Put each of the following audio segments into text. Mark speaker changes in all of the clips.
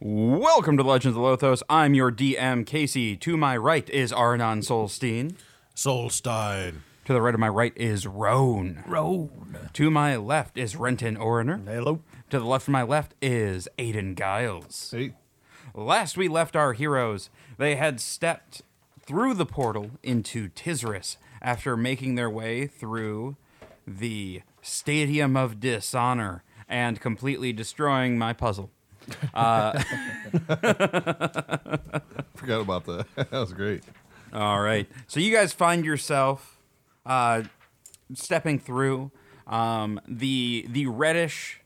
Speaker 1: Welcome to Legends of Lothos. I'm your DM, Casey. To my right is Arnon Solstein.
Speaker 2: Solstein.
Speaker 1: To the right of my right is Roan.
Speaker 3: Roan.
Speaker 1: To my left is Renton Orner. Hello. To the left of my left is Aiden Giles.
Speaker 4: Hey.
Speaker 1: Last we left our heroes, they had stepped through the portal into Tizris after making their way through the Stadium of Dishonor and completely destroying my puzzle. Uh,
Speaker 4: Forgot about that. that was great.
Speaker 1: All right. So you guys find yourself uh, stepping through um, the the reddish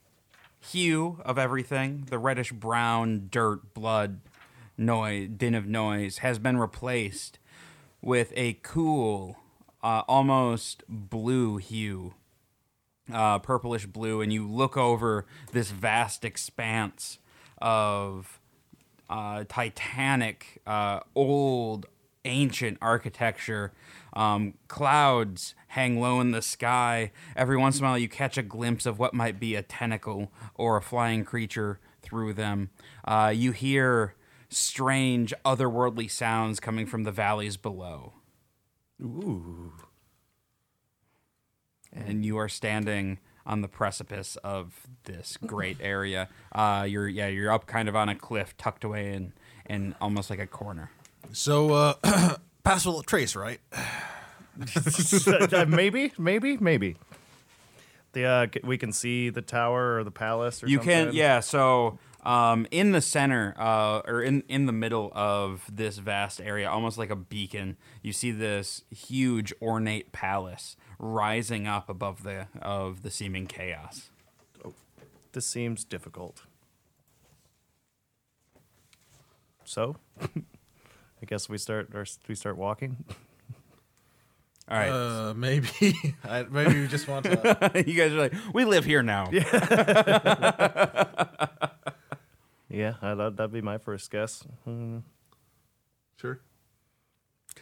Speaker 1: hue of everything, the reddish brown dirt, blood, noise, din of noise has been replaced with a cool, uh, almost blue hue, uh, purplish blue, and you look over this vast expanse of uh, titanic, uh, old, ancient architecture. Um, clouds hang low in the sky. Every once in a while, you catch a glimpse of what might be a tentacle or a flying creature through them. Uh, you hear strange, otherworldly sounds coming from the valleys below. Mm-hmm. and you are standing on the precipice of this great
Speaker 5: Mm-hmm.
Speaker 1: area. Uh, you're yeah, you're up kind of on a cliff, tucked away in in almost like a corner.
Speaker 2: So, uh, pass a little trace, right?
Speaker 5: Uh, maybe, maybe, maybe. The uh, c- we can see the tower or the palace. Or
Speaker 1: You
Speaker 5: something.
Speaker 1: can yeah. So um, in the center uh, or in in the middle of this vast area, almost like a beacon, you see this huge ornate palace rising up above the of the seeming chaos.
Speaker 5: This seems difficult. So, I guess we start. Or s- we start walking.
Speaker 1: All right,
Speaker 2: Uh, maybe. I, maybe we just want to.
Speaker 1: you guys are like, we live here now.
Speaker 5: Yeah, I, that'd, that'd be my first guess.
Speaker 4: Sure.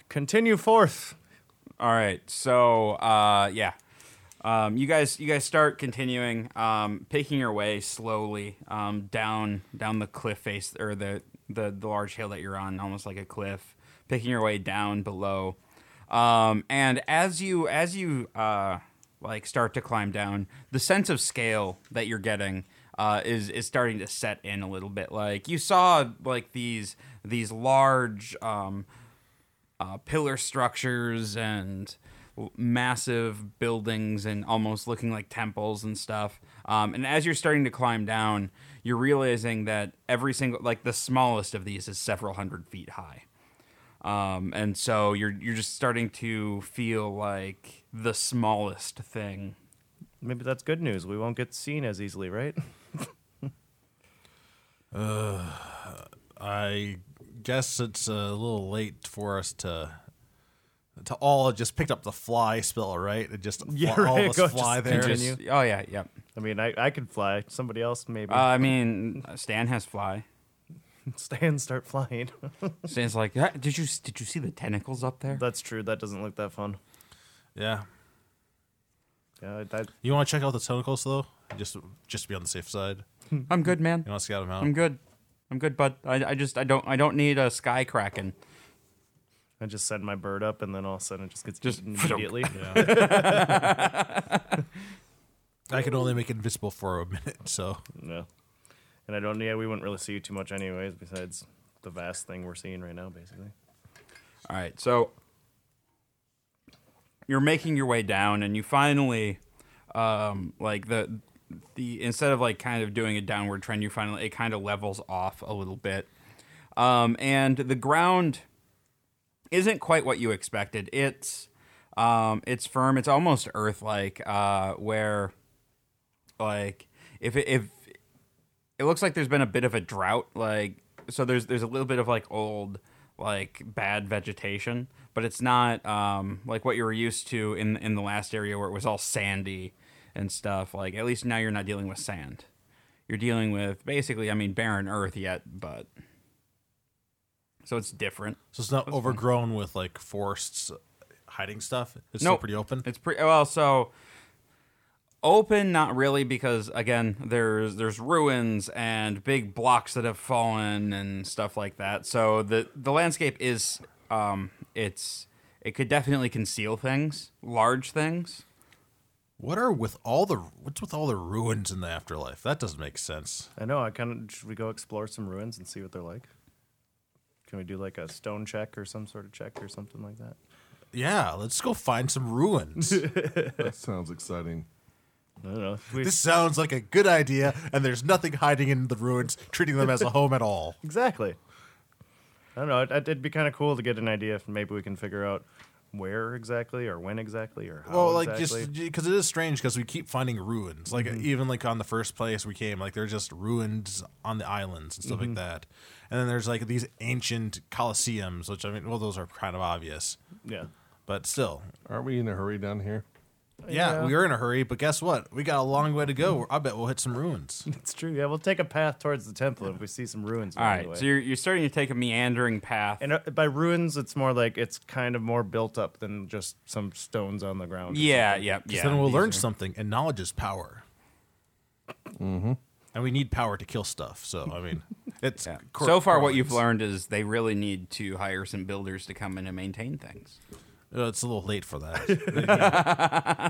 Speaker 5: Continue forth.
Speaker 1: All right. So uh, yeah, um, you guys you guys start continuing, um, picking your way slowly um, down down the cliff face or the, the the large hill that you're on, almost like a cliff, picking your way down below. Um, and as you as you uh, like start to climb down, the sense of scale that you're getting uh, is is starting to set in a little bit. Like you saw like these these large. Um, uh, pillar structures and w- massive buildings and almost looking like temples and stuff. Um, and as you're starting to climb down, you're realizing that every single, like the smallest of these, is several hundred feet high. Um, and so you're you're just starting to feel like the smallest thing.
Speaker 5: Maybe that's good news. We won't get seen as easily, right?
Speaker 2: I guess it's a little late for us to. To all just picked up the fly spell, right? And just
Speaker 5: Yeah,
Speaker 2: fl- all
Speaker 5: right,
Speaker 2: of us
Speaker 5: go
Speaker 2: fly
Speaker 5: just-
Speaker 2: there.
Speaker 5: Can
Speaker 1: Just- oh yeah, yep.
Speaker 5: I mean, I, I could fly. Somebody else maybe.
Speaker 1: Uh, I mean, Stan has fly.
Speaker 5: Stan, start flying.
Speaker 1: Stan's like, "Ah, did you did you see the tentacles up there?
Speaker 5: that's true. That doesn't look that fun.
Speaker 2: Yeah.
Speaker 5: Yeah, I, I,
Speaker 2: You want to check out the tentacles though, just just to be on the safe side.
Speaker 1: I'm good, man.
Speaker 2: You want to scout them out.
Speaker 1: I'm good. I'm good, but I, I just I don't I don't need a sky kraken.
Speaker 5: I just send my bird up, and then all of a sudden it just gets
Speaker 1: Just
Speaker 5: eaten immediately.
Speaker 2: I can only make it invisible for a minute, so
Speaker 5: No. And I don't, yeah, we wouldn't really see too much anyways, besides the vast thing we're seeing right now, basically.
Speaker 1: All right, so you're making your way down, and you finally, um, like the the instead of like kind of doing a downward trend, you finally it kind of levels off a little bit, um, and the ground isn't quite what you expected. It's um, it's firm. It's almost earth like, uh, where like if it, if it looks like there's been a bit of a drought like so there's there's a little bit of like old like bad vegetation but it's not um like what you were used to in in the last area where it was all sandy and stuff like at least now you're not dealing with sand you're dealing with basically i mean barren earth yet but so it's different
Speaker 2: so it's not overgrown with like forests hiding stuff. It's still
Speaker 1: Nope.
Speaker 2: pretty open.
Speaker 1: it's pretty well so Open, not really, because again, there's there's ruins and big blocks that have fallen and stuff like that. So the the landscape is um it's it could definitely conceal things, large things.
Speaker 2: What are with all the what's with all the ruins in the afterlife? That doesn't make sense.
Speaker 5: I know. I kind of should we go explore some ruins and see what they're like? Can we do like a stone check or some sort of check or something like that?
Speaker 2: Yeah, let's go find some ruins.
Speaker 4: That sounds exciting.
Speaker 5: I don't know. We,
Speaker 2: this sounds like a good idea, and there's nothing hiding in the ruins, treating them as a home at all.
Speaker 5: exactly. I don't know. It, it'd be kind of cool to get an idea if maybe we can figure out where exactly or when exactly or how
Speaker 2: Well, like
Speaker 5: exactly.
Speaker 2: just because it is strange because we keep finding ruins. Like even like on the first place we came, like there's just ruins on the islands and stuff like that. And then there's like these ancient colosseums, which I mean, well, those are kind of obvious,
Speaker 5: yeah.
Speaker 2: but still,
Speaker 4: Aren't we in a hurry down here?
Speaker 2: yeah,
Speaker 5: Yeah.
Speaker 2: we are in a hurry. But guess what? We got a long way to go. I bet we'll hit some ruins.
Speaker 5: It's true. Yeah, we'll take a path towards the temple if we see some ruins.
Speaker 1: All
Speaker 5: along
Speaker 1: right,
Speaker 5: the way.
Speaker 1: so you're you're starting to take a meandering path.
Speaker 5: and uh, by ruins, it's more like it's kind of more built up than just some stones on the ground.
Speaker 1: yeah, yeah, yeah.
Speaker 2: then we'll
Speaker 1: these
Speaker 2: learn
Speaker 1: are-
Speaker 2: something, and knowledge is power.
Speaker 1: Mm-hmm.
Speaker 2: And we need power to kill stuff. So I mean, it's
Speaker 1: Yeah.
Speaker 2: cor-
Speaker 1: so far, what
Speaker 2: correlates.
Speaker 1: you've learned is they really need to hire some builders to come in and maintain things.
Speaker 2: Uh, it's a little late for that.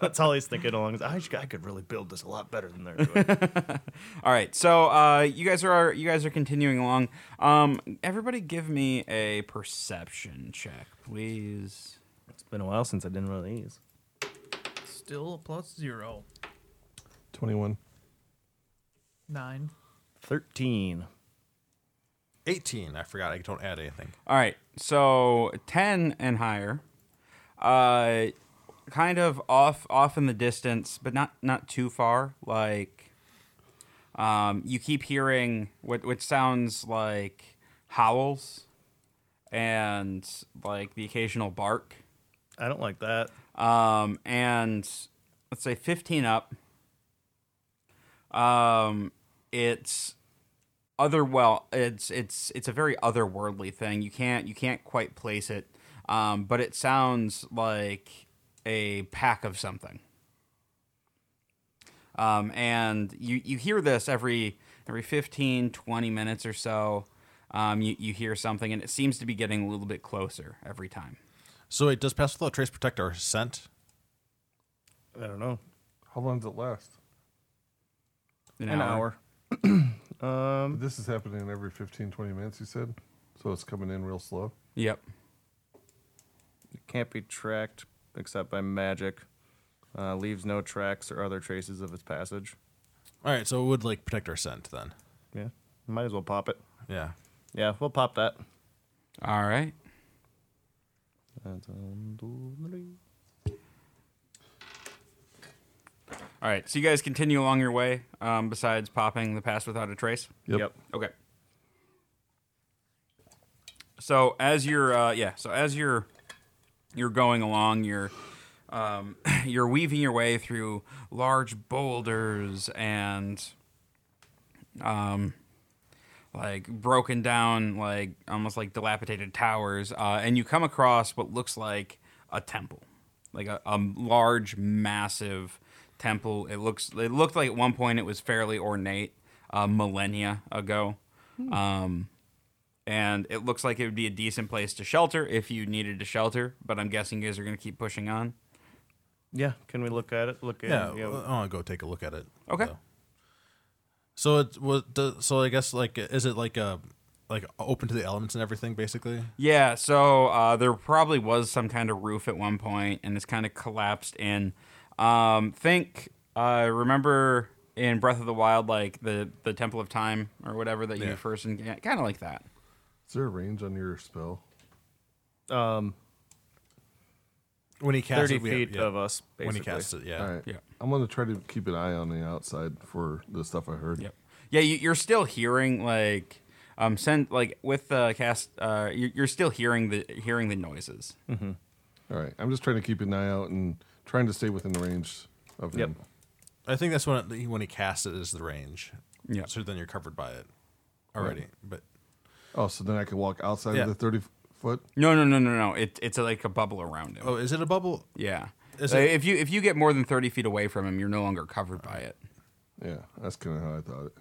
Speaker 5: That's all he's thinking along. is, I, sh- I could really build this a lot better than they're doing.
Speaker 1: All right, so uh, you guys are you guys are continuing along. Um, everybody, give me a perception check, please.
Speaker 5: it's been a while since I didn't one of these.
Speaker 3: Still plus zero.
Speaker 4: 21.
Speaker 3: Nine.
Speaker 5: 13.
Speaker 2: Eighteen. I forgot. I don't add anything.
Speaker 1: All right, so ten and higher, uh, kind of off off in the distance, but not not too far. Like, um, you keep hearing what what sounds like howls, and like the occasional bark.
Speaker 5: I don't like that.
Speaker 1: um, and let's say 15 up. Um, it's other well, it's it's it's a very otherworldly thing. You can't you can't quite place it, um, but it sounds like a pack of something. Um, and you, you hear this every every 15, 20 minutes or so. Um, you, you hear something, and it seems to be getting a little bit closer every time.
Speaker 2: So it does pass without trace protect our scent?
Speaker 5: I don't know.
Speaker 4: How long does it last?
Speaker 5: An hour. um,
Speaker 4: This is happening every 15, 20 minutes, you said? So it's coming in real slow.
Speaker 1: Yep.
Speaker 5: it can't be tracked except by magic. Uh, leaves no tracks or other traces of its passage.
Speaker 2: All right. So it would like protect our scent then.
Speaker 5: Yeah. Might as well pop it.
Speaker 2: Yeah.
Speaker 5: Yeah, we'll pop that.
Speaker 1: All right.
Speaker 5: That's one, two, three.
Speaker 1: All right. So you guys continue along your way. Um, besides popping the pass without a trace.
Speaker 4: Yep.
Speaker 1: Okay. So as you're, uh, yeah. So as you're, you're going along. You're, um, you're weaving your way through large boulders and, um, like broken down, like almost like dilapidated towers. Uh, and you come across what looks like a temple, like a, a large, massive temple. It looks. It looked like at one point it was fairly ornate, uh, millennia ago. Um, and it looks like it would be a decent place to shelter if you needed to shelter. But I'm guessing you guys are going to keep pushing on.
Speaker 5: Yeah, can we look at it? Look at
Speaker 2: Yeah.
Speaker 5: it. Yeah,
Speaker 2: I want to go take a look at it.
Speaker 1: Okay.
Speaker 2: though. So it was. So I guess like is it like a like open to the elements and everything basically?
Speaker 1: Yeah, so uh, there probably was some kind of roof at one point, and it's kind of collapsed in. Um, think, uh, remember in Breath of the Wild, like the the Temple of Time or whatever that you
Speaker 2: Yeah.
Speaker 1: first and kind of like that.
Speaker 4: Is there a range on your spell?
Speaker 5: Um,
Speaker 2: When he casts
Speaker 5: 30
Speaker 2: it, we-
Speaker 5: feet
Speaker 2: yeah.
Speaker 5: of us, basically.
Speaker 2: when he casts it. Yeah.
Speaker 4: All right.
Speaker 1: Yeah.
Speaker 4: I'm going to try to keep an eye on the outside for the stuff I heard.
Speaker 1: Yep. Yeah, you, you're still hearing like um send like with the cast. Uh, you're, you're still hearing the hearing the noises.
Speaker 2: Hmm.
Speaker 4: All right. I'm just trying to keep an eye out and trying to stay within the range of
Speaker 5: Yep.
Speaker 4: him.
Speaker 2: I think that's when it, when he casts it is the range.
Speaker 1: Yeah.
Speaker 2: So then you're covered by it already. But
Speaker 4: Oh, so then I can walk outside
Speaker 2: Yeah.
Speaker 4: of the 30 foot?
Speaker 1: No, no, no, no, no. It, it's like a bubble around him.
Speaker 2: oh, is it a bubble?
Speaker 1: Yeah.
Speaker 2: Is
Speaker 1: Like,
Speaker 2: it-
Speaker 1: if you if you get more than thirty feet away from him, you're no longer covered by it.
Speaker 4: Yeah, that's kind of how I thought it.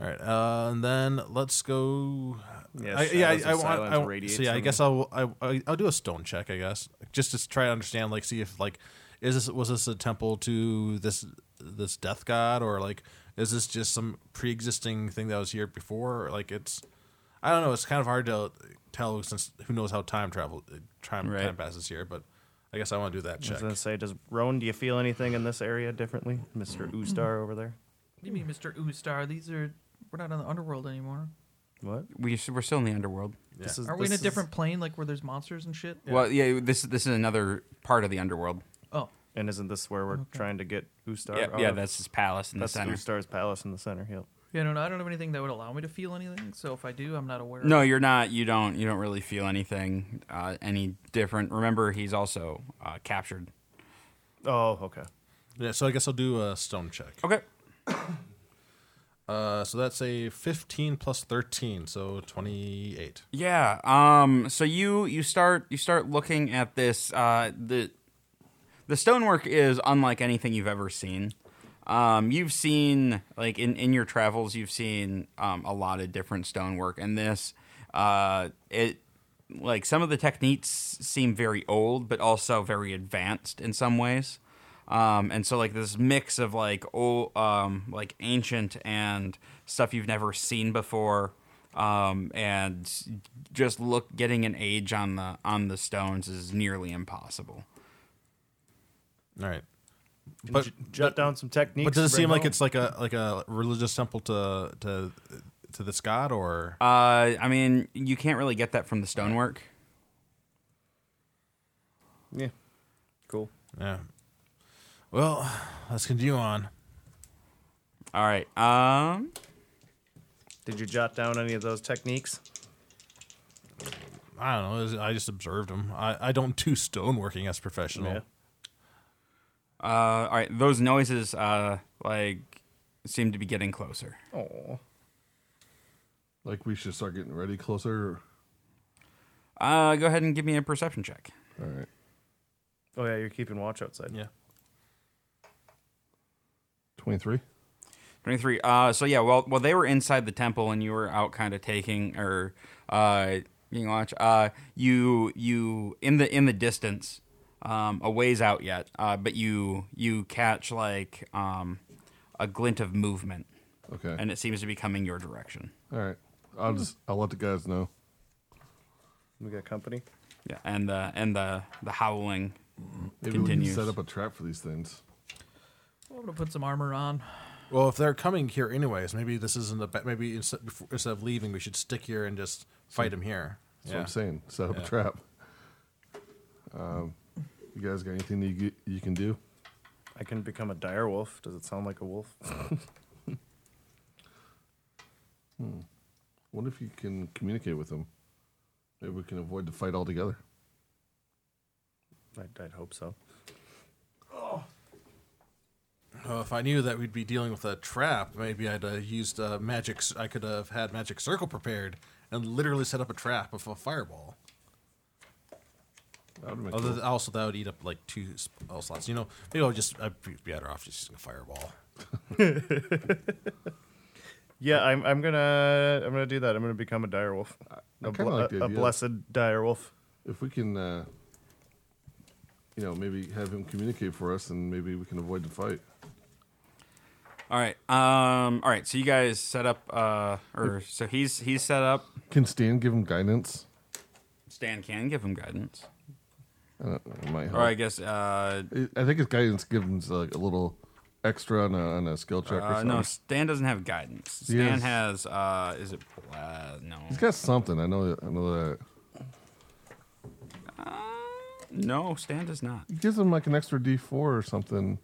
Speaker 2: All right, uh, and then let's go.
Speaker 5: Yes,
Speaker 2: I, yeah, I,
Speaker 5: shadows
Speaker 2: I
Speaker 5: of
Speaker 2: want.
Speaker 5: silence
Speaker 2: I, want-
Speaker 5: radiate
Speaker 2: so yeah, I
Speaker 5: from
Speaker 2: guess I'll I, I- I'll do a stone check. I guess just to try to understand, like, see if like is this was this a temple to this this death god or like is this just some pre-existing thing that was here before? Or, like it's I don't know. It's kind of hard to tell since who knows how time travel time
Speaker 1: Right.
Speaker 2: time passes here. But I guess I want to do that
Speaker 5: I
Speaker 2: check.
Speaker 5: was gonna say, does Roan? Do you feel anything in this area differently, Mister Ustar over there?
Speaker 3: What do you mean, Mr. Oostar? These are. We're not in the underworld anymore.
Speaker 5: What?
Speaker 1: We we're still in the underworld.
Speaker 2: Yeah.
Speaker 5: This is,
Speaker 3: Are we in a
Speaker 5: this is-
Speaker 3: different plane, like where there's monsters and shit?
Speaker 1: Well, yeah. This this is another part of the underworld.
Speaker 3: Oh,
Speaker 5: And isn't this where we're trying to get Ustar?
Speaker 1: Yeah,
Speaker 5: out
Speaker 1: yeah.
Speaker 5: of?
Speaker 1: That's his palace in
Speaker 5: that's
Speaker 1: the center.
Speaker 5: Ustar's palace in the center. Yep.
Speaker 3: yeah. No, no, I don't have anything that would allow me to feel anything. So if I do, I'm not aware.
Speaker 1: No, you're not. You don't. You don't really feel anything uh, any different. Remember, he's also uh, captured.
Speaker 5: Oh, okay.
Speaker 2: yeah, so I guess I'll do a stone check.
Speaker 1: Okay.
Speaker 2: Uh, so that's a 15 plus 13, so 28.
Speaker 1: Yeah. Um. So you you start you start looking at this. Uh. The the stonework is unlike anything you've ever seen. Um, you've seen like in, in your travels, you've seen um, a lot of different stonework, and this uh, it like some of the techniques seem very old, but also very advanced in some ways. Um, and so like this mix of like old, um, like ancient and stuff you've never seen before, um, and just look getting an age on the on the stones is nearly impossible.
Speaker 2: All right.
Speaker 5: But, jot down some techniques.
Speaker 2: But does it
Speaker 5: bring
Speaker 2: seem like
Speaker 5: home?
Speaker 2: it's like a like a religious temple to to to this god or
Speaker 1: Uh, I mean, you can't really get that from the stonework.
Speaker 5: Yeah. Cool.
Speaker 2: yeah? Well, let's continue on.
Speaker 1: All right. Um,
Speaker 5: Did you jot down any of those techniques?
Speaker 2: I don't know. is- I just observed him. I, I don't do stone working as professional.
Speaker 5: Yeah.
Speaker 1: uh, all right. Those noises, uh, like, seem to be getting closer.
Speaker 5: Oh.
Speaker 4: Like we should start getting ready closer.
Speaker 1: Uh, go ahead and give me a perception check.
Speaker 4: All right.
Speaker 5: Oh yeah, you're keeping watch outside.
Speaker 2: Yeah.
Speaker 4: 23.
Speaker 1: 23. Uh, so yeah, well, well, they were inside the temple and you were out kind of taking or, uh, you know, watch, uh, you, you, in the, in the distance, um, a ways out yet, uh, but you, you catch like, um, a glint of movement
Speaker 4: Okay.
Speaker 1: and it seems to be coming your direction.
Speaker 4: All right. I'll just I'll let the guys know.
Speaker 5: We got company.
Speaker 1: Yeah. And the, and the, the howling
Speaker 4: Maybe
Speaker 1: continues.
Speaker 4: we can set up a trap for these things.
Speaker 3: I'm gonna put some armor on.
Speaker 2: Well, if they're coming here anyways, maybe this isn't the be- maybe instead, before, instead of leaving, we should stick here and just fight him here.
Speaker 4: That's what I'm saying. Set up a trap. Um, you guys got anything that you, g- you can do?
Speaker 5: I can become a dire wolf. Does it sound like a wolf?
Speaker 4: Wonder if you can communicate with them. Maybe we can avoid the fight altogether.
Speaker 5: I'd, I'd hope so.
Speaker 2: Oh, if I knew that we'd be dealing with a trap, maybe I'd uh, used uh, magic. c- I could have had magic circle prepared and literally set up a trap with a fireball.
Speaker 4: That would make
Speaker 2: Although also that would eat up like two spell slots. You know, maybe I'll just I'd be better off just using a fireball.
Speaker 5: Yeah, I'm, I'm gonna I'm gonna do that. I'm gonna become a dire wolf. A,
Speaker 4: kinda
Speaker 5: ble-
Speaker 4: like
Speaker 5: a,
Speaker 4: the
Speaker 5: a
Speaker 4: idea.
Speaker 5: blessed dire wolf.
Speaker 4: if we can, uh, you know, maybe have him communicate for us, and maybe we can avoid the fight.
Speaker 1: All right. Um. All right. So you guys set up. Uh. Or so he's he's set up.
Speaker 4: Can Stan give him guidance?
Speaker 1: Stan can give him guidance,
Speaker 4: I don't know, it might help.
Speaker 1: or I guess. Uh.
Speaker 4: I- I think his guidance gives him like a little extra on a, on a skill check or
Speaker 1: uh
Speaker 4: something.
Speaker 1: no, Stan doesn't have guidance.
Speaker 4: He
Speaker 1: Stan
Speaker 4: is-
Speaker 1: has. Uh. Is it? Uh, no.
Speaker 4: He's got something. I know. I know that.
Speaker 1: No. Stan does not.
Speaker 4: He gives him like an extra D four or something.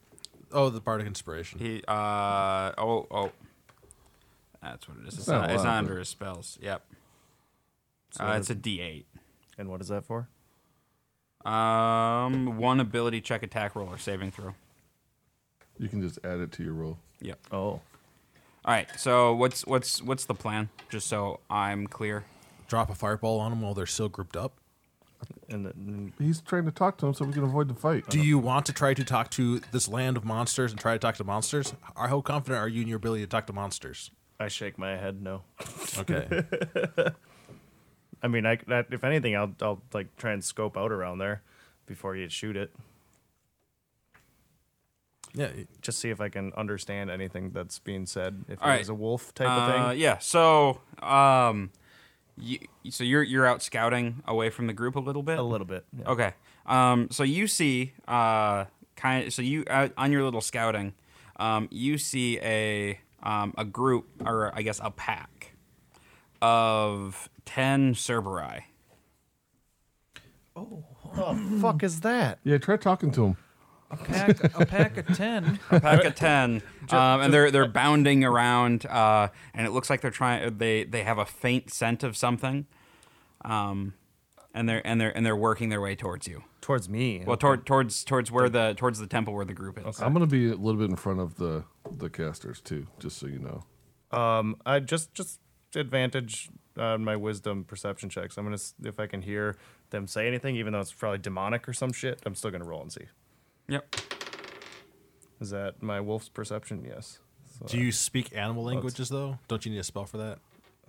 Speaker 2: Oh, the bardic inspiration.
Speaker 1: He. Uh. Oh. Oh. That's what it is. It's,
Speaker 4: not
Speaker 1: not,
Speaker 4: a
Speaker 1: it's
Speaker 4: lot,
Speaker 1: not
Speaker 4: but-
Speaker 1: under his spells. Yep. Uh, it's a D eight.
Speaker 5: And what is that for?
Speaker 1: Um. One ability check, attack roll, or saving throw.
Speaker 4: You can just add it to your roll.
Speaker 1: Yep.
Speaker 5: Oh,
Speaker 1: All right. So what's what's what's the plan? Just so I'm clear.
Speaker 2: Drop a fireball on them while they're still grouped up.
Speaker 5: And, then
Speaker 4: He's trying to talk to him so we can avoid the fight.
Speaker 2: Do you want to try to talk to this land of monsters and try to talk to monsters? Are- How confident are you in your ability to talk to monsters?
Speaker 5: I shake my head no.
Speaker 2: Okay.
Speaker 5: I mean, I, I if anything, I'll I'll like try and scope out around there before you shoot it.
Speaker 2: yeah.
Speaker 5: Just see if I can understand anything that's being said. If
Speaker 1: All
Speaker 5: it
Speaker 1: right.
Speaker 5: was a wolf type
Speaker 1: Uh,
Speaker 5: of thing,
Speaker 1: yeah. So, um, you, so you're you're out scouting away from the group a little bit.
Speaker 5: a little bit. yeah.
Speaker 1: Okay. Um, so you see, uh, kind so you uh, on your little scouting, um, you see a um, a group or I guess a pack of ten Cerberi.
Speaker 5: The fuck is that?
Speaker 4: Yeah, try talking to him.
Speaker 3: Pack, a pack of ten.
Speaker 1: A pack of ten, um, and they're they're bounding around, uh, and it looks like they're trying. They they have a faint scent of something, um, and they're and they're and they're working their way towards you.
Speaker 5: Towards me.
Speaker 1: Well, toward, towards towards where the towards the temple where the group is.
Speaker 4: I'm gonna be a little bit in front of the the casters too, just so you know.
Speaker 5: Um, I just just advantage on my wisdom perception checks. I'm gonna s- if I can hear them say anything, even though it's probably demonic or some shit. I'm still gonna roll and see.
Speaker 1: Yep.
Speaker 5: Is that my wolf's perception? Yes. So
Speaker 2: Do you speak animal languages though? Don't you need a spell for that?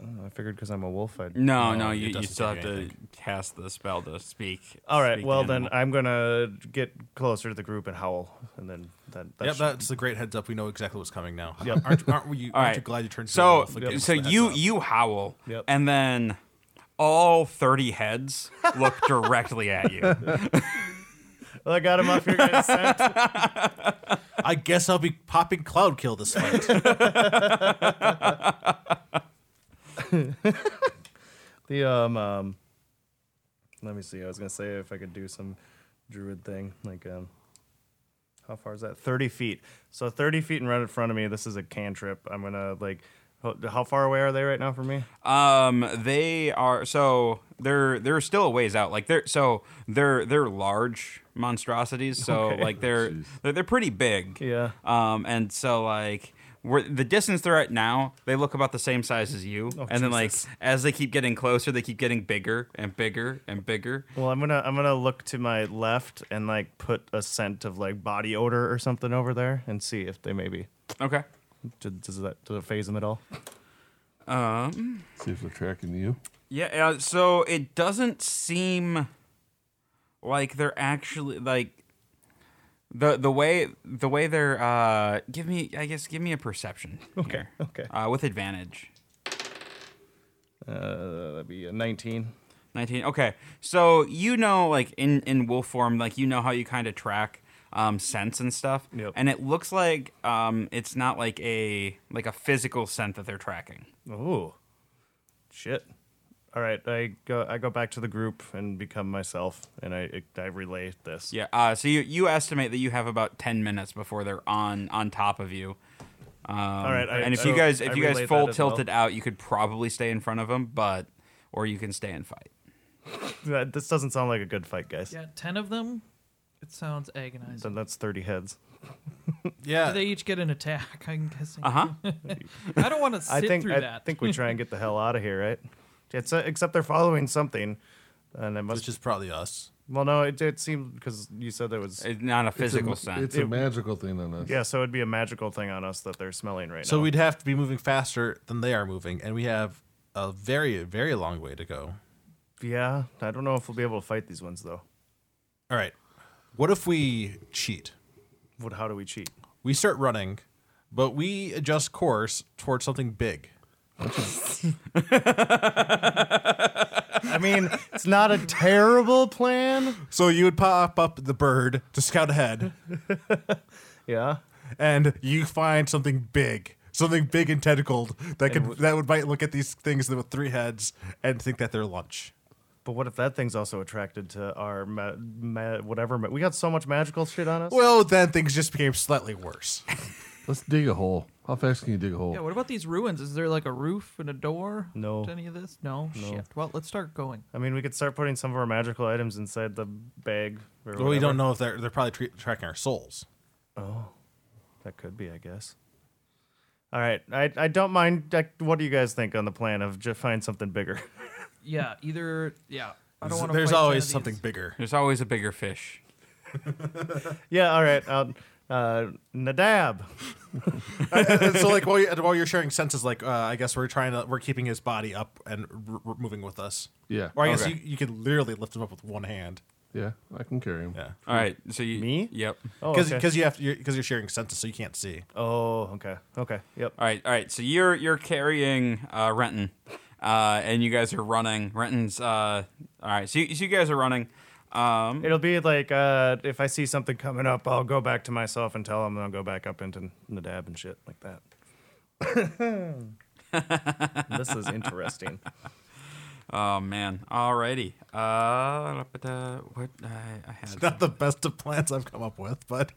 Speaker 5: I figured because I'm a wolf, I'd.
Speaker 1: No, no,
Speaker 2: it
Speaker 1: you, you
Speaker 2: doesn't
Speaker 1: still have
Speaker 2: take
Speaker 1: to
Speaker 2: anything.
Speaker 1: cast the spell to speak.
Speaker 5: All right.
Speaker 1: speak
Speaker 5: Well,
Speaker 1: animal.
Speaker 5: then I'm gonna get closer to the group and howl, and then that. that
Speaker 2: yep,
Speaker 5: should-
Speaker 2: that's a great heads up. We know exactly what's coming now.
Speaker 5: Yep.
Speaker 2: Aren't, aren't you?
Speaker 1: All
Speaker 2: aren't
Speaker 1: right.
Speaker 2: you glad you turned? to the
Speaker 1: so
Speaker 2: wolf and gave us
Speaker 1: so
Speaker 2: the heads
Speaker 1: you
Speaker 2: up?
Speaker 1: you howl,
Speaker 5: Yep.
Speaker 1: and then all thirty heads look directly at you.
Speaker 5: Well, I got him off your guys' scent.
Speaker 2: I guess I'll be popping cloud kill this fight.
Speaker 5: The um, um, let me see. I was gonna say if I could do some druid thing, like um, how far is that? Thirty feet. So thirty feet and right in front of me. This is a cantrip. I'm gonna like. How, how far away are they right now from me?
Speaker 1: Um, they are so they're they're still a ways out. Like they're so they're they're large monstrosities. So like they're, they're they're pretty big.
Speaker 5: Yeah.
Speaker 1: Um, and so like we're, the distance they're at now, they look about the same size as you. and then like
Speaker 5: Oh, Jesus.
Speaker 1: as they keep getting closer, they keep getting bigger and bigger and bigger.
Speaker 5: Well, I'm gonna I'm gonna look to my left and like put a scent of like body odor or something over there and see if they maybe
Speaker 1: Okay.
Speaker 5: does, does that does it phase them at all?
Speaker 1: Um.
Speaker 4: See if they're tracking you.
Speaker 1: Yeah. Uh, so it doesn't seem like they're actually like the the way the way they're uh give me I guess give me a perception. Okay.
Speaker 5: okay.
Speaker 1: Uh, with advantage.
Speaker 5: Uh, that'd be a 19.
Speaker 1: 19 okay so you know like in in wolf form like you know how you kind of track um scents and stuff
Speaker 5: Yep.
Speaker 1: and it looks like um it's not like a like a physical scent that they're tracking
Speaker 5: Oh, shit. All right, I go I go back to the group and become myself, and I I relay this.
Speaker 1: yeah uh so you you estimate that you have about 10 minutes before they're on on top of you um all
Speaker 5: right, I-
Speaker 1: and if
Speaker 5: so
Speaker 1: you guys
Speaker 5: I
Speaker 1: if you guys
Speaker 5: relate
Speaker 1: full
Speaker 5: that as well.
Speaker 1: tilted out you could probably stay in front of them but or you can stay and fight
Speaker 5: That- This doesn't sound like a good fight, guys.
Speaker 3: Yeah, ten of them. It sounds agonizing.
Speaker 5: Then that's 30 heads.
Speaker 2: yeah.
Speaker 3: Do they each get an attack? I'm guessing.
Speaker 1: uh-huh
Speaker 3: I don't want to sit
Speaker 5: I think
Speaker 3: through
Speaker 5: I
Speaker 3: that.
Speaker 5: think we try and get the hell out of here, right? It's uh except they're following something, and it must.
Speaker 2: which is probably us.
Speaker 5: well, no, it it seemed because you said there was.
Speaker 1: it's not a physical
Speaker 4: it's a,
Speaker 1: scent
Speaker 4: It's a magical thing on us.
Speaker 5: yeah, so it'd be a magical thing on us that they're smelling right
Speaker 2: So
Speaker 5: now.
Speaker 2: we'd have to be moving faster than they are moving, and we have a very, very long way to go.
Speaker 5: yeah, I don't know if we'll be able to fight these ones though.
Speaker 2: All right. What if we cheat?
Speaker 5: What? How do we cheat?
Speaker 2: We start running, but we adjust course towards something big.
Speaker 5: I mean, it's not a terrible plan.
Speaker 2: So you would pop up the bird to scout ahead,
Speaker 5: Yeah.
Speaker 2: and you find something big, something big and tentacled that could that would might look at these things with three heads and think that they're lunch.
Speaker 5: But what if that thing's also attracted to our ma- ma- whatever? Ma- we got so much magical shit on us.
Speaker 2: Well, then things just became slightly worse.
Speaker 4: Let's dig a hole. How fast can you dig a hole?
Speaker 3: yeah. What about these ruins? Is there like a roof and a door?
Speaker 5: No.
Speaker 3: To any of this? No. Shit. Well, let's start going.
Speaker 5: I mean, we could start putting some of our magical items inside the bag. Or
Speaker 2: Well, we
Speaker 5: whatever.
Speaker 2: don't know if they're they're probably tre- tracking our souls.
Speaker 5: That could be, I guess. All right, I I don't mind. I, what do you guys think on the plan of just find something bigger?
Speaker 3: Yeah. Either. Yeah. I don't want to.
Speaker 2: There's
Speaker 3: play
Speaker 2: always
Speaker 3: Genevieve.
Speaker 2: something bigger.
Speaker 1: There's always a bigger fish.
Speaker 5: Yeah, all right. I'll, uh, Nadab.
Speaker 2: And so like while you're, while you're sharing senses, like uh, I guess we're trying to we're keeping his body up and r- r- moving with us.
Speaker 4: Yeah.
Speaker 2: Or I guess
Speaker 1: Okay.
Speaker 2: you, you could literally lift him up with one hand.
Speaker 4: Yeah, I can carry him.
Speaker 2: Yeah.
Speaker 1: All right, so you
Speaker 5: Me?
Speaker 1: Yep.
Speaker 5: Oh,
Speaker 2: Because
Speaker 5: okay.
Speaker 2: you have to because you're sharing senses, so you can't see.
Speaker 5: oh, okay, okay, yep.
Speaker 1: All right, all right. So you're you're carrying uh, Renton, uh, and you guys are running. Renton's uh, all right. So you, so you guys are running. Um,
Speaker 5: It'll be like uh, if I see something coming up, I'll go back to myself and tell him, and I'll go back up into Nadab and shit like that. this is interesting.
Speaker 1: oh man. Alrighty. Uh, but, uh, what I, I had.
Speaker 2: Not the best of plans I've come up with, but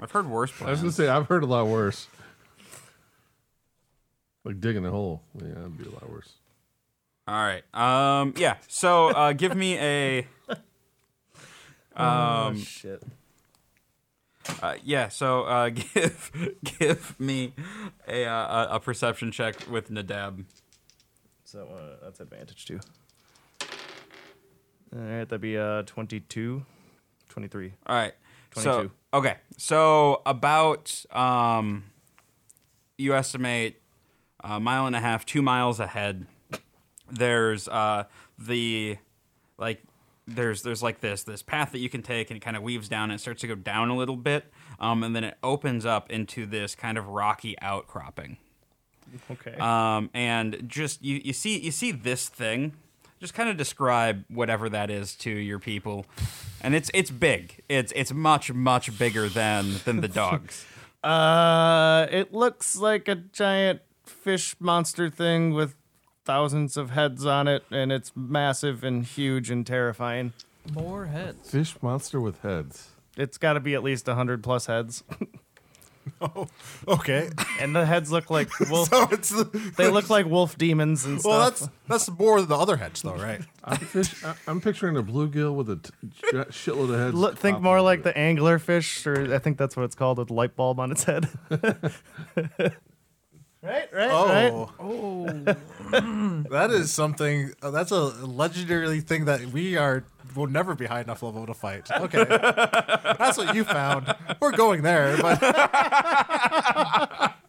Speaker 1: I've heard worse
Speaker 4: I
Speaker 1: plans.
Speaker 4: was gonna say I've heard a lot worse. Like digging a hole. Yeah, that'd be a lot worse.
Speaker 1: All right. Um, yeah. So uh, give me a.
Speaker 5: oh shit!
Speaker 1: Uh, yeah. So uh, give give me a uh, a- a perception check with Nadab.
Speaker 5: So uh, that's advantage too. All right, that'd be uh, 22, 23.
Speaker 1: All right. So
Speaker 5: 22.
Speaker 1: okay. So about um, you estimate a mile and a half, two miles ahead. There's uh the like there's there's like this this path that you can take and it kind of weaves down and it starts to go down a little bit um, and then it opens up into this kind of rocky outcropping
Speaker 5: Okay.
Speaker 1: um, and just you, you see you see this thing. Just kind of describe whatever that is to your people, and it's it's big. It's it's much much bigger than than the dogs.
Speaker 5: Uh, it looks like a giant fish monster thing with thousands of heads on it, and it's massive and huge and terrifying.
Speaker 3: More heads.
Speaker 4: Fish monster with heads.
Speaker 5: It's got to be at least 100 plus heads.
Speaker 2: okay.
Speaker 5: and the heads look like wolf.
Speaker 2: so it's the,
Speaker 5: they look like wolf demons and stuff.
Speaker 2: well, that's that's more than the other hedge though, right?
Speaker 4: I'm, fish, I- I'm picturing a bluegill with a t- j- shitload of heads.
Speaker 5: Look, think
Speaker 4: popping
Speaker 5: more
Speaker 4: out
Speaker 5: like
Speaker 4: of it.
Speaker 5: the anglerfish, or I think that's what it's called, with light bulb on its head. right, right, right.
Speaker 2: Oh,
Speaker 3: Oh,
Speaker 2: that is something. Uh, that's a legendary thing that we are will never be high enough level to fight. Okay, that's what you found. We're going there, but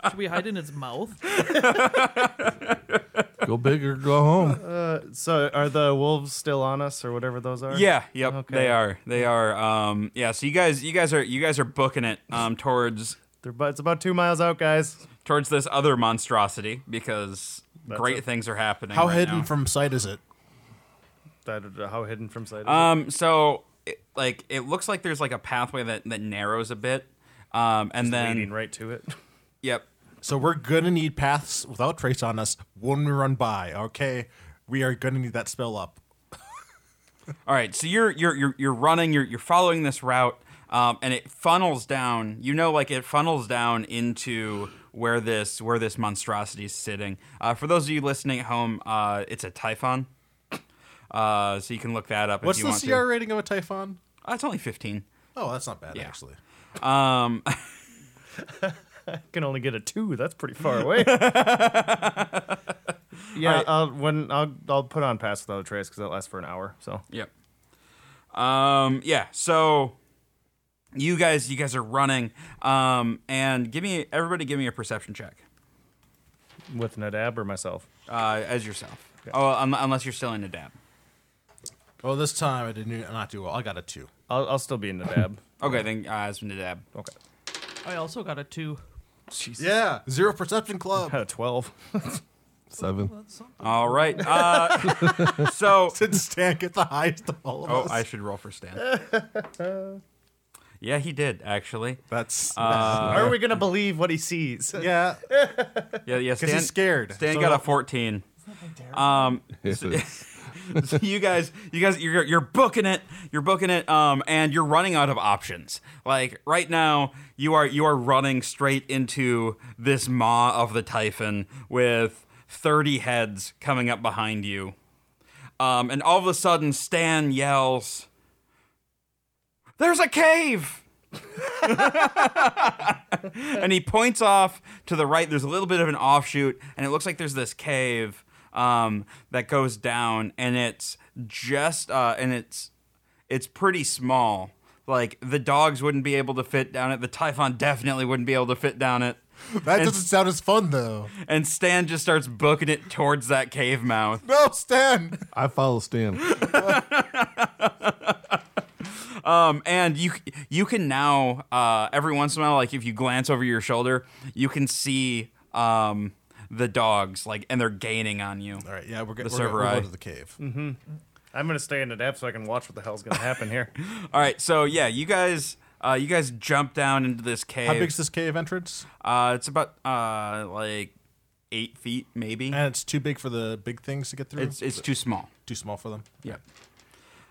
Speaker 3: should we hide in its mouth?
Speaker 4: Go big or go home.
Speaker 5: So, are the wolves still on us, or whatever those are?
Speaker 1: Yeah, yep,
Speaker 5: Okay.
Speaker 1: they are. They are. Um, yeah. So you guys you guys are you guys are booking it um, towards
Speaker 5: They're, bu- it's about two miles out, guys.
Speaker 1: towards this other monstrosity because great things are happening.
Speaker 2: how
Speaker 1: right
Speaker 2: hidden
Speaker 1: now.
Speaker 2: from sight is it?
Speaker 5: I don't know how hidden from sight is it?
Speaker 1: Um, so it, like it looks like there's like a pathway that that narrows a bit, um, and then
Speaker 5: leading right to it.
Speaker 1: yep.
Speaker 2: So we're gonna need paths without trace on us when we run by. Okay, we are gonna need that spell up.
Speaker 1: All right, so you're you're you're, you're running, you're you're following this route, um, and it funnels down. You know, like it funnels down into where this where this monstrosity is sitting. Uh, for those of you listening at home, uh, it's a typhon, uh, so you can look that up
Speaker 2: What's
Speaker 1: if
Speaker 2: the
Speaker 1: you want
Speaker 2: CR
Speaker 1: to.
Speaker 2: rating of a typhon?
Speaker 1: Uh, it's only fifteen.
Speaker 2: Oh, that's not bad
Speaker 1: Yeah.
Speaker 2: actually.
Speaker 1: Um,
Speaker 5: can only get a two. That's pretty far away. yeah,
Speaker 1: Alright.
Speaker 5: I'll, when I'll, I'll put on pass without a trace because that lasts for an hour. So
Speaker 1: Yep. Um, yeah. So you guys, you guys are running. Um, and give me everybody, give me a perception check.
Speaker 5: with Nadab or myself,
Speaker 1: Uh, as yourself. Oh, un- unless you're still in a dab.
Speaker 2: Oh, this time I didn't not do well. I got a two.
Speaker 5: I'll, I'll still be in Nadab.
Speaker 1: Okay, then uh, as in a dab.
Speaker 5: okay,
Speaker 3: I also got a two.
Speaker 2: Yeah, zero perception club.
Speaker 5: had a twelve.
Speaker 4: Seven.
Speaker 3: That's something.
Speaker 1: All right. Uh, so
Speaker 2: Did Stan get the highest of all of
Speaker 1: oh,
Speaker 2: us?
Speaker 1: I should roll for Stan. Yeah, he did actually.
Speaker 2: That's
Speaker 5: are we gonna believe what he sees?
Speaker 2: yeah,
Speaker 1: Yeah, yeah.
Speaker 2: because
Speaker 1: Stan,
Speaker 2: he's scared.
Speaker 1: Stan
Speaker 2: So-
Speaker 1: got a fourteen. Um, So you guys, you guys, you're you're booking it. You're booking it. Um, and you're running out of options. Like right now, you are you are running straight into this maw of the typhon with thirty heads coming up behind you. Um, and all of a sudden, Stan yells, "There's a cave!" and he points off to the right. There's a little bit of an offshoot, and it looks like there's this cave um, that goes down, and it's just uh, and it's it's pretty small. Like the dogs wouldn't be able to fit down it. The Typhon definitely wouldn't be able to fit down it.
Speaker 6: That
Speaker 1: And-
Speaker 6: doesn't sound as fun though.
Speaker 1: And Stan just starts booking it towards that cave mouth.
Speaker 6: No, Stan.
Speaker 4: I follow Stan.
Speaker 1: Um, and you you can now uh, every once in a while, like if you glance over your shoulder, you can see um, the dogs like, and they're gaining on you.
Speaker 2: All right, yeah, we're, get,
Speaker 1: The
Speaker 2: we're, gonna-
Speaker 1: server
Speaker 2: we're
Speaker 1: eye. Mm-hmm.
Speaker 2: going to the cave.
Speaker 5: I'm gonna stay in the depth so I can watch what the hell's gonna happen here.
Speaker 1: All right, so yeah, you guys. Uh, you guys jump down into this cave.
Speaker 2: How big's this cave entrance?
Speaker 1: uh, it's about uh, like eight feet, maybe.
Speaker 2: And it's too big for the big things to get through.
Speaker 1: It's it's too small.
Speaker 2: too small for them.
Speaker 1: Yep.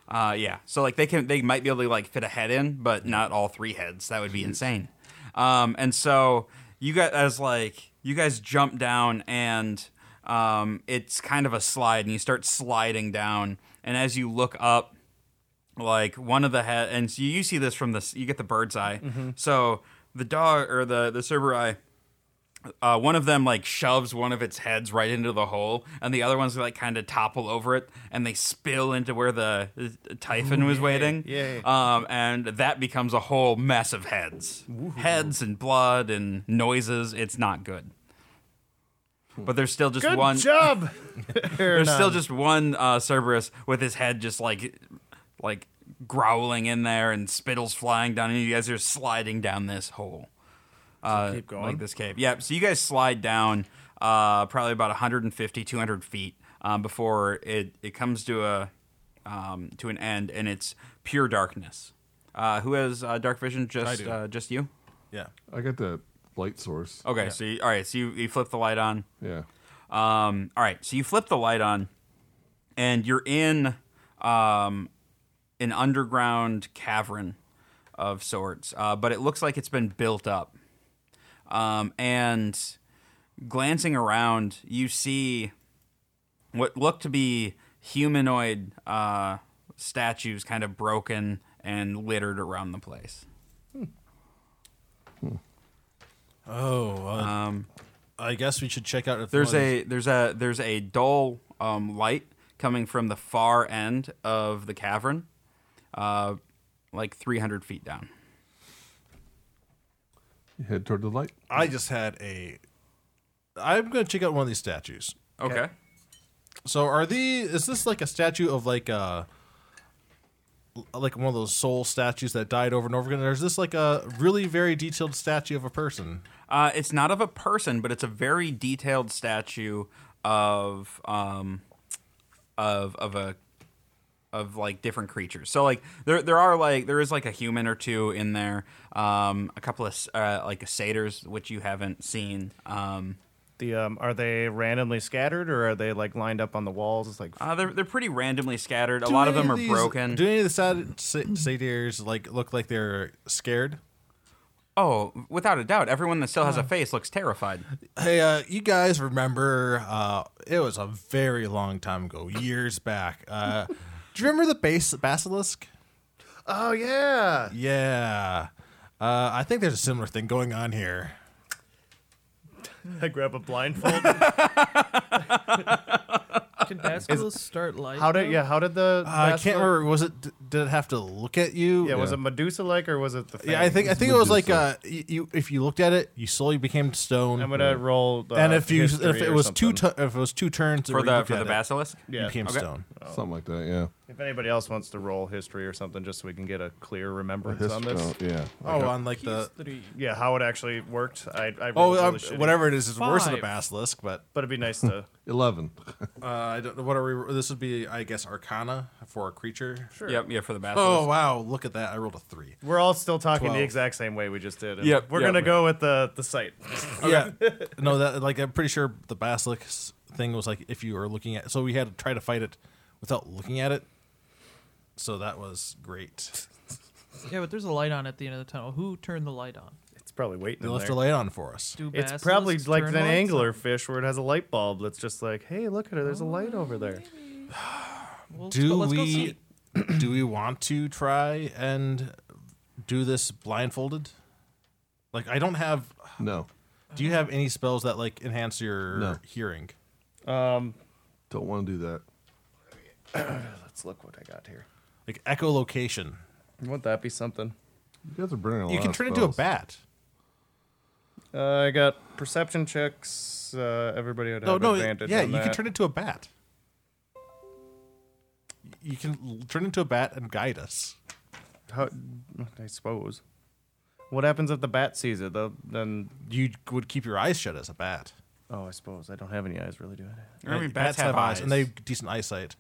Speaker 1: Uh, yeah. So like they can they might be able to like fit a head in, but not all three heads. That would be insane. Um, and so you guys as like you guys jump down and um, it's kind of a slide and you start sliding down and as you look up like one of the head and so you, you see this from this you get the bird's eye
Speaker 3: Mm-hmm.
Speaker 1: so the dog or the the server eye uh, one of them like shoves one of its heads right into the hole, and the other ones like kind of topple over it, and they spill into where the uh, typhon was waiting.
Speaker 3: yay.
Speaker 1: Um, and that becomes a whole mess of heads, heads and blood and noises. It's not good. But there's still just
Speaker 5: Good
Speaker 1: one.
Speaker 5: job.
Speaker 1: There's still just one uh, Cerberus with his head just like, like growling in there, and spittles flying down, and you guys are sliding down this hole uh,
Speaker 5: keep going?
Speaker 1: like this cave. Yep. So you guys slide down uh, probably about 150, 200 feet um, before it, it comes to a um, to an end, and it's pure darkness. Uh, who has uh, dark vision? Just
Speaker 2: do.
Speaker 1: uh, just you.
Speaker 2: Yeah.
Speaker 4: I got that light
Speaker 2: Oh.
Speaker 4: source.
Speaker 1: Okay. So you, all right. So you, you flip the light on.
Speaker 4: Yeah.
Speaker 1: Um, all right, so you flip the light on, and you're in um, an underground cavern of sorts, uh, but it looks like it's been built up. Um, and glancing around, you see what look to be humanoid uh, statues kind of broken and littered around the place.
Speaker 2: Oh, well, I guess we should check out if
Speaker 1: Um, There's
Speaker 2: one of these-
Speaker 1: a there's a there's a dull um, light coming from the far end of the cavern, uh, like 300 feet down.
Speaker 4: You head toward the light.
Speaker 2: I just had a. I'm gonna check out one of these statues.
Speaker 1: Okay.
Speaker 2: So are these? Is this like a statue of like a, like one of those soul statues that died over and over again, or is this like a really very detailed statue of a person?
Speaker 1: Uh, it's not of a person, but it's a very detailed statue of um, of of a of like different creatures. So like there there are like there is like a human or two in there, um, a couple of s- uh, like satyrs which you haven't seen. Um,
Speaker 5: The um, are they randomly scattered or are they like lined up on the walls? It's like
Speaker 1: uh, they're they're pretty randomly scattered. A
Speaker 2: Do
Speaker 1: lot of
Speaker 2: any
Speaker 1: them are
Speaker 2: these-
Speaker 1: broken.
Speaker 2: Do any of the sad, sa- satyrs like look like they're scared?
Speaker 1: Oh, without a doubt, everyone that still has a face looks terrified.
Speaker 2: Hey, uh, you guys remember? Uh, it was a very long time ago, years back. Uh, do you remember the base basilisk?
Speaker 5: oh yeah,
Speaker 2: Yeah, uh, I think there's a similar thing going on here.
Speaker 5: I grab a blindfold.
Speaker 3: Can Basilisk start light?
Speaker 5: how did
Speaker 3: though?
Speaker 5: yeah? How did the
Speaker 2: Uh, I
Speaker 5: last
Speaker 2: can't
Speaker 5: one-
Speaker 2: remember. Was it? d- Did it have to look at you?
Speaker 5: Yeah, was
Speaker 4: Yeah.
Speaker 5: it Medusa like or was it the? Thing?
Speaker 2: Yeah, I think I think it was like uh, you, you. If you looked at it, you slowly became stone.
Speaker 5: I'm gonna roll. Uh,
Speaker 2: and if you if
Speaker 5: history
Speaker 2: it
Speaker 5: or
Speaker 2: was two
Speaker 5: something.
Speaker 2: tu- if it was two turns
Speaker 1: For
Speaker 2: where you
Speaker 1: the
Speaker 2: looked
Speaker 1: for
Speaker 2: at
Speaker 1: the
Speaker 2: it,
Speaker 1: basilisk?
Speaker 2: you
Speaker 5: yeah.
Speaker 2: became
Speaker 1: Okay.
Speaker 2: stone.
Speaker 4: Something like that. Yeah.
Speaker 5: If anybody else wants to roll history or something, just so we can get a clear remembrance
Speaker 4: His-
Speaker 5: on this.
Speaker 4: oh, yeah.
Speaker 2: Oh, on like the
Speaker 3: History.
Speaker 5: Yeah, how it actually worked. I, I
Speaker 2: oh
Speaker 5: rolled really
Speaker 2: um,
Speaker 5: shitty.
Speaker 2: whatever it is is worse than a
Speaker 3: Five.
Speaker 2: basilisk, but
Speaker 5: But it'd be nice to.
Speaker 4: Eleven.
Speaker 2: uh, I don't know what are we? This would be I guess Arcana for a creature. Sure.
Speaker 1: Yep, yeah, for the
Speaker 2: Oh
Speaker 1: basilisk.
Speaker 2: wow! Look at that! I rolled a three.
Speaker 5: We're all still talking
Speaker 2: Twelve.
Speaker 5: the exact same way we just did. and
Speaker 1: Yep,
Speaker 5: We're
Speaker 1: yep.
Speaker 5: gonna go with the the site.
Speaker 2: Yeah. no, that like I'm pretty sure the basilisk thing was like if you were looking at, so we had to try to fight it without looking at it. So that was great.
Speaker 3: Yeah, but there's a light on at the end of the tunnel. Who turned the light on?
Speaker 5: It's probably waiting.
Speaker 2: They
Speaker 5: in
Speaker 2: left a
Speaker 5: there.
Speaker 2: light on for us.
Speaker 3: Do
Speaker 5: It's
Speaker 3: basilisks
Speaker 5: probably like
Speaker 3: turn
Speaker 5: an
Speaker 3: lights
Speaker 5: angler fish where it has a light bulb that's just like, hey, look at her. There's a light
Speaker 3: Oh,
Speaker 5: over there.
Speaker 3: on? Well, let's go-
Speaker 2: Do
Speaker 3: let's go
Speaker 2: we
Speaker 3: see.
Speaker 2: do we want to try and do this blindfolded? Like I don't have.
Speaker 4: No.
Speaker 2: Do you have any spells that like enhance your
Speaker 4: No.
Speaker 2: hearing?
Speaker 5: Um,
Speaker 4: Don't want to do that.
Speaker 5: Let's look what I got here.
Speaker 2: Like echolocation.
Speaker 5: Wouldn't that be something?
Speaker 4: You guys are burning a lot
Speaker 2: You can
Speaker 4: of
Speaker 2: turn into a
Speaker 4: spells.
Speaker 2: bat.
Speaker 5: Uh, I got perception checks. Uh, everybody would
Speaker 2: No,
Speaker 5: have
Speaker 2: no,
Speaker 5: advantage.
Speaker 2: yeah,
Speaker 5: on
Speaker 2: you can
Speaker 5: that.
Speaker 2: turn into a bat. You can l- turn into a bat and guide us.
Speaker 5: How, I suppose. What happens if the bat sees it? Though, then
Speaker 2: You would keep your eyes shut as a bat.
Speaker 5: oh, I suppose I don't have any eyes, really, do I?
Speaker 1: I mean,
Speaker 2: Like,
Speaker 1: bats, have, eyes.
Speaker 2: and they have decent eyesight,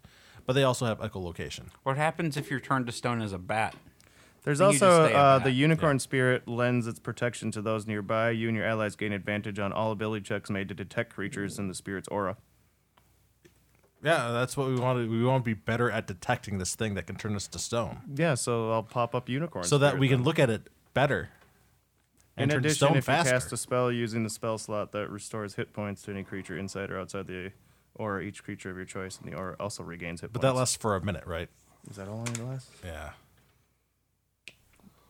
Speaker 2: but they also have echolocation.
Speaker 1: What happens if you're turned to stone as a bat?
Speaker 5: There's
Speaker 1: Then you
Speaker 5: also
Speaker 1: just stay a
Speaker 5: uh,
Speaker 1: bat.
Speaker 5: the unicorn spirit lends its protection to those nearby. You and your allies gain advantage on all ability checks made to detect creatures in the spirit's aura.
Speaker 2: Yeah, that's what we want to. We want to be better at detecting this thing that can turn us to stone,
Speaker 5: Yeah, so I'll pop up unicorn.
Speaker 2: so that
Speaker 5: spirit
Speaker 2: we can
Speaker 5: then.
Speaker 2: look at it better. And
Speaker 5: in
Speaker 2: turn
Speaker 5: addition,
Speaker 2: stone
Speaker 5: if
Speaker 2: faster.
Speaker 5: you cast a spell using the spell slot that restores hit points to any creature inside or outside the aura, each creature of your choice in the aura also regains hit
Speaker 2: but
Speaker 5: points.
Speaker 2: that lasts for a minute, right?
Speaker 5: is that all it lasts?
Speaker 2: Yeah.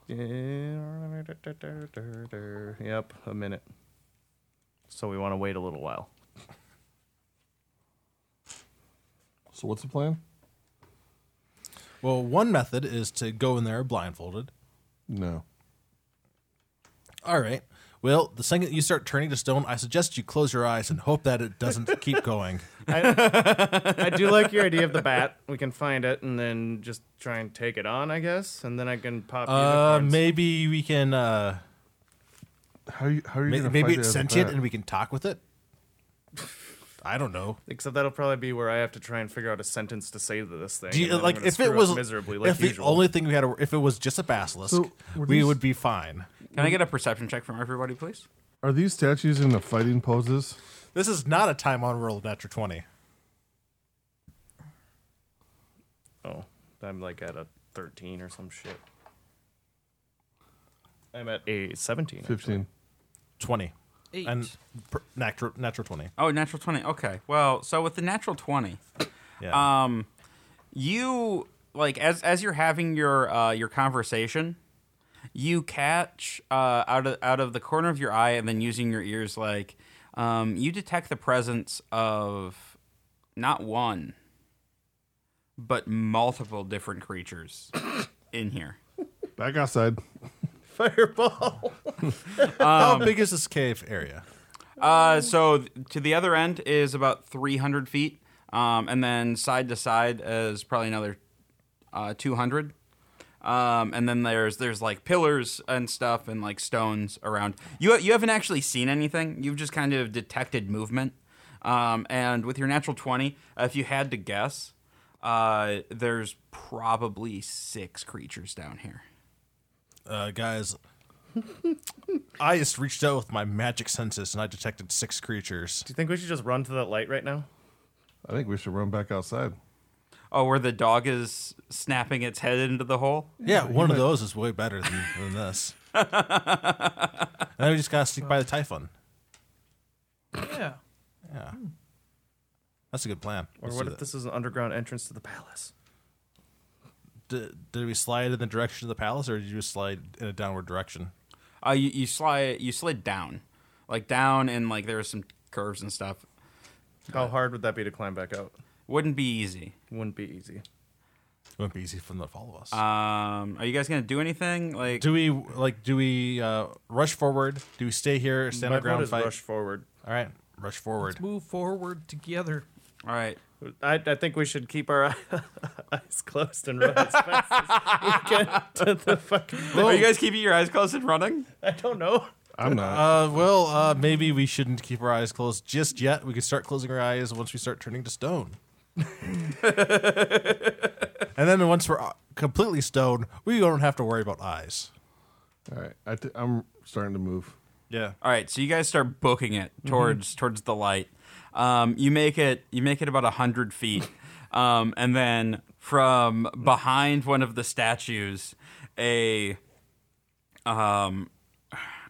Speaker 5: Yep, a minute. So we want to wait a little while.
Speaker 4: So what's the plan?
Speaker 2: Well, one method is to go in there blindfolded.
Speaker 4: No.
Speaker 2: All right. Well, the second you start turning to stone, I suggest you close your eyes and hope that it doesn't keep going.
Speaker 5: I do like your idea of the bat. We can find it and then just try and take it on, I guess, and then I can pop.
Speaker 2: Uh,
Speaker 5: unicorns.
Speaker 2: maybe we can. Uh,
Speaker 4: How you, how are you
Speaker 2: may-
Speaker 4: gonna
Speaker 2: maybe
Speaker 4: find
Speaker 2: it's
Speaker 4: it as a
Speaker 2: sentient
Speaker 4: bat?
Speaker 2: and we can talk with it. I don't know.
Speaker 5: Except that'll probably be where I have to try and figure out a sentence to say to this thing.
Speaker 2: Do you-
Speaker 5: and then I'm
Speaker 2: like
Speaker 5: gonna
Speaker 2: if
Speaker 5: screw
Speaker 2: it
Speaker 5: up
Speaker 2: was
Speaker 5: miserably, like
Speaker 2: if
Speaker 5: usual.
Speaker 2: the only thing we had, to, if it was just a basilisk,
Speaker 4: So, were
Speaker 2: we
Speaker 4: these-
Speaker 2: would be fine.
Speaker 1: Can I get a perception check from everybody, please?
Speaker 4: Are these statues in the fighting poses?
Speaker 2: This is not a time on roll natural twenty.
Speaker 5: oh, I'm like at a 13 or some shit. I'm at a 17. actually.
Speaker 4: Fifteen.
Speaker 2: 20.
Speaker 3: Eight.
Speaker 2: and per, natural natural twenty.
Speaker 1: Oh, natural 20. Okay. Well, so with the natural 20,
Speaker 2: Yeah.
Speaker 1: um you like as as you're having your uh your conversation you catch uh out of out of the corner of your eye and then using your ears like um you detect the presence of not one but multiple different creatures in here
Speaker 4: Back outside.
Speaker 5: Fireball.
Speaker 4: um,
Speaker 2: How big is this cave area?
Speaker 1: Uh, so th- to the other end is about 300 feet, um, and then side to side is probably another uh, 200. Um, and then there's there's like pillars and stuff and like stones around. You you haven't actually seen anything. You've just kind of detected movement. Um, and with your natural 20, uh, if you had to guess, uh, there's probably six creatures down here.
Speaker 2: Uh, guys, I just reached out with my magic senses and I detected six creatures.
Speaker 5: Do you think we should just run to that light right now?
Speaker 4: I think we should run back outside.
Speaker 1: Oh, where the dog is snapping its head into the hole.
Speaker 2: Yeah, one of those is way better than, than this. and then we just gotta sneak by the typhon.
Speaker 3: Yeah.
Speaker 2: Yeah, that's a good plan.
Speaker 5: Hmm. Or
Speaker 2: Let's
Speaker 5: what
Speaker 2: do
Speaker 5: if
Speaker 2: that.
Speaker 5: this is an underground entrance to the palace?
Speaker 2: D- did we slide in the direction of the palace, or did you just slide in a downward direction?
Speaker 1: Uh, you, you slide you slid down, like down, and like there were some curves and stuff.
Speaker 5: How hard would that be to climb back out?
Speaker 1: Wouldn't be easy.
Speaker 5: Wouldn't be easy.
Speaker 2: It wouldn't be easy for them to follow us.
Speaker 5: Uh,
Speaker 1: Um, are you guys gonna do anything? Like,
Speaker 2: do we like? Do we uh, rush forward? Do we stay here, stand
Speaker 5: My
Speaker 2: our
Speaker 5: vote
Speaker 2: ground,
Speaker 5: is
Speaker 2: fight?
Speaker 5: rush forward.
Speaker 2: All right, rush forward.
Speaker 3: Move forward together.
Speaker 1: all right.
Speaker 5: I, I think we should keep our eyes closed and run as fast as we can to the fucking.
Speaker 1: Are you guys keeping your eyes closed and running?
Speaker 5: I don't know.
Speaker 4: I'm not.
Speaker 2: Uh, well, uh, maybe we shouldn't keep our eyes closed just yet. We can start closing our eyes once we start turning to stone. and then once we're uh, completely stoned, we don't have to worry about eyes.
Speaker 4: All right. I t- I'm starting to move.
Speaker 2: Yeah.
Speaker 1: All right. So you guys start booking it towards towards the light. Um, you make it you make it about hundred feet, um, and then from behind one of the statues, a um,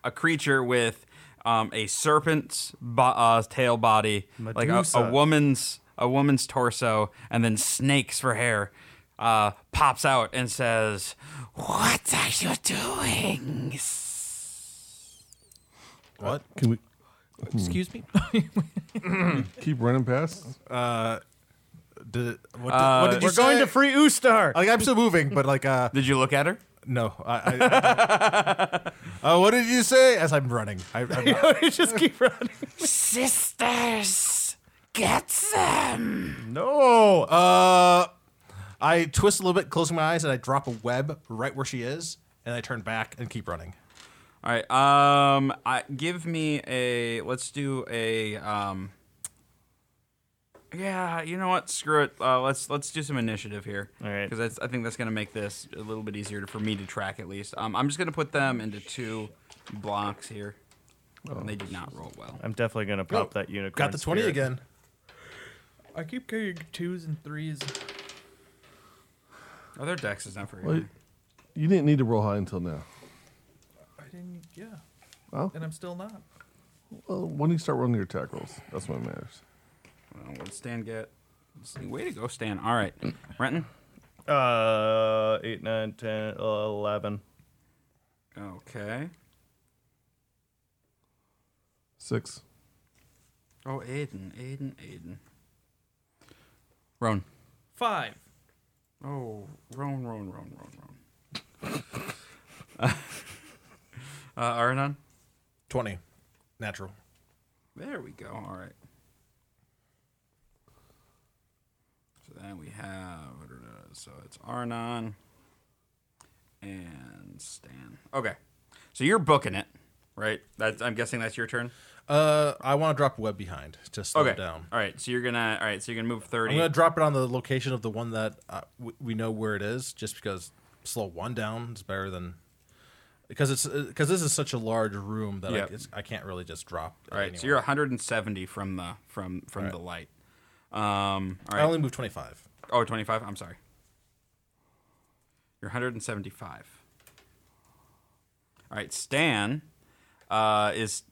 Speaker 1: a creature with um, a serpent's bo- uh, tail body, like a- a,
Speaker 5: Medusa.
Speaker 1: woman's a woman's torso, and then snakes for hair, uh, pops out and says, "What are you doing?"
Speaker 2: What?
Speaker 4: Can we
Speaker 1: Hmm.
Speaker 3: Excuse me.
Speaker 4: keep running past?
Speaker 2: Uh, Did, what,
Speaker 1: Uh,
Speaker 2: did, what did you
Speaker 6: We're
Speaker 2: say?
Speaker 6: going to
Speaker 5: free Ustar.
Speaker 6: Like I'm still moving, but like uh
Speaker 1: Did you look at her?
Speaker 2: No. I, I, I- uh, what did you say? As I'm running. I, I'm,
Speaker 5: just keep running.
Speaker 1: Sisters, get them.
Speaker 2: no. Uh, I twist a little bit, closing my eyes, and I drop a web right where she is, and I turn back and keep running.
Speaker 1: All right. Um, I, give me a. Let's do a. Um, yeah, you know what? Screw it. Uh, let's let's do some initiative here.
Speaker 5: All right.
Speaker 1: Because I think that's gonna make this a little bit easier to, for me to track at least. Um, I'm just gonna put them into two blocks here. And they did not roll well.
Speaker 5: I'm definitely gonna pop that unicorn.
Speaker 2: Got the 20
Speaker 5: spirit.
Speaker 2: again.
Speaker 3: I keep carrying twos and threes.
Speaker 1: Oh, their dex is not very
Speaker 4: Well,
Speaker 1: good.
Speaker 4: you- you didn't need to roll high until now.
Speaker 3: I didn't. Yeah.
Speaker 4: Well.
Speaker 5: Oh.
Speaker 3: And I'm still not.
Speaker 4: Well, when do you start rolling your attack rolls? That's what matters.
Speaker 1: Well, what'd Stan get? Let's see. Way to go, Stan. All right. Renton?
Speaker 5: Uh, eight, nine, ten, eleven.
Speaker 1: Okay.
Speaker 4: Six.
Speaker 1: Oh, Aiden, Aiden, Aiden. Roan.
Speaker 3: Five.
Speaker 1: Oh, Roan, Roan, Roan, Roan, Roan. uh, Aranon?
Speaker 2: 20. Natural.
Speaker 1: There we go. All right. So then we have. So it's Arnon and Stan. Okay. So you're booking it, right? That's, I'm guessing that's your turn.
Speaker 2: Uh, I want to drop a web behind to slow
Speaker 1: Okay.
Speaker 2: it down.
Speaker 1: All right. So you're gonna. All right. So you're gonna move thirty.
Speaker 2: I'm going to drop it on the location of the one that uh, w- we know where it is, just because slow one down is better than. Because it's because this is such a large room that
Speaker 1: Yep.
Speaker 2: I, it's, I can't really just drop. it
Speaker 1: All right, so
Speaker 2: anywhere.
Speaker 1: you're 170 from the from from the light. Um, all
Speaker 2: I
Speaker 1: right.
Speaker 2: only moved 25.
Speaker 1: Oh, 25. I'm sorry. You're 175. All right, Stan uh, is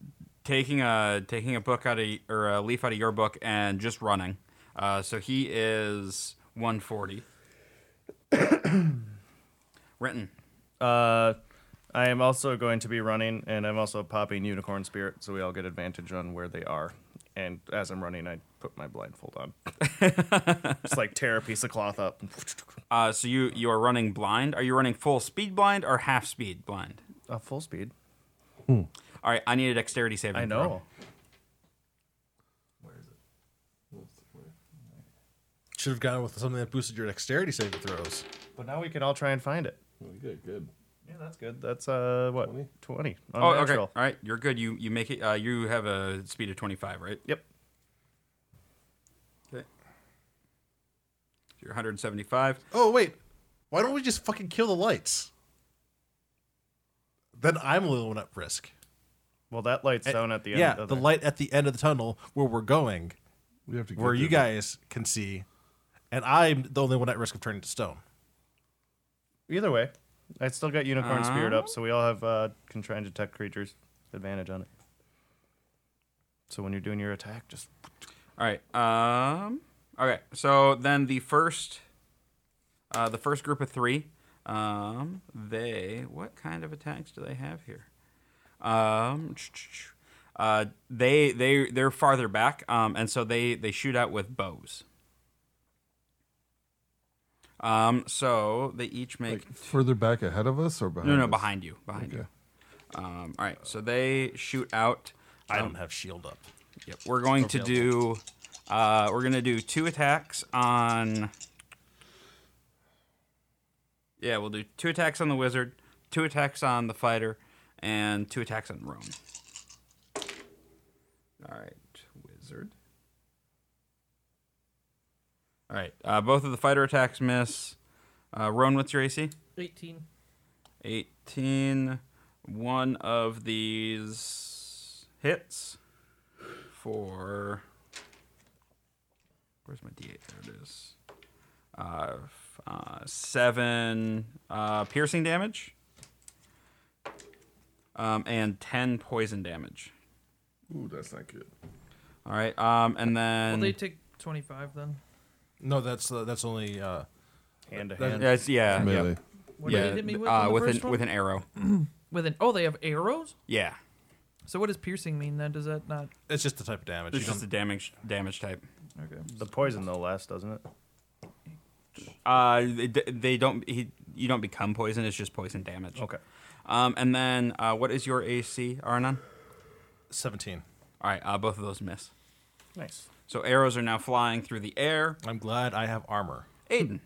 Speaker 1: taking a taking a book out of or a leaf out of your book and just running. Uh, so he is 140. Renton.
Speaker 5: Uh, I am also going to be running, and I'm also popping unicorn spirit, so we all get advantage on where they are. And as I'm running, I put my blindfold on. Just like tear a piece of cloth up.
Speaker 1: Uh, so you you are running blind. Are you running full speed blind or half speed blind?
Speaker 5: Uh, full speed.
Speaker 1: All right, I need a dexterity saving.
Speaker 5: I
Speaker 1: throw.
Speaker 5: know.
Speaker 2: Should have gone with something that boosted your dexterity saving throws.
Speaker 5: But now we can all try and find it.
Speaker 4: Good, good.
Speaker 5: Yeah, that's good. That's uh what? 20.
Speaker 1: Oh, okay.
Speaker 5: Unnatural.
Speaker 1: All right, you're good. You you make it. Uh, you have a speed of 25, right?
Speaker 5: Yep.
Speaker 1: Okay. You're 175.
Speaker 2: Oh wait, why don't we just fucking kill the lights? Then I'm the one at risk.
Speaker 5: Well, that light's down at the end.
Speaker 2: yeah,
Speaker 5: of
Speaker 2: the light at the end of the tunnel where we're going,
Speaker 4: We have to get
Speaker 2: where you
Speaker 4: there.
Speaker 2: guys can see, and I'm the only one at risk of turning to stone.
Speaker 5: Either way, I still got unicorn spirit up, so we all have uh, can try and detect creatures advantage on it. So when you're doing your attack, just
Speaker 1: All right. Um. Okay. So then the first, uh, the first group of three. Um. They. What kind of attacks do they have here? Um. Uh. They. They. They're farther back. Um. And so they. They shoot out with bows. Um. So they each make.
Speaker 4: Further back ahead of us or behind?
Speaker 1: no. No.
Speaker 4: us?
Speaker 1: Behind you. Behind you. Um. All right. So they shoot out.
Speaker 2: I don't have shield up.
Speaker 1: Yep. We're going to do uh, we're gonna do two attacks on Yeah, we'll do two attacks on the wizard, two attacks on the fighter, and two attacks on Rome. Alright, wizard. Alright, uh, both of the fighter attacks miss. Uh, Roan, what's your AC?
Speaker 3: 18.
Speaker 1: 18. One of these hits for. Where's my d8? There it is. Uh, f- uh, seven uh, piercing damage um, and 10 poison damage.
Speaker 4: Ooh, that's not good.
Speaker 1: Uh, All right. Um, and
Speaker 3: Well,
Speaker 1: then.
Speaker 3: they take 25 then.
Speaker 2: No, that's uh, that's only. Uh,
Speaker 5: hand to
Speaker 2: That-
Speaker 5: hand.
Speaker 1: yeah, it's- yeah.
Speaker 4: Melee.
Speaker 1: yep.
Speaker 3: What
Speaker 1: yeah
Speaker 3: did they hit me with?
Speaker 1: uh,
Speaker 3: on the
Speaker 1: with,
Speaker 3: first
Speaker 1: an,
Speaker 3: one?
Speaker 1: with an arrow.
Speaker 3: With an- Oh, they have arrows?
Speaker 1: Yeah.
Speaker 3: So what does piercing mean then? Does that not.
Speaker 2: it's just the type of damage.
Speaker 1: It's
Speaker 2: You
Speaker 1: just a
Speaker 2: don't-
Speaker 1: damage damage type.
Speaker 3: Okay.
Speaker 5: The poison though lasts, doesn't it?
Speaker 1: Uh, they, they don't. He, you don't become poison. It's just poison damage.
Speaker 5: Okay.
Speaker 1: Um, and then uh, what is your AC, Arnon?
Speaker 2: 17.
Speaker 1: All right, uh, both of those miss.
Speaker 5: Nice.
Speaker 1: So arrows are now flying through the air.
Speaker 2: I'm glad I have armor.
Speaker 1: Aiden.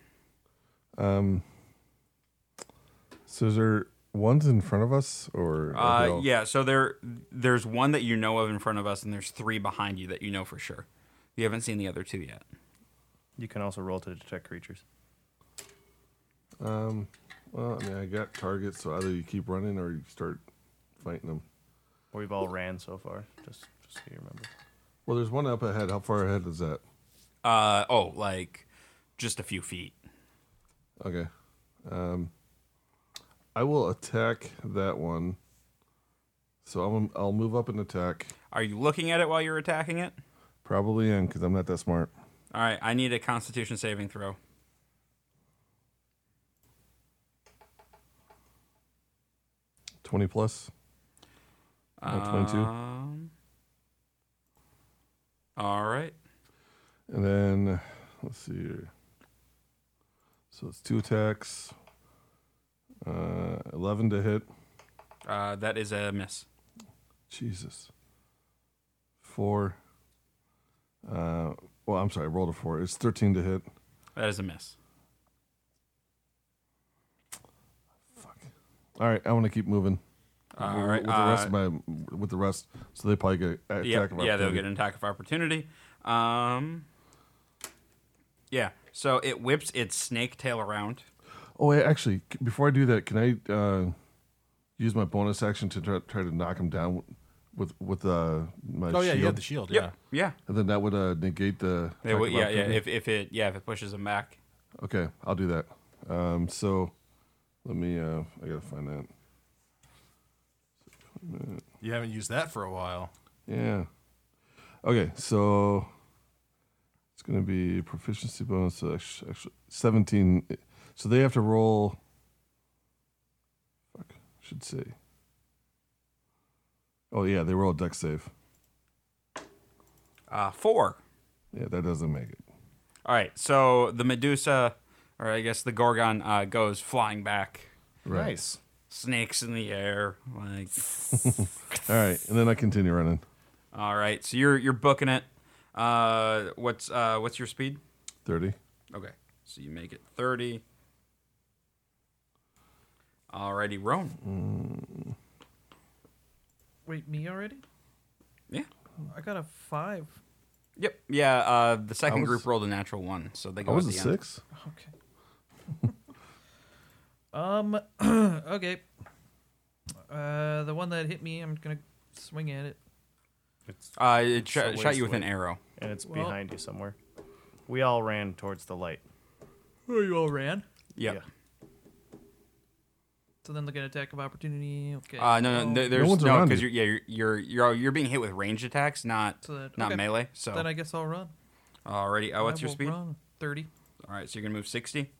Speaker 4: Um. So is there ones in front of us, or are they
Speaker 1: Uh,
Speaker 4: all-
Speaker 1: yeah. So there, there's one that you know of in front of us, and there's three behind you that you know for sure. You haven't seen the other two yet.
Speaker 5: You can also roll to detect creatures.
Speaker 4: Um. Well, I mean, I got targets, so either you keep running or you start fighting them.
Speaker 5: We've all ran so far. Just, just so you remember.
Speaker 4: Well, there's one up ahead. How far ahead is that?
Speaker 1: Uh, oh, like just a few feet.
Speaker 4: Okay. Um, I will attack that one. So I'm, I'll move up and attack.
Speaker 1: Are you looking at it while you're attacking it?
Speaker 4: Probably in because I'm not that smart.
Speaker 1: All right. I need a Constitution saving throw.
Speaker 4: Twenty plus. Uh, 22.
Speaker 1: Um, all right.
Speaker 4: And then let's see here. So it's two attacks. Uh, eleven to hit.
Speaker 1: Uh, that is a miss.
Speaker 4: Jesus. Four. Uh, well, I'm sorry. I rolled a four. It's thirteen to hit.
Speaker 1: That is a miss.
Speaker 4: Fuck. All right, I want to keep moving.
Speaker 1: All
Speaker 4: with,
Speaker 1: right,
Speaker 4: with the rest
Speaker 1: uh,
Speaker 4: of my with the rest, so they probably get attack
Speaker 1: Yeah,
Speaker 4: of
Speaker 1: yeah, they'll
Speaker 4: opportunity.
Speaker 1: get an attack of opportunity. Um, yeah. So it whips its snake tail around.
Speaker 4: Oh, wait, actually, c- before I do that, can I uh, use my bonus action to try, try to knock him down with with uh, my
Speaker 2: Oh, yeah,
Speaker 4: shield?
Speaker 2: you have the shield. Yeah.
Speaker 1: Yep. Yeah.
Speaker 4: and then that would uh, negate the.
Speaker 1: They
Speaker 4: attack
Speaker 1: will-
Speaker 4: of
Speaker 1: yeah, yeah.
Speaker 4: opportunity?
Speaker 1: If, if it yeah if it pushes them back.
Speaker 4: Okay, I'll do that. Um, so let me. Uh, I gotta find that.
Speaker 2: You haven't used that for a while.
Speaker 4: Yeah. Okay, so it's going to be proficiency bonus. So actually, actually, 17. So they have to roll. Fuck, I should say. Oh, yeah, they roll a deck save.
Speaker 1: Uh, four.
Speaker 4: Yeah, that doesn't make it.
Speaker 1: All right. So the Medusa, or I guess the Gorgon, uh, goes flying back.
Speaker 4: Right.
Speaker 5: Nice.
Speaker 1: Snakes in the air. Like,
Speaker 4: All right, and then I continue running.
Speaker 1: all right. So you're you're booking it. Uh, what's uh, what's your speed?
Speaker 4: 30.
Speaker 1: Okay. So you make it 30. Alrighty,
Speaker 4: Mm.
Speaker 1: Roan.
Speaker 3: Wait, me already?
Speaker 1: Yeah.
Speaker 3: I got a five.
Speaker 1: Yep. Yeah, uh, the second
Speaker 4: was-
Speaker 1: group rolled a natural one, so they
Speaker 4: I
Speaker 1: go
Speaker 4: was a
Speaker 1: at the end.
Speaker 4: six.
Speaker 3: Okay. um. okay. Uh, the one that hit me, I'm gonna swing at it.
Speaker 5: It's
Speaker 1: Uh, it sh-
Speaker 5: So where's
Speaker 1: shot you
Speaker 5: the
Speaker 1: with an
Speaker 5: light?
Speaker 1: arrow.
Speaker 5: and it's
Speaker 3: Well-
Speaker 5: behind you somewhere. We all ran towards the light.
Speaker 3: Oh, you all ran.
Speaker 1: Yep.
Speaker 3: So then they'll get attack of opportunity. Okay.
Speaker 1: Uh, no, no, there-
Speaker 3: Oh,
Speaker 1: there's
Speaker 4: one's
Speaker 1: no
Speaker 4: around
Speaker 1: because
Speaker 4: you.
Speaker 1: you're, yeah, you're, you're you're you're being hit with ranged attacks, not
Speaker 3: So that-
Speaker 1: not
Speaker 3: okay.
Speaker 1: melee. So
Speaker 3: Then I guess I'll run.
Speaker 1: alrighty, uh, what's
Speaker 3: I
Speaker 1: your
Speaker 3: will
Speaker 1: speed?
Speaker 3: Run. Thirty.
Speaker 1: All right, so you're gonna move sixty.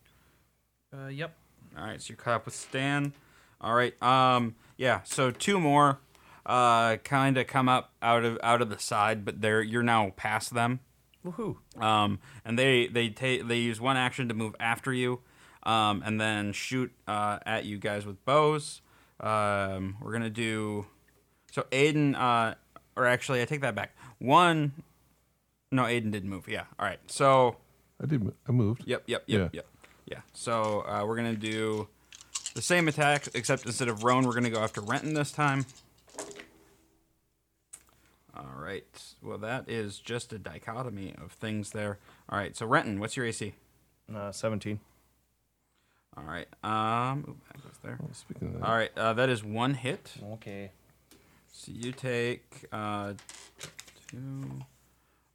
Speaker 3: Uh, yep.
Speaker 1: All right, so you're caught up with Stan. All right, um, yeah. So two more, uh, kind of come up out of out of the side, but they're you're now past them.
Speaker 5: Woohoo!
Speaker 1: Um, and they they ta- they use one action to move after you, um, and then shoot uh, at you guys with bows. Um, we're gonna do so. Aiden, uh, or actually, I take that back. One, no, Aiden did move. Yeah. All right. So
Speaker 4: I did. mo- I moved.
Speaker 1: Yep, yep, yep,
Speaker 4: Yeah.
Speaker 1: yep. Yeah. So uh, we're gonna do the same attack, except instead of Roan, we're gonna go after Renton this time. All right. Well, that is just a dichotomy of things there. All right. So Renton, what's your AC?
Speaker 5: Uh, Seventeen.
Speaker 1: All right. Um, ooh, that goes there.
Speaker 4: Oh, speaking of that,
Speaker 1: All right. Uh, that is one hit.
Speaker 5: Okay.
Speaker 1: So you take uh, two,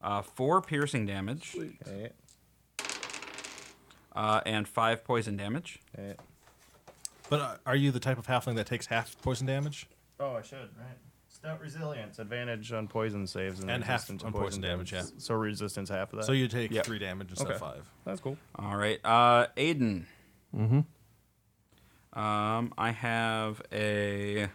Speaker 1: uh, four piercing damage,
Speaker 5: Okay.
Speaker 1: uh, and five poison damage.
Speaker 5: Okay.
Speaker 2: But uh, are you the type of halfling that takes half poison damage
Speaker 5: Oh, I should, right? Stout resilience, advantage on poison saves, and,
Speaker 2: And half
Speaker 5: resistance
Speaker 2: on
Speaker 5: to
Speaker 2: poison damage, yeah.
Speaker 5: So resistance half of that.
Speaker 2: So you take
Speaker 1: Yep.
Speaker 2: three damage instead of
Speaker 5: Uh, Okay.
Speaker 2: five.
Speaker 5: that's cool.
Speaker 1: All right, uh, Aiden. Mm-hmm. Um, I have a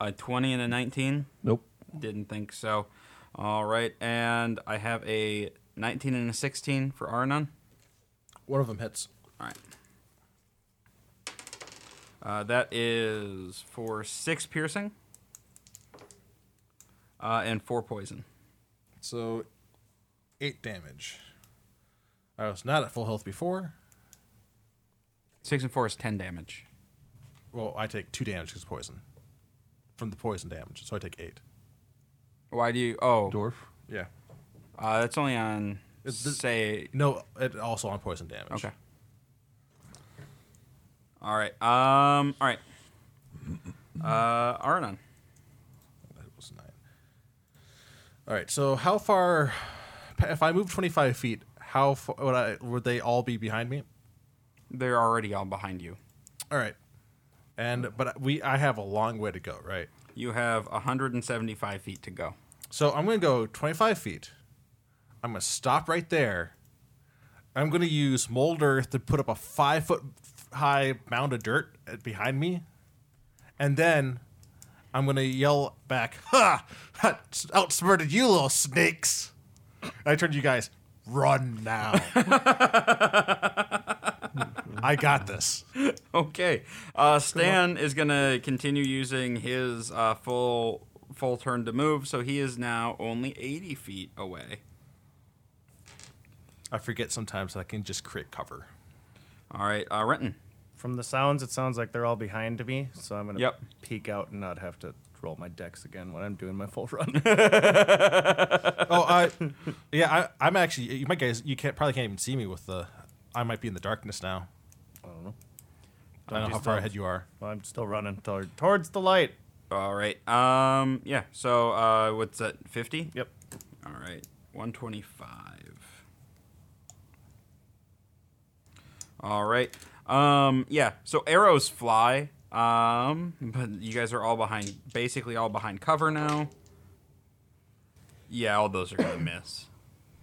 Speaker 1: a twenty and a nineteen.
Speaker 4: Nope.
Speaker 1: Didn't think so. All right, and I have a 19 and a 16 for Arnon.
Speaker 7: One of them hits.
Speaker 1: All right. Uh, that is for six piercing uh, and four poison.
Speaker 2: So, eight damage. I was not at full health before.
Speaker 1: Six and four is 10 damage.
Speaker 2: Well, I take two damage because poison. From the poison damage, so I take eight.
Speaker 1: Why do you? Oh,
Speaker 4: Dwarf.
Speaker 2: Yeah.
Speaker 1: uh, that's only on
Speaker 2: It's the-
Speaker 1: say.
Speaker 2: No, it also on poison damage.
Speaker 1: Okay. All right. Um. All right. Uh, Arnon.
Speaker 2: That was nine. All right. So how far? If I move twenty-five feet, how far would I? Would they all be behind me?
Speaker 1: They're already all behind you.
Speaker 2: All right. And but we, I have a long way to go, right?
Speaker 1: You have 175 feet to go.
Speaker 2: So I'm going to go 25 feet. I'm going to stop right there. I'm going to use mold earth to put up a five foot high mound of dirt at- behind me. And then I'm going to yell back, Ha! ha outspurted you little snakes. I turn to you guys, run now. I got this.
Speaker 1: Okay. Uh, Stan is gonna continue using his uh, full full turn to move, so he is now only 80 feet away.
Speaker 2: I forget sometimes that I can just create cover.
Speaker 1: All right, uh, Renton.
Speaker 5: From the sounds, it sounds like they're all behind me, so I'm gonna
Speaker 1: Yep.
Speaker 5: peek out and not have to roll my decks again when I'm doing my full run.
Speaker 2: oh, I, yeah, I, I'm actually. You might guys, you can't probably can't even see me with the. I might be in the darkness now.
Speaker 5: I don't know.
Speaker 2: I don't know how far ahead you are.
Speaker 5: Well, I'm still running toward, towards the light.
Speaker 1: All right. Um. Yeah. So, uh, what's that? 50.
Speaker 5: Yep.
Speaker 1: All right. 125. All right. Um. Yeah. So arrows fly. Um. But you guys are all behind, basically all behind cover now. Yeah. All those are gonna miss.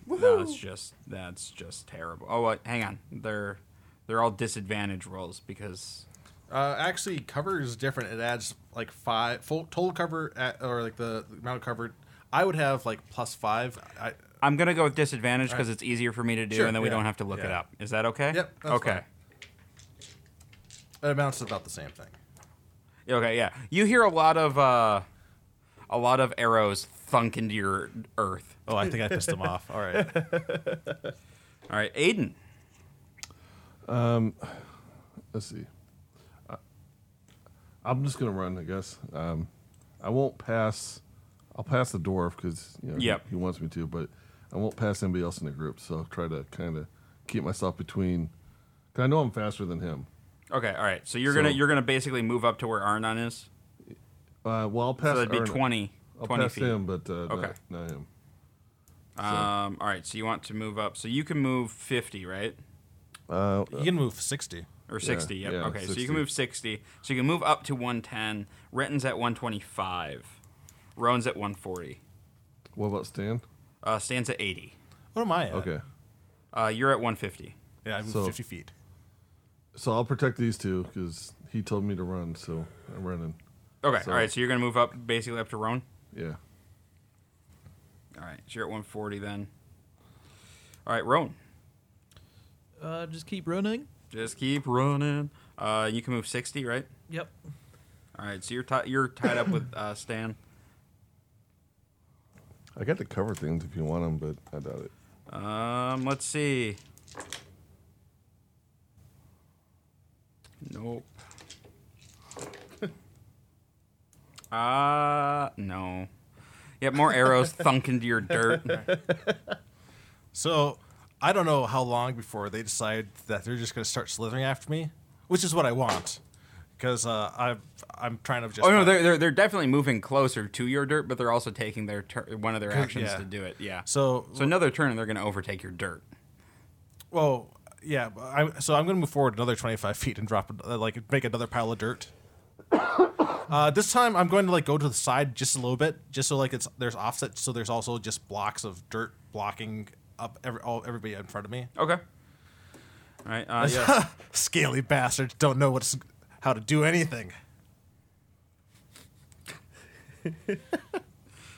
Speaker 1: That's just that's just terrible. Oh, wait, hang on. They're they're all disadvantage rolls because
Speaker 2: Uh, actually, cover is different. It adds like five full total cover at, or like the, the amount of cover. I would have like plus five. I,
Speaker 1: I'm gonna go with disadvantage because it's easier for me to do,
Speaker 2: Sure,
Speaker 1: and then we
Speaker 2: yeah,
Speaker 1: don't have to look it
Speaker 2: yeah.
Speaker 1: up. Is that okay?
Speaker 2: Yep, that's
Speaker 1: okay.
Speaker 2: fine. it amounts to about the same thing.
Speaker 1: Yeah, Okay. Yeah. You hear a lot of uh, a lot of arrows thunk into your earth.
Speaker 2: Oh, I think I pissed him off. All right.
Speaker 1: All right, Aiden.
Speaker 4: Let's see. I, I'm just gonna run, I guess. Um, I won't pass. I'll pass the dwarf because you know, he-
Speaker 1: Yep.
Speaker 4: he, wants me to, but I won't pass anybody else in the group. So I'll try to kind of keep myself between. Cause I know I'm faster than him.
Speaker 1: Okay. All right. So you're gonna
Speaker 4: So-
Speaker 1: you're gonna basically move up to where Arnon is.
Speaker 4: Uh, well, I'll pass.
Speaker 1: So that'd be
Speaker 4: Arnon.
Speaker 1: 20,
Speaker 4: I'll
Speaker 1: 20
Speaker 4: pass
Speaker 1: feet.
Speaker 4: him, but uh,
Speaker 1: Okay.
Speaker 4: not, not him.
Speaker 1: Um. All right. So you want to move up. So you can move 50, right?
Speaker 4: Uh,
Speaker 2: You can move sixty.
Speaker 1: Or 60. yep.
Speaker 4: yeah,
Speaker 1: okay. So you
Speaker 4: 60.
Speaker 1: can move 60. So you can move up to 110. Renton's at 125. Roan's at 140.
Speaker 4: what about Stan?
Speaker 1: Uh, Stan's at 80.
Speaker 2: What am I at?
Speaker 4: Okay.
Speaker 1: Uh, you're at 150.
Speaker 2: Yeah, I'm
Speaker 4: So-
Speaker 2: fifty feet.
Speaker 4: So I'll protect these two because he told me to run, so I'm running.
Speaker 1: Okay,
Speaker 4: So-
Speaker 1: all right. So you're gonna move up basically up to Roan.
Speaker 4: Yeah.
Speaker 1: All right, so you're at 140 then. All right, Roan,
Speaker 3: Uh, just keep running.
Speaker 1: just keep running. Uh, you can move 60, right?
Speaker 3: Yep.
Speaker 1: All right, so you're ti you're tied up with uh, Stan.
Speaker 4: I got to cover things if you want them, but I doubt it.
Speaker 1: Um, let's see. Nope. Uh no. Yep, more arrows thunk into your dirt.
Speaker 2: So I don't know how long before they decide that they're just going to start slithering after me, which is what I want, because uh, I I'm trying to just.
Speaker 1: Oh no, they're, they're they're definitely moving closer to your dirt, but they're also taking their tur- one of their actions
Speaker 2: yeah.
Speaker 1: to do it. Yeah.
Speaker 2: So,
Speaker 1: So another turn, and they're going to overtake your dirt.
Speaker 2: well, yeah. but I, so I'm going to move forward another 25 feet and drop uh, like make another pile of dirt. uh, this time I'm going to like go to the side just a little bit, just so like it's there's offset, so there's also just blocks of dirt blocking up every all everybody in front of me.
Speaker 1: Okay. All right. Uh, yeah.
Speaker 2: Scaly bastards don't know what's how to do anything.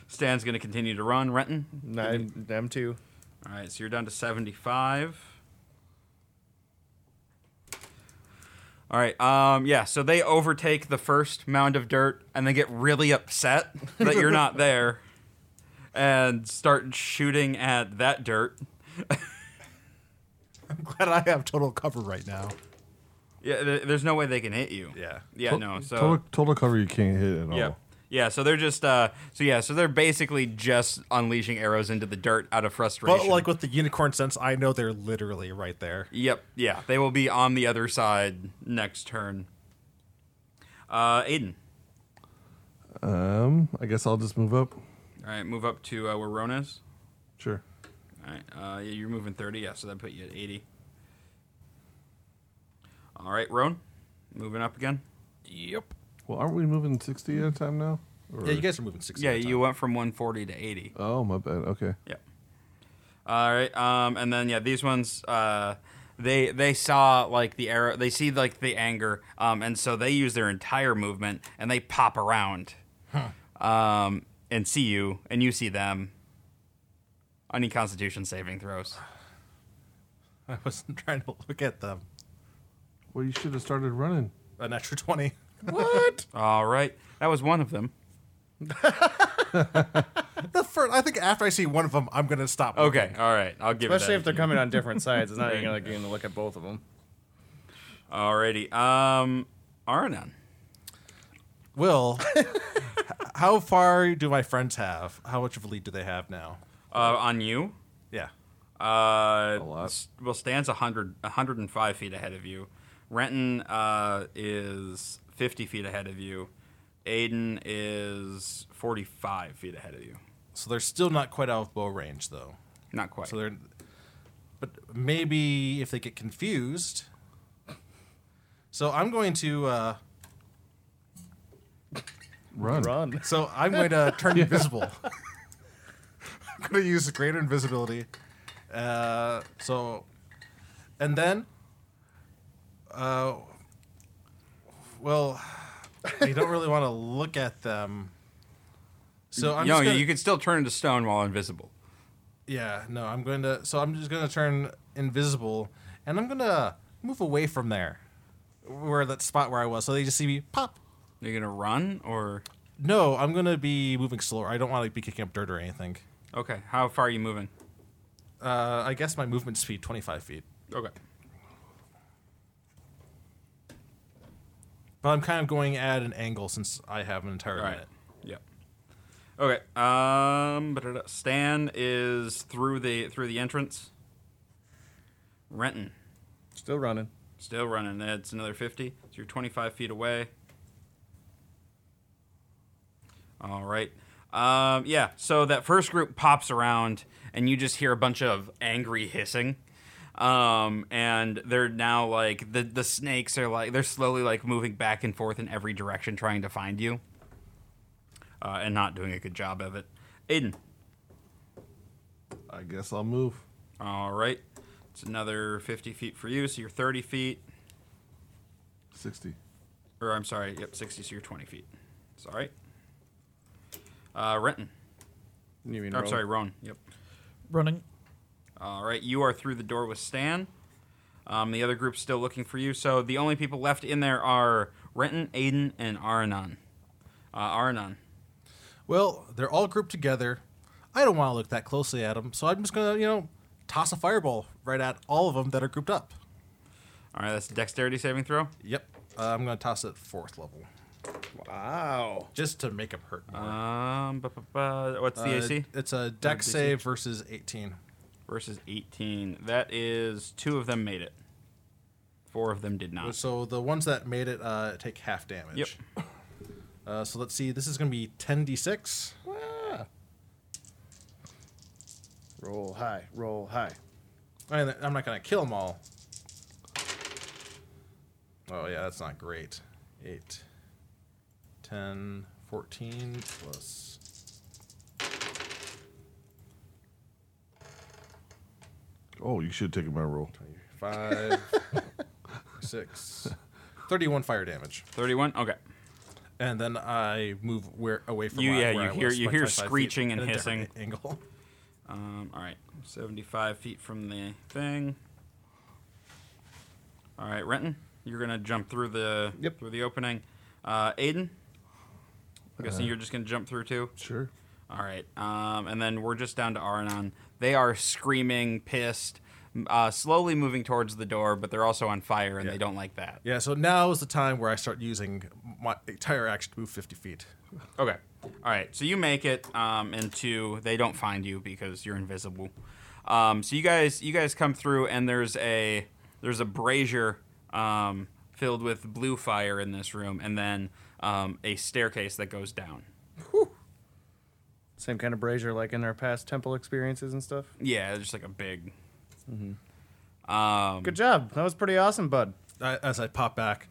Speaker 1: Stan's going to continue to run. Renton.
Speaker 5: Nine, M two.
Speaker 1: All right, so you're down to 75. All right, um, yeah, so they overtake the first mound of dirt and they get really upset that you're not there and start shooting at that dirt.
Speaker 6: I'm glad I have total cover right now.
Speaker 1: Yeah, th- there's no way they can hit you.
Speaker 2: Yeah.
Speaker 1: Yeah, no, so.
Speaker 4: total, total cover you can't hit
Speaker 2: Oh.
Speaker 4: at
Speaker 1: Yeah.
Speaker 4: all.
Speaker 1: Yeah, so they're just uh so yeah, so they're basically just unleashing arrows into the dirt out of frustration.
Speaker 2: But like with the unicorn sense, I know they're literally right there.
Speaker 1: Yep, yeah. They will be on the other side next turn. Uh Aiden.
Speaker 4: Um, I guess I'll just move up.
Speaker 1: All right, move up to uh, where Rona is.
Speaker 4: Sure.
Speaker 1: All right, uh, yeah, you're moving 30, yeah, so that put you at 80. All right, Roan, moving up again.
Speaker 3: Yep.
Speaker 4: Well, aren't we moving 60 at a time now? Or-
Speaker 2: Yeah, you guys are moving six.
Speaker 1: Yeah,
Speaker 2: at a time.
Speaker 1: you went from 140 to 80.
Speaker 4: Oh, my bad. Okay.
Speaker 1: Yeah. All right. Um, and then yeah, these ones. Uh, they they saw like the arrow. They see like the anger. Um, and so they use their entire movement and they pop around. Um, and see you, and you see them. I need Constitution saving throws.
Speaker 2: I wasn't trying to look at them.
Speaker 4: Well, you should have started running.
Speaker 2: An extra twenty.
Speaker 1: All right, that was one of them.
Speaker 2: The first, I think after I see one of them, I'm gonna stop.
Speaker 1: Okay. All right. I'll give.
Speaker 5: Especially
Speaker 1: it
Speaker 5: if
Speaker 1: that.
Speaker 5: they're coming on different sides, it's not even like you're gonna look at both of them.
Speaker 1: Alrighty. Um, Aranon.
Speaker 2: Will, h- how far do my friends have? How much of a lead do they have now?
Speaker 1: Uh, on you.
Speaker 2: Yeah.
Speaker 1: Uh,
Speaker 4: lot.
Speaker 1: s- Well, Stan's 100, 105 feet ahead of you. Renton uh, is 50 feet ahead of you. Aiden is 45 feet ahead of you.
Speaker 2: So they're still not quite out of bow range, though.
Speaker 1: Not quite.
Speaker 2: So they're, but maybe if they get confused. So I'm going to. Uh,
Speaker 4: Run.
Speaker 5: Run.
Speaker 2: so I'm going to turn invisible.
Speaker 6: I'm gonna use greater invisibility.
Speaker 2: Uh, so, and then, uh, well, I don't really want to look at them. So I'm
Speaker 1: no,
Speaker 2: just gonna,
Speaker 1: you can still turn into stone while invisible.
Speaker 2: yeah, no, I'm going to. So I'm just going to turn invisible, and I'm going to move away from there, where that spot where I was. So they just see me pop.
Speaker 1: You're going to run or.
Speaker 2: No, I'm going to be moving slower. I don't want to be kicking up dirt or anything.
Speaker 1: Okay. How far are you moving?
Speaker 2: Uh, I guess my movement speed 25 feet,
Speaker 1: Okay.
Speaker 2: but I'm kind of going at an angle since I have an entire
Speaker 1: All right.
Speaker 2: minute.
Speaker 1: Yep. Okay. Um, ba-da-da. Stan is through the through the entrance. Renton.
Speaker 5: Still running.
Speaker 1: Still running. That's another 50. So you're 25 feet away. All right. Um, yeah, so that first group pops around, and you just hear a bunch of angry hissing. Um, and they're now like, the, the snakes are like, they're slowly like moving back and forth in every direction trying to find you. Uh, and not doing a good job of it. Aiden.
Speaker 4: I guess I'll move.
Speaker 1: All right. It's another 50 feet for you, so you're 30 feet.
Speaker 4: 60.
Speaker 1: Or I'm sorry, yep, 60, so you're 20 feet. Sorry. Uh, Renton.
Speaker 5: You mean
Speaker 1: Or, I'm
Speaker 5: roll.
Speaker 1: sorry, Roan. Yep.
Speaker 3: Running.
Speaker 1: All right, you are through the door with Stan. Um, the other group's still looking for you. So the only people left in there are Renton, Aiden, and Aranon. Uh, Aranon.
Speaker 2: Well, they're all grouped together. I don't want to look that closely at them, so I'm just gonna, you know, toss a fireball right at all of them that are grouped up.
Speaker 1: All right, that's dexterity saving throw.
Speaker 2: Yep, uh, I'm gonna toss it fourth level
Speaker 5: Wow.
Speaker 2: just to make them hurt. more.
Speaker 1: Um, ba- ba- ba- what's the
Speaker 2: Uh,
Speaker 1: AC?
Speaker 2: It's a deck
Speaker 1: DC.
Speaker 2: save versus 18.
Speaker 1: Versus 18. That is two of them made it. Four of them did not.
Speaker 2: So the ones that made it uh, take half damage. Ah. Yep. Uh, so let's see. This is gonna be 10d6.
Speaker 5: Roll high. Roll high.
Speaker 2: I mean, I'm not gonna kill them all. Oh yeah, that's not great. 8, 10, 14 plus.
Speaker 4: Oh, you should have taken my roll.
Speaker 2: five, six, 31 fire damage.
Speaker 1: 31? Okay.
Speaker 2: and then I move where away from
Speaker 1: You-
Speaker 2: where,
Speaker 1: yeah,
Speaker 2: where
Speaker 1: you
Speaker 2: I
Speaker 1: hear-
Speaker 2: was
Speaker 1: you
Speaker 2: by
Speaker 1: hear
Speaker 2: 25 feet
Speaker 1: screeching and
Speaker 2: at a different
Speaker 1: hissing.
Speaker 2: Angle.
Speaker 1: Um, all right, 75 feet from the thing. All right, Renton, you're gonna jump through the
Speaker 7: Yep.
Speaker 1: through the opening. Uh, Aiden, I'm guessing you're just gonna jump through too.
Speaker 4: Sure.
Speaker 1: All right, um, and then we're just down to Arnon. They are screaming, pissed, m- uh, slowly moving towards the door, but they're also on fire, and they don't like that.
Speaker 2: Yeah, so now is the time where I start using my entire action to move 50 feet.
Speaker 1: Okay. All right. So you make it um, into they don't find you because you're invisible. Um, so you guys you guys come through and there's a there's a brazier um, filled with blue fire in this room and then um, a staircase that goes down.
Speaker 5: Same kind of brazier like in our past temple experiences and stuff.
Speaker 1: Yeah, it's just like a big. Um,
Speaker 5: Good job. That was pretty awesome, bud.
Speaker 2: I, as I pop back,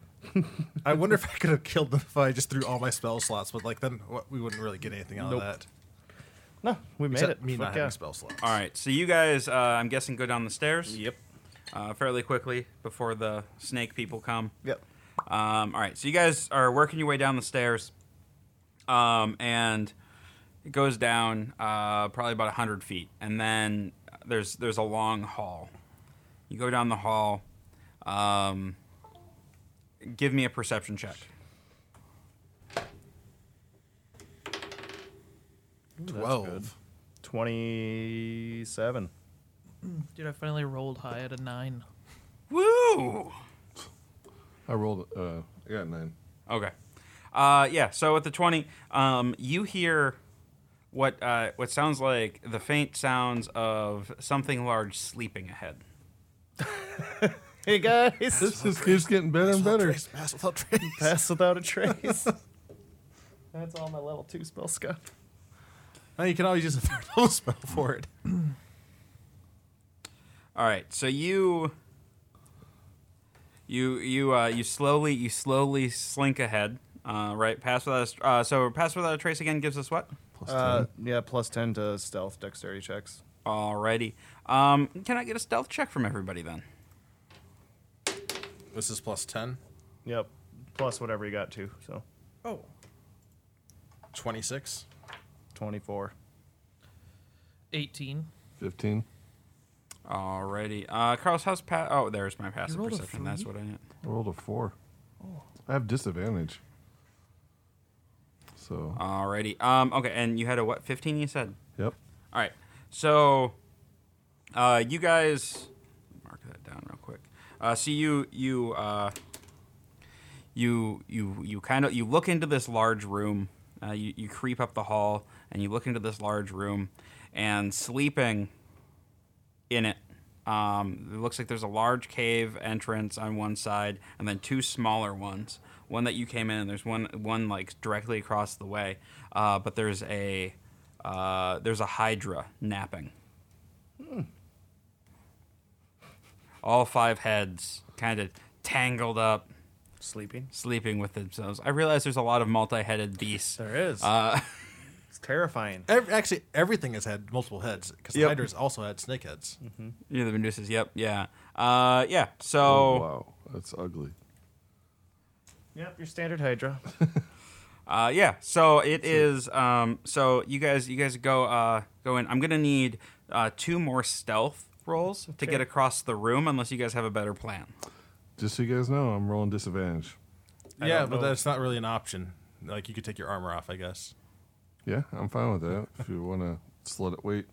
Speaker 2: I wonder if I could have killed them if I just threw all my spell slots, but like then what, we wouldn't really get anything out
Speaker 5: Nope.
Speaker 2: of that.
Speaker 5: No, we made
Speaker 2: Except
Speaker 5: it.
Speaker 2: me
Speaker 5: Fuck
Speaker 2: not
Speaker 5: yeah.
Speaker 2: having spell slots.
Speaker 1: all right. So you guys, uh, I'm guessing, go down the stairs.
Speaker 5: Yep.
Speaker 1: Uh, fairly quickly before the snake people come.
Speaker 5: Yep.
Speaker 1: Um, all right, so you guys are working your way down the stairs, um, and it goes down uh, probably about hundred feet, and then there's there's a long hall. You go down the hall. Um, give me a perception check.
Speaker 2: Twelve.
Speaker 5: 27.
Speaker 3: Dude, I finally rolled high at a nine.
Speaker 1: Woo!
Speaker 4: I rolled. Uh, I got nine.
Speaker 1: Okay. Uh, yeah. So at the twenty, um, you hear what uh, what sounds like the faint sounds of something large sleeping ahead.
Speaker 5: Hey, guys.
Speaker 4: This just keeps getting better and better.
Speaker 2: Trace, pass without trace.
Speaker 5: Pass without a trace. That's all my level 2 spell scout.
Speaker 2: Now you can always use a third level spell for it.
Speaker 1: All right, so you you you uh, you slowly you slowly slink ahead, uh, right? Pass without a, str- uh, so pass without a trace again gives us what?
Speaker 4: Plus
Speaker 5: Uh, yeah, plus 10 to stealth dexterity checks.
Speaker 1: Alrighty, um, can I get a stealth check from everybody then?
Speaker 2: This is plus 10,
Speaker 5: Yep. Plus whatever you got to. So
Speaker 3: Oh.
Speaker 2: 26.
Speaker 5: 24.
Speaker 3: 18.
Speaker 4: Fifteen.
Speaker 1: Alrighty, uh, Carlos, how's pa- Oh, there's my passive
Speaker 3: rolled a
Speaker 1: perception. That's
Speaker 3: three?
Speaker 1: what I need.
Speaker 4: I rolled a four. I have disadvantage. So
Speaker 1: Alrighty, um, okay, and you had a what? Fifteen, you said.
Speaker 4: yep.
Speaker 1: All right. So, uh, you guys, mark that down real quick. Uh, so you you uh, you you you kind of you look into this large room. Uh, you you creep up the hall and you look into this large room, and sleeping in it. Um, it looks like there's a large cave entrance on one side, and then two smaller ones. One that you came in, and there's one one like directly across the way. Uh, but there's a uh, there's a hydra napping.
Speaker 4: Hmm.
Speaker 1: All five heads kind of tangled up,
Speaker 5: Sleeping.
Speaker 1: sleeping with themselves. I realize there's a lot of multi-headed beasts.
Speaker 5: There is. it's terrifying.
Speaker 2: Ev actually, everything has had multiple heads because the
Speaker 1: Yep.
Speaker 2: Hydra's also had snake heads.
Speaker 1: You know the Medusas. Yep. Yeah. Uh, yeah. So.
Speaker 4: Oh wow, that's ugly.
Speaker 5: Yep, your standard Hydra.
Speaker 1: Uh, yeah. So it is. Um, so you guys, you guys go uh, go in. I'm gonna need uh, two more stealth rolls to get across the room, unless you guys have a better plan.
Speaker 4: Just so you guys know, I'm rolling disadvantage.
Speaker 5: I
Speaker 2: yeah,
Speaker 5: don't
Speaker 2: but
Speaker 5: know.
Speaker 2: that's not really an option. Like, you could take your armor off, I guess.
Speaker 4: Yeah, I'm fine with that. if you want to slut it, wait.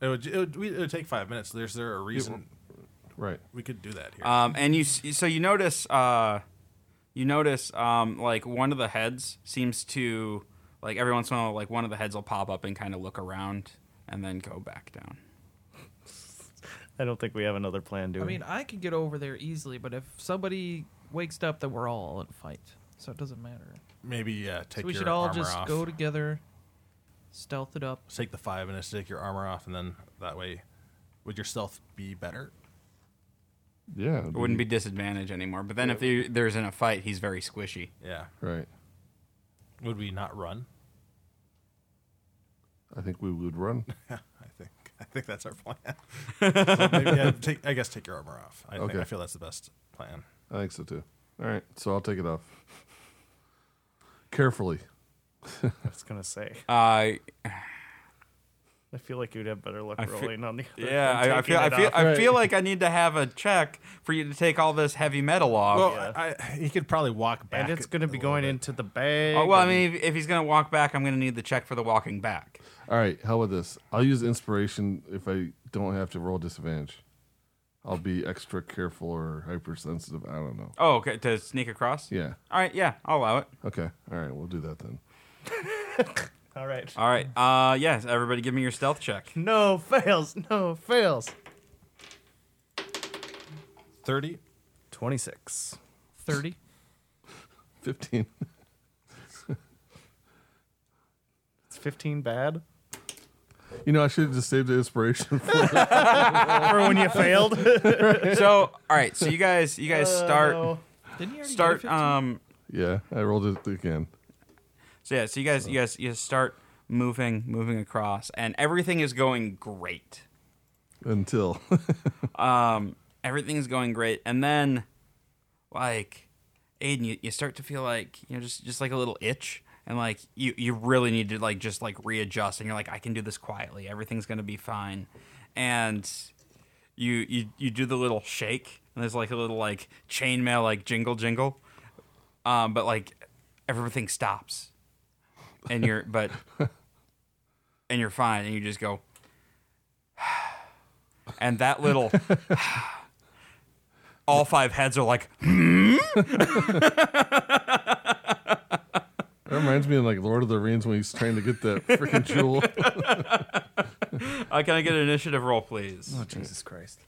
Speaker 2: It would, it would, we- it would take five minutes. There's there a reason
Speaker 4: Right.
Speaker 2: we could do that here.
Speaker 1: Um, and you s- so you notice uh, you notice um, like one of the heads seems to like every once in a while like one of the heads will pop up and kind of look around and then go back down.
Speaker 5: I don't think we have another plan, do
Speaker 3: I
Speaker 5: we?
Speaker 3: mean, I could get over there easily, but if somebody wakes up, then we're all in a fight. So it doesn't matter.
Speaker 2: Maybe yeah, take
Speaker 3: So we
Speaker 2: your
Speaker 3: should all
Speaker 2: armor
Speaker 3: just
Speaker 2: off.
Speaker 3: go together, stealth it up.
Speaker 2: take the five minutes to take your armor off, and then that way, would your stealth be better?
Speaker 4: Yeah.
Speaker 1: It wouldn't be disadvantage anymore. But then if there- there's in a fight, he's very squishy.
Speaker 2: Yeah.
Speaker 4: Right.
Speaker 2: Would we not run?
Speaker 4: I think we would run.
Speaker 2: I think I think that's our plan. So maybe, yeah, take, I guess take your armor off. I, think,
Speaker 4: Okay.
Speaker 2: I feel that's the best plan.
Speaker 4: I think so too. All right, so I'll take it off. carefully.
Speaker 5: I was gonna say.
Speaker 1: Uh,
Speaker 5: I feel like you'd have better luck
Speaker 1: I feel-
Speaker 5: rolling on the other.
Speaker 1: yeah,
Speaker 5: than
Speaker 1: I, I
Speaker 5: taking
Speaker 1: feel, I
Speaker 5: it
Speaker 1: feel,
Speaker 5: off.
Speaker 1: I feel like I need to have a check for you to take all this heavy metal off.
Speaker 2: Well,
Speaker 1: Well,
Speaker 2: I, I, he could probably walk back.
Speaker 5: and it's gonna
Speaker 2: a
Speaker 5: be
Speaker 2: little
Speaker 5: going
Speaker 2: bit.
Speaker 5: into the bag.
Speaker 1: oh, well, I mean, if, if he's gonna walk back, I'm gonna need the check for the walking back.
Speaker 4: All right, how about this? I'll use inspiration if I don't have to roll disadvantage. I'll be extra careful or hypersensitive. I don't know.
Speaker 1: Oh, okay, to sneak across.
Speaker 4: Yeah.
Speaker 1: All right, yeah, I'll allow it.
Speaker 4: Okay. All right. We'll do that then.
Speaker 5: all right.
Speaker 1: All right, uh, yes, everybody, give me your stealth check.
Speaker 5: No fails. No fails.
Speaker 2: thirty.
Speaker 5: Twenty-six.
Speaker 3: 30.
Speaker 4: 15.
Speaker 5: It's fifteen bad
Speaker 4: You know, I should have just saved the inspiration for
Speaker 5: for when you failed.
Speaker 1: So, all right, so you guys, you guys start
Speaker 5: No.
Speaker 3: Didn't you already
Speaker 1: start
Speaker 3: Get a 15?
Speaker 1: um
Speaker 4: Yeah, I rolled it again.
Speaker 1: So yeah, so you guys, you guys, you guys start moving, moving across, and everything is going great.
Speaker 4: Until
Speaker 1: Um, everything's going great, and then, like, Aiden, you, you start to feel like you know just just like a little itch, and like you you really need to like just like readjust, and you're like, I can do this quietly. Everything's gonna be fine, and you you you do the little shake, and there's like a little like chainmail like jingle jingle, um, but like everything stops, and you're but and you're fine, and you just go. And that little, all five heads are like,
Speaker 4: that reminds me of like Lord of the Rings when he's trying to get that freaking jewel.
Speaker 1: uh, "Can I get an initiative roll, please?"
Speaker 5: Jesus Christ.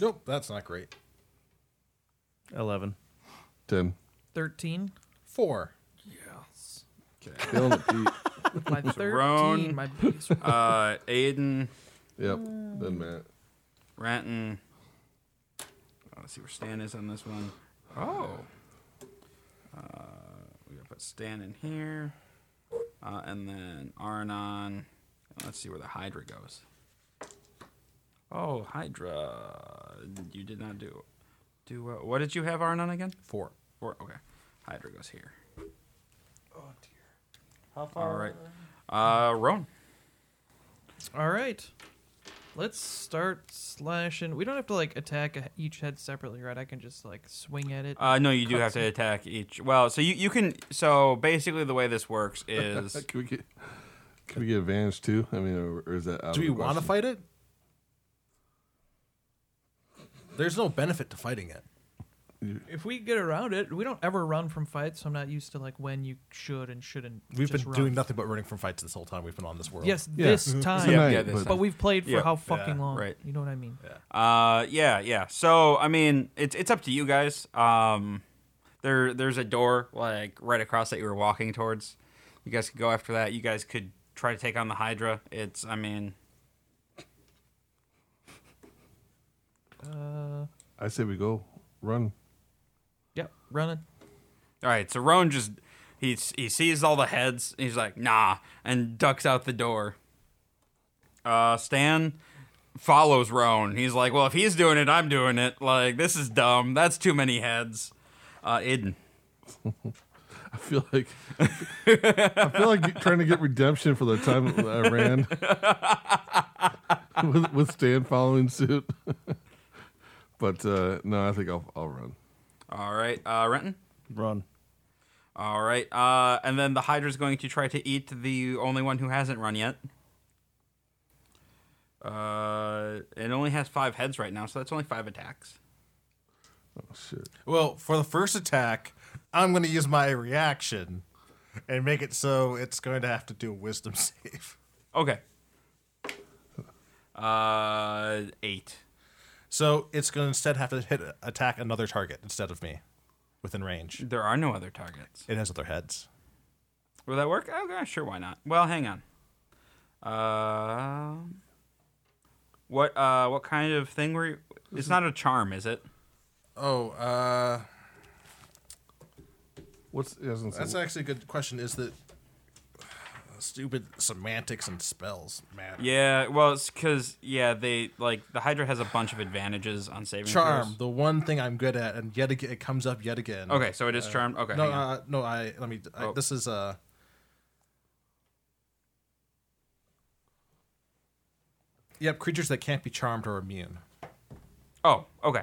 Speaker 2: Nope, that's not great.
Speaker 5: Eleven.
Speaker 4: Ten.
Speaker 3: 13.
Speaker 2: Four.
Speaker 4: Killing it, Pete.
Speaker 3: My 13.
Speaker 1: Roan.
Speaker 3: My biggest
Speaker 1: Uh, Aiden,
Speaker 4: Yep. Then Matt.
Speaker 1: Ranton. Uh, let's see where Stan is on this one. Oh, uh, we gotta put Stan in here, uh, and then Arnon. Let's see where the Hydra goes. Oh, Hydra, you did not do do well. What did you have, Arnon again?
Speaker 2: Four.
Speaker 1: Four. Okay. Hydra goes here. Oh dear. Oh, How far? All right. Uh, Roan.
Speaker 3: All right. Let's start slashing. We don't have to like attack a- each head separately, right? I can just like swing at it.
Speaker 1: Uh, no, you do have to attack each. Well, so you, you can. So basically, the way this works is
Speaker 4: Can we get can we get advantage too? I mean, or, or is that out
Speaker 2: Do we
Speaker 4: of the
Speaker 2: want to
Speaker 4: question?
Speaker 2: fight it? There's no benefit to fighting it.
Speaker 3: if we get around it, we don't ever run from fights, so I'm not used to like when you should and shouldn't.
Speaker 2: We've
Speaker 3: just
Speaker 2: been
Speaker 3: run.
Speaker 2: doing nothing Mm-hmm. but running from fights this whole time we've been on this world.
Speaker 3: Yes,
Speaker 4: Yeah.
Speaker 3: this time.
Speaker 4: Tonight,
Speaker 1: yeah, this
Speaker 4: but-
Speaker 1: time.
Speaker 3: But we've played for
Speaker 1: Yeah.
Speaker 3: how fucking
Speaker 2: Yeah.
Speaker 3: long?
Speaker 1: Right.
Speaker 3: You know what I mean?
Speaker 1: Uh, yeah, yeah. So I mean, it's it's up to you guys. Um, there there's a door like right across that you were walking towards. You guys could go after that. You guys could try to take on the Hydra. It's I mean,
Speaker 3: Uh,
Speaker 4: I say we go run.
Speaker 3: yeah, running.
Speaker 1: all right. So Roan just he he sees all the heads. And he's like nah, and ducks out the door. Uh, Stan follows Roan. He's like, well, if he's doing it, I'm doing it. Like this is dumb. That's too many heads. Uh, Aiden.
Speaker 4: I feel like I feel like trying to get redemption for the time that I ran with, with Stan following suit. but uh, no, I think I'll I'll run.
Speaker 1: All right, uh, Renton.
Speaker 5: Run.
Speaker 1: All right. Uh, and then the Hydra's going to try to eat the only one who hasn't run yet. Uh, it only has five heads right now, so that's only five attacks.
Speaker 4: Oh shit!
Speaker 2: Well, for the first attack, I'm going to use my reaction and make it so it's going to have to do a wisdom save.
Speaker 1: Okay. Uh, eight.
Speaker 2: So it's going to instead have to hit attack another target instead of me within range.
Speaker 1: There are no other targets.
Speaker 2: It has other heads.
Speaker 1: Will that work? Okay, sure. Why not? Well, hang on. Uh, what uh, what kind of thing were you? It's not a charm, is it?
Speaker 7: Oh, uh,
Speaker 4: What's I was gonna say,
Speaker 7: that's actually a good question. Is that
Speaker 2: stupid semantics and spells matter.
Speaker 1: Yeah, well, it's because yeah, they like the Hydra has a bunch of advantages on saving
Speaker 2: Charm, the one thing I'm good at, and yet again, it comes up yet again.
Speaker 1: throws. Okay, so it is charmed. Okay,
Speaker 2: No,
Speaker 1: hang on.
Speaker 2: uh, no. I let me. I,
Speaker 1: Oh.
Speaker 2: This is uh. Yep, creatures that can't be charmed or immune.
Speaker 1: oh, okay.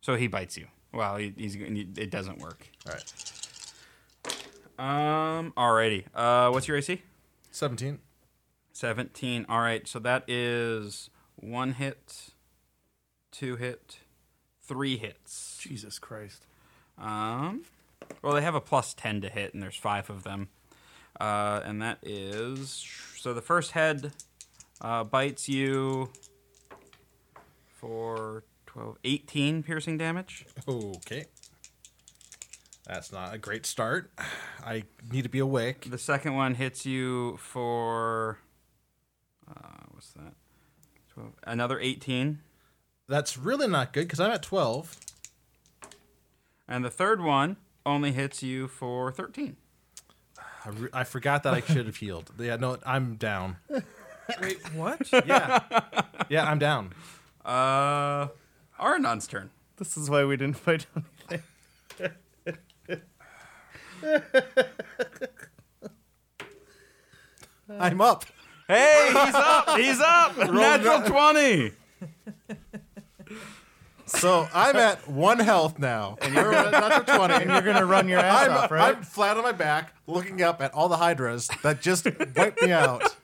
Speaker 1: So he bites you. Well, he, he's it doesn't work.
Speaker 2: All right,
Speaker 1: Um, alrighty. Uh, what's your AC?
Speaker 2: seventeen.
Speaker 1: Seventeen. All right, so that is one hit, two hit, three hits.
Speaker 5: Jesus Christ.
Speaker 1: Um, well, they have a plus 10 to hit, and there's five of them. Uh, and that is. So the first head uh, bites you for 12, 18 piercing damage.
Speaker 2: Okay, that's not a great start. I need to be awake.
Speaker 1: The second one hits you for. Uh, what's that? 12, another 18.
Speaker 2: That's really not good because I'm at twelve.
Speaker 1: And the third one only hits you for 13.
Speaker 2: I, re- I forgot that I should have healed. Yeah, no, I'm down.
Speaker 3: Wait, what?
Speaker 2: Yeah, yeah, I'm down.
Speaker 1: Uh, Aranon's turn.
Speaker 5: This is why we didn't fight anything.
Speaker 2: I'm up.
Speaker 1: Hey, he's up! He's up! Natural 20!
Speaker 2: So I'm at one health now. And you're at another twenty.
Speaker 5: You're gonna run your ass
Speaker 2: I'm,
Speaker 5: off, right?
Speaker 2: I'm flat on my back, looking up at all the hydras that just wiped me out.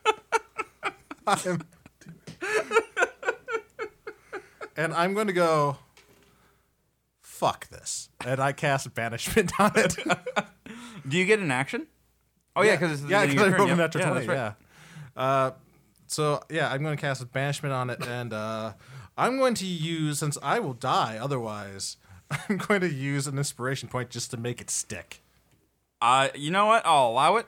Speaker 2: I'm- and I'm going to go. Fuck this, and I cast banishment on it.
Speaker 1: Do you get an action? Oh yeah, because it's the
Speaker 2: yeah,
Speaker 1: beginning
Speaker 2: because I
Speaker 1: of your
Speaker 2: rolled a
Speaker 1: turn. Yep.
Speaker 2: natural
Speaker 1: yeah,
Speaker 2: twenty.
Speaker 1: that's right.
Speaker 2: Yeah. Uh, so yeah, I'm going to cast banishment on it, and uh, I'm going to use since I will die otherwise. I'm going to use an inspiration point just to make it stick.
Speaker 1: Uh, you know what? I'll allow it.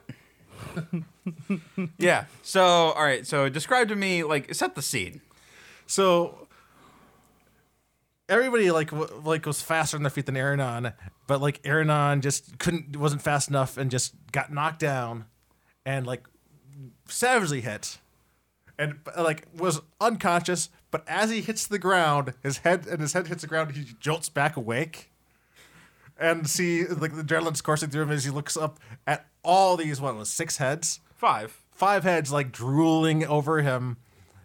Speaker 1: yeah. So, all right. So, describe to me like set the scene.
Speaker 2: So everybody like w- like was faster on their feet than Aranon, but like Aranon just couldn't wasn't fast enough and just got knocked down and like savagely hit and like was unconscious. But as he hits the ground, his head and his head hits the ground, he jolts back awake. And see, like the adrenaline's coursing through him as he looks up at all these. What it was six heads?
Speaker 1: Five.
Speaker 2: five heads like drooling over him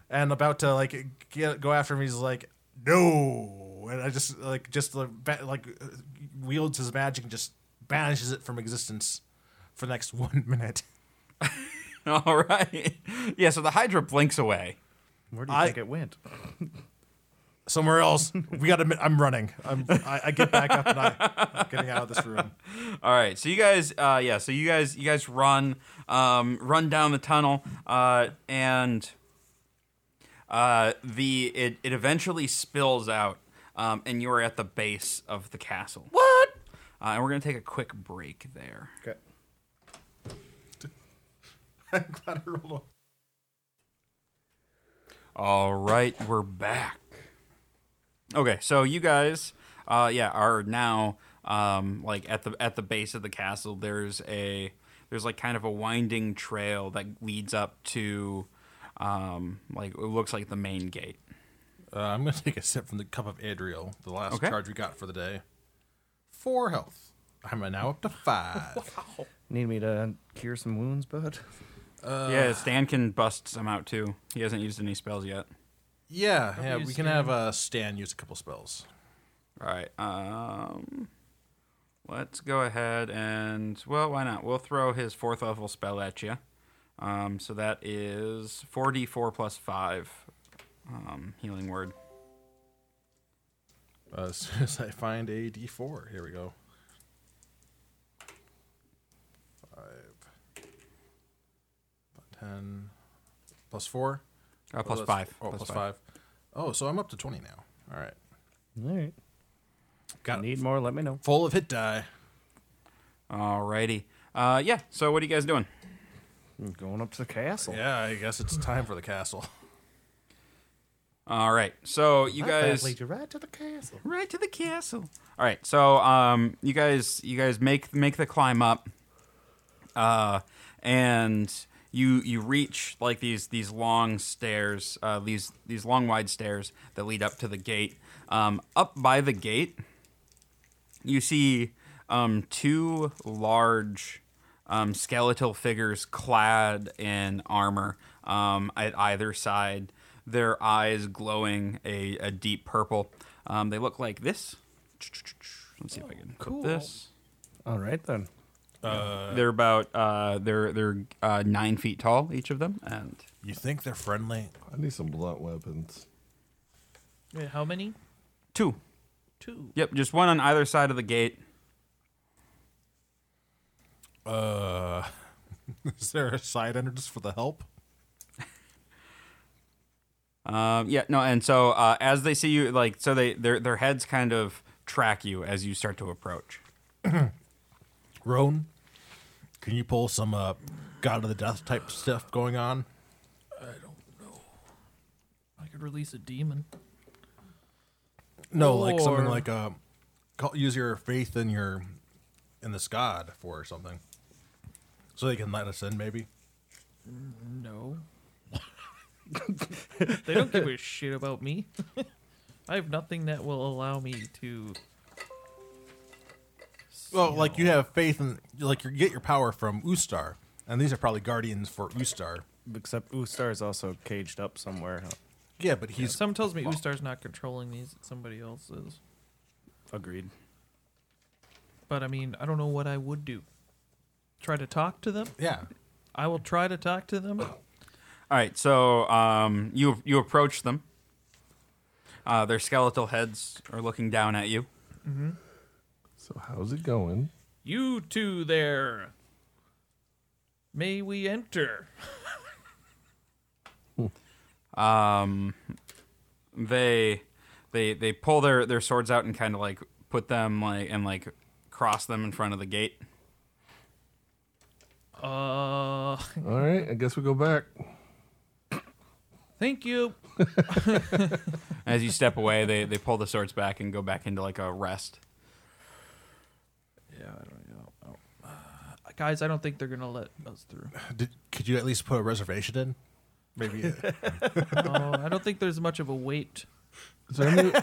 Speaker 2: and about to like get, go after him he's like no and i just like just like, ba- like uh, wields his magic and just banishes it from existence for the next one minute
Speaker 1: All right. Yeah. So the Hydra blinks away.
Speaker 5: Where do you
Speaker 2: I-
Speaker 5: think it went?
Speaker 2: somewhere else we gotta admit i'm running I'm, I, I get back up and I, i'm getting out of this room
Speaker 1: All right. So you guys, uh, yeah. So you guys, you guys run, um, run down the tunnel, uh, and uh, the it, it eventually spills out, um, and you are at the base of the castle. What? Uh, and we're gonna take a quick break there.
Speaker 5: Okay.
Speaker 2: i'm glad i rolled one.
Speaker 1: All right, we're back. Okay, so you guys, uh, yeah, are now um, like at the at the base of the castle. There's a there's like kind of a winding trail that leads up to um, like it looks like the main gate.
Speaker 2: uh, i'm gonna take a sip from the cup of adriel the last
Speaker 1: Okay.
Speaker 2: charge we got for the day four health i'm now up to five
Speaker 5: Need me to cure some wounds, bud?
Speaker 1: yeah, Stan can bust some out too. He hasn't used any spells yet.
Speaker 2: Yeah, yeah,
Speaker 3: use
Speaker 2: we can have uh, Stan use a couple spells.
Speaker 1: All right. Um, let's go ahead and well, why not? We'll throw his fourth level spell at you. Um, so that is four d four plus five. Um, healing word.
Speaker 2: Uh, as soon as I find a D4, here we go. Five, ten, plus four,
Speaker 1: Uh, plus
Speaker 2: Oh, that's-
Speaker 1: five.
Speaker 2: Oh, plus five. Oh, so I'm up to twenty now. All right,
Speaker 5: All right.
Speaker 2: got
Speaker 5: Need more? Let me know.
Speaker 2: full of hit die.
Speaker 1: Alrighty. Uh, yeah. So what are you guys doing?
Speaker 5: I'm going up to the castle.
Speaker 2: Yeah, I guess it's time for the castle.
Speaker 1: All right. So you guys
Speaker 5: lead you right to the castle.
Speaker 1: right to the castle. All right, so um, you guys, you guys make make the climb up, uh, and you you reach like these these long stairs, uh, these these long wide stairs that lead up to the gate. Um, up by the gate, you see um, two large um, skeletal figures clad in armor um, at either side, their eyes glowing a, a deep purple. Um, they look like this. Let's see if I can
Speaker 3: cool.
Speaker 1: cool. this.
Speaker 5: All right then.
Speaker 1: they're about uh, they're they're uh, nine feet tall each of them, and
Speaker 2: You think they're friendly?
Speaker 4: I need some blunt weapons.
Speaker 3: Wait, how many?
Speaker 1: two.
Speaker 3: Two.
Speaker 1: Yep, just one on either side of the gate.
Speaker 2: Uh, is there a side entrance for the help?
Speaker 1: Um, yeah, no, and so uh, as they see you, like so they their their heads kind of track you as you start to approach.
Speaker 2: Roan, can you pull some uh, God of the Death type stuff going on?
Speaker 3: I could release a demon.
Speaker 2: No, like something
Speaker 3: Or-
Speaker 2: like uh, call, use your faith in your in this God for something, so they can let us in. Maybe
Speaker 3: No. they don't give a shit about me. I have nothing that will allow me to.
Speaker 2: Well, like you have faith in, like you get your power from Ustar, and these are probably guardians for Ustar.
Speaker 5: Except Ustar is also caged up somewhere.
Speaker 2: Yeah, but he's
Speaker 3: Some tells me Ustar's not controlling these; that somebody else is.
Speaker 5: Agreed.
Speaker 3: But I mean, I don't know what I would do. Try to talk to them.
Speaker 2: yeah.
Speaker 3: I will try to talk to them.
Speaker 1: All right, so um, you you approach them. Uh, their skeletal heads are looking down at you.
Speaker 4: So how's it going?
Speaker 3: You two there. May we enter?
Speaker 1: Um, they they they pull their their swords out and kind of like put them like and like cross them in front of the gate.
Speaker 3: Uh,
Speaker 4: All right, I guess we go back.
Speaker 3: thank you.
Speaker 1: As you step away, they they pull the swords back and go back into like a rest.
Speaker 3: Yeah, I don't know. Oh. Uh, guys, I don't think they're gonna let us through.
Speaker 2: Did, could you at least put a reservation in? Maybe
Speaker 3: Oh, I don't think there's much of a wait.
Speaker 4: Is there any,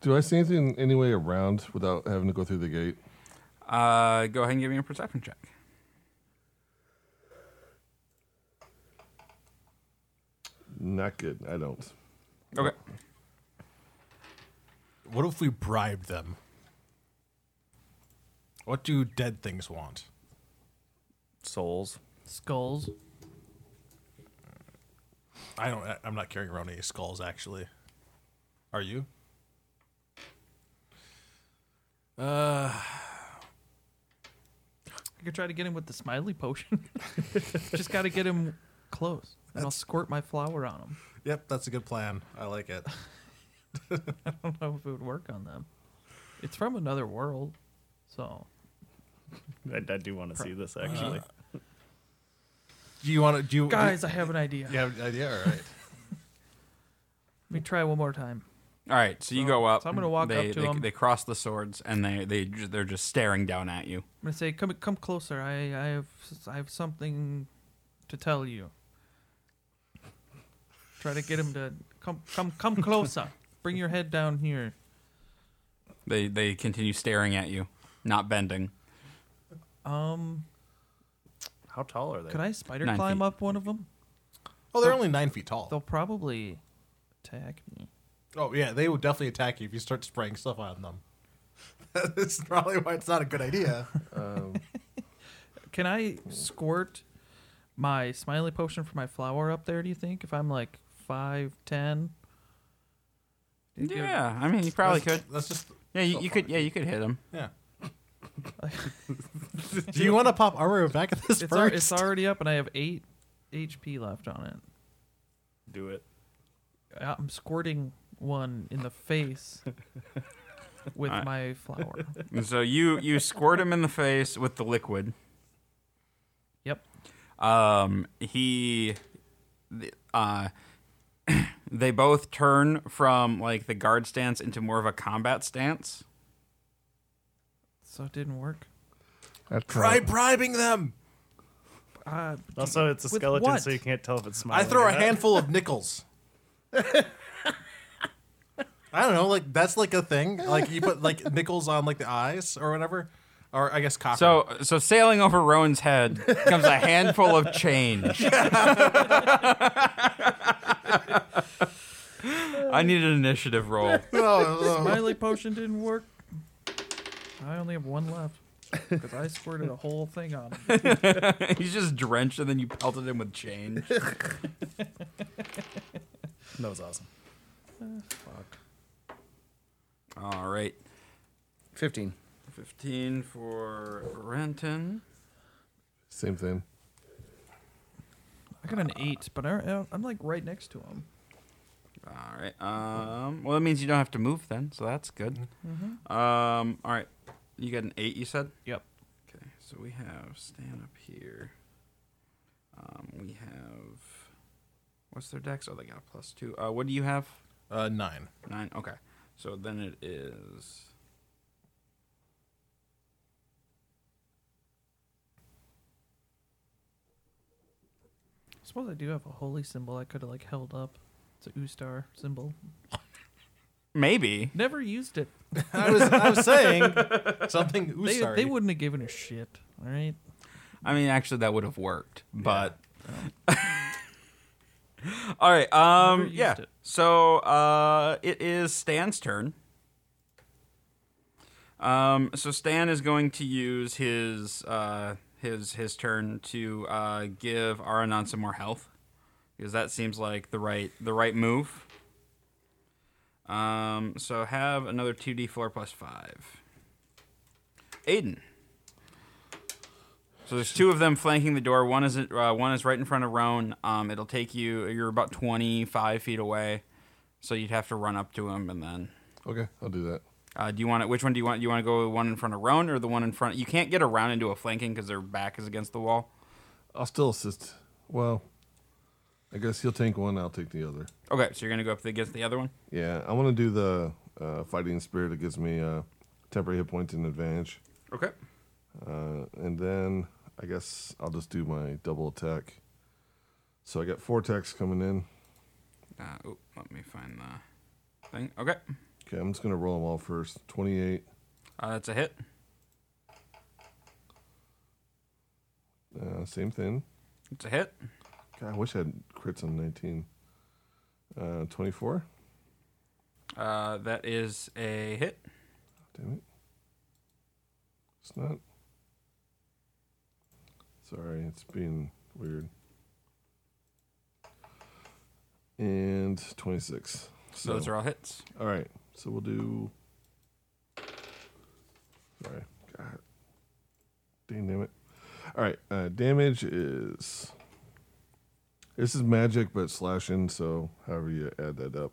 Speaker 4: do I see anything any way around without having to go through the gate?
Speaker 1: Uh, go ahead and give me a perception check.
Speaker 4: Not good. I don't.
Speaker 1: Okay.
Speaker 2: What if we bribed them? What do dead things want?
Speaker 5: Souls.
Speaker 3: Skulls.
Speaker 2: I don't. I- I'm not carrying around any skulls. Actually, are you?
Speaker 3: Uh, I could try to get him with the smiley potion. Just gotta get him close, and I'll squirt my flower on him.
Speaker 2: Yep, that's a good plan. I like it.
Speaker 3: I don't know if it would work on them. It's from another world, so
Speaker 5: I, I do want to see this actually.
Speaker 2: Do you want to? Do you
Speaker 3: guys, I have an idea.
Speaker 2: Do you have an idea? All right.
Speaker 3: Let me try one more time.
Speaker 1: All right, so you go up.
Speaker 3: so I'm gonna walk
Speaker 1: they,
Speaker 3: up to
Speaker 1: they,
Speaker 3: 'em.
Speaker 1: They cross the swords and they they ju- they're just staring down at you.
Speaker 3: I'm gonna say, come come closer. I I have I have something to tell you. Try to get him to come come come closer. Bring your head down here.
Speaker 1: They they continue staring at you, not bending.
Speaker 3: Um,
Speaker 5: How tall are they?
Speaker 3: could I spider
Speaker 1: Nine
Speaker 3: climb
Speaker 1: feet.
Speaker 3: up one of them?
Speaker 2: Oh, they're only nine feet tall.
Speaker 3: They'll probably attack me.
Speaker 2: Oh yeah, they would definitely attack you if you start spraying stuff on them. That's probably why it's not a good idea.
Speaker 3: Can I squirt my smiley potion for my flower up there? Do you think if I'm like five ten?
Speaker 1: Yeah, I mean you probably could.
Speaker 2: That's just
Speaker 1: Yeah, you, you could. Yeah, you could hit them.
Speaker 2: yeah. Do you want to pop armor back at this
Speaker 3: It's, al-
Speaker 2: first?
Speaker 3: it's already up, and I have eight HP left on it.
Speaker 5: do it?
Speaker 3: uh, I'm squirting one in the face with
Speaker 1: Alright.
Speaker 3: my flower.
Speaker 1: so you you squirt him in the face with the liquid.
Speaker 3: Yep.
Speaker 1: Um, he, th- uh, they both turn from like the guard stance into more of a combat stance.
Speaker 3: So it didn't work.
Speaker 4: I
Speaker 2: Try
Speaker 4: tried.
Speaker 2: bribing them.
Speaker 3: Uh,
Speaker 5: Also, it's a
Speaker 3: With
Speaker 5: skeleton,
Speaker 3: what?
Speaker 5: so you can't tell if it's smiling.
Speaker 2: I throw
Speaker 5: or
Speaker 2: a
Speaker 5: not.
Speaker 2: handful of nickels. I don't know, like that's like a thing. Like you put like nickels on like the eyes or whatever, or I guess copper.
Speaker 1: So, so sailing over Rowan's head comes a handful of change. I need an initiative roll.
Speaker 3: Smiley potion didn't work. I only have one left because I squirted a whole thing on him.
Speaker 1: He's just drenched, and then you pelted him with change.
Speaker 5: That was awesome.
Speaker 1: All right,
Speaker 5: Fifteen.
Speaker 1: fifteen for Renton.
Speaker 4: Same thing.
Speaker 3: I got an eight, but I, I'm like right next to him.
Speaker 1: All right. Um. Well, that means you don't have to move then, so that's good. Um. All right. You got an eight. You said.
Speaker 3: Yep.
Speaker 1: Okay, so we have stand up here. Um, we have what's their dex? Oh, they got a plus two. Uh, what do you have?
Speaker 2: uh, nine.
Speaker 1: Nine. Okay, so then it is.
Speaker 3: I suppose I do have a holy symbol I could have like held up. It's a Ustar symbol.
Speaker 1: Maybe.
Speaker 3: Never used it.
Speaker 2: I was I was saying something. Ooh,
Speaker 3: They,
Speaker 2: sorry.
Speaker 3: they wouldn't have given a shit. All right.
Speaker 1: I mean, actually, that would have worked, but. All right. Um.
Speaker 3: Never
Speaker 1: Yeah.
Speaker 3: used it.
Speaker 1: So, uh, it is Stan's turn. Um. So Stan is going to use his uh his his turn to uh give Aranon some more health, because that seems like the right the right move. Um. So have another two d four plus five. Aiden. So there's two of them flanking the door. One is uh, one is right in front of Roan. Um, it'll take you. You're about 25 feet away, so you'd have to run up to him and then.
Speaker 4: Okay, I'll do that.
Speaker 1: Uh, do you want it? Which one do you want? You want to go the one in front of Roan or the one in front? You can't get around into a flanking because their back is against the wall.
Speaker 4: I'll still assist. Well, I guess he'll take one. I'll take the other.
Speaker 1: Okay, so you're gonna go up against the other one.
Speaker 4: Yeah, I want to do the uh, fighting spirit. It gives me uh, temporary hit points and advantage.
Speaker 1: Okay.
Speaker 4: Uh, and then I guess I'll just do my double attack. So I got four attacks coming in.
Speaker 1: Uh, oh, let me find the thing. Okay,
Speaker 4: Okay, I'm just gonna roll them all first. Twenty-eight.
Speaker 1: uh, that's a hit.
Speaker 4: Uh, same thing.
Speaker 1: It's a hit.
Speaker 4: God, I wish I had crits on nineteen. Uh, Twenty-four.
Speaker 1: Uh, that is a hit.
Speaker 4: Damn it. It's not. Sorry, it's being weird. And 26. So,
Speaker 1: Those are all hits.
Speaker 4: all right. So we'll do. Sorry. God. Dang, damn it. All right. Uh, damage is. This is magic, but slashing. So however you add that up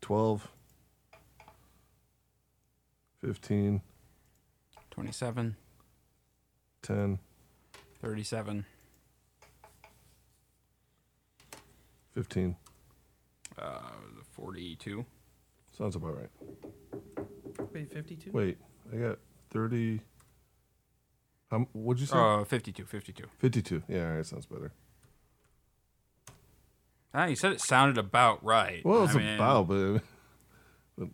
Speaker 4: 12, 15,
Speaker 1: 27,
Speaker 4: 10,
Speaker 1: 37,
Speaker 4: 15.
Speaker 1: uh, 42.
Speaker 4: Sounds about right.
Speaker 3: Wait, 52?
Speaker 4: Wait, I got 30. How, m- what'd you say?
Speaker 1: Oh, 52, 52.
Speaker 4: 52. Yeah, all right, sounds better.
Speaker 1: Ah, you said it sounded about right.
Speaker 4: Well,
Speaker 1: I
Speaker 4: it's
Speaker 1: mean,
Speaker 4: about, but, but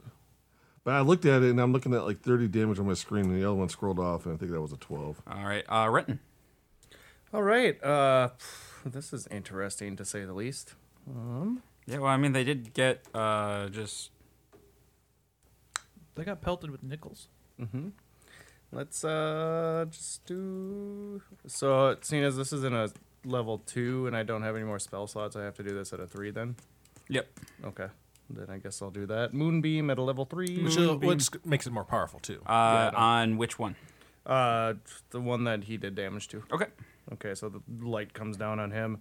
Speaker 4: but I looked at it and I'm looking at like 30 damage on my screen, and the other one scrolled off, and I think that was a 12.
Speaker 1: All right, uh, Renton.
Speaker 5: All right. Uh, this is interesting to say the least. Um,
Speaker 1: Yeah, well, I mean, they did get uh, just
Speaker 3: They got pelted with nickels.
Speaker 5: hmm Let's uh just do. So seeing as this is in a level two, and I don't have any more spell slots, I have to do this at a three. Then.
Speaker 1: Yep. uh,
Speaker 5: Okay. Then I guess I'll do that. Moonbeam at a level three.
Speaker 2: which, uh, which makes it more powerful too.
Speaker 1: uh, on which one?
Speaker 5: Uh, the one that he did damage to.
Speaker 1: Okay.
Speaker 5: Okay, so the light comes down on him.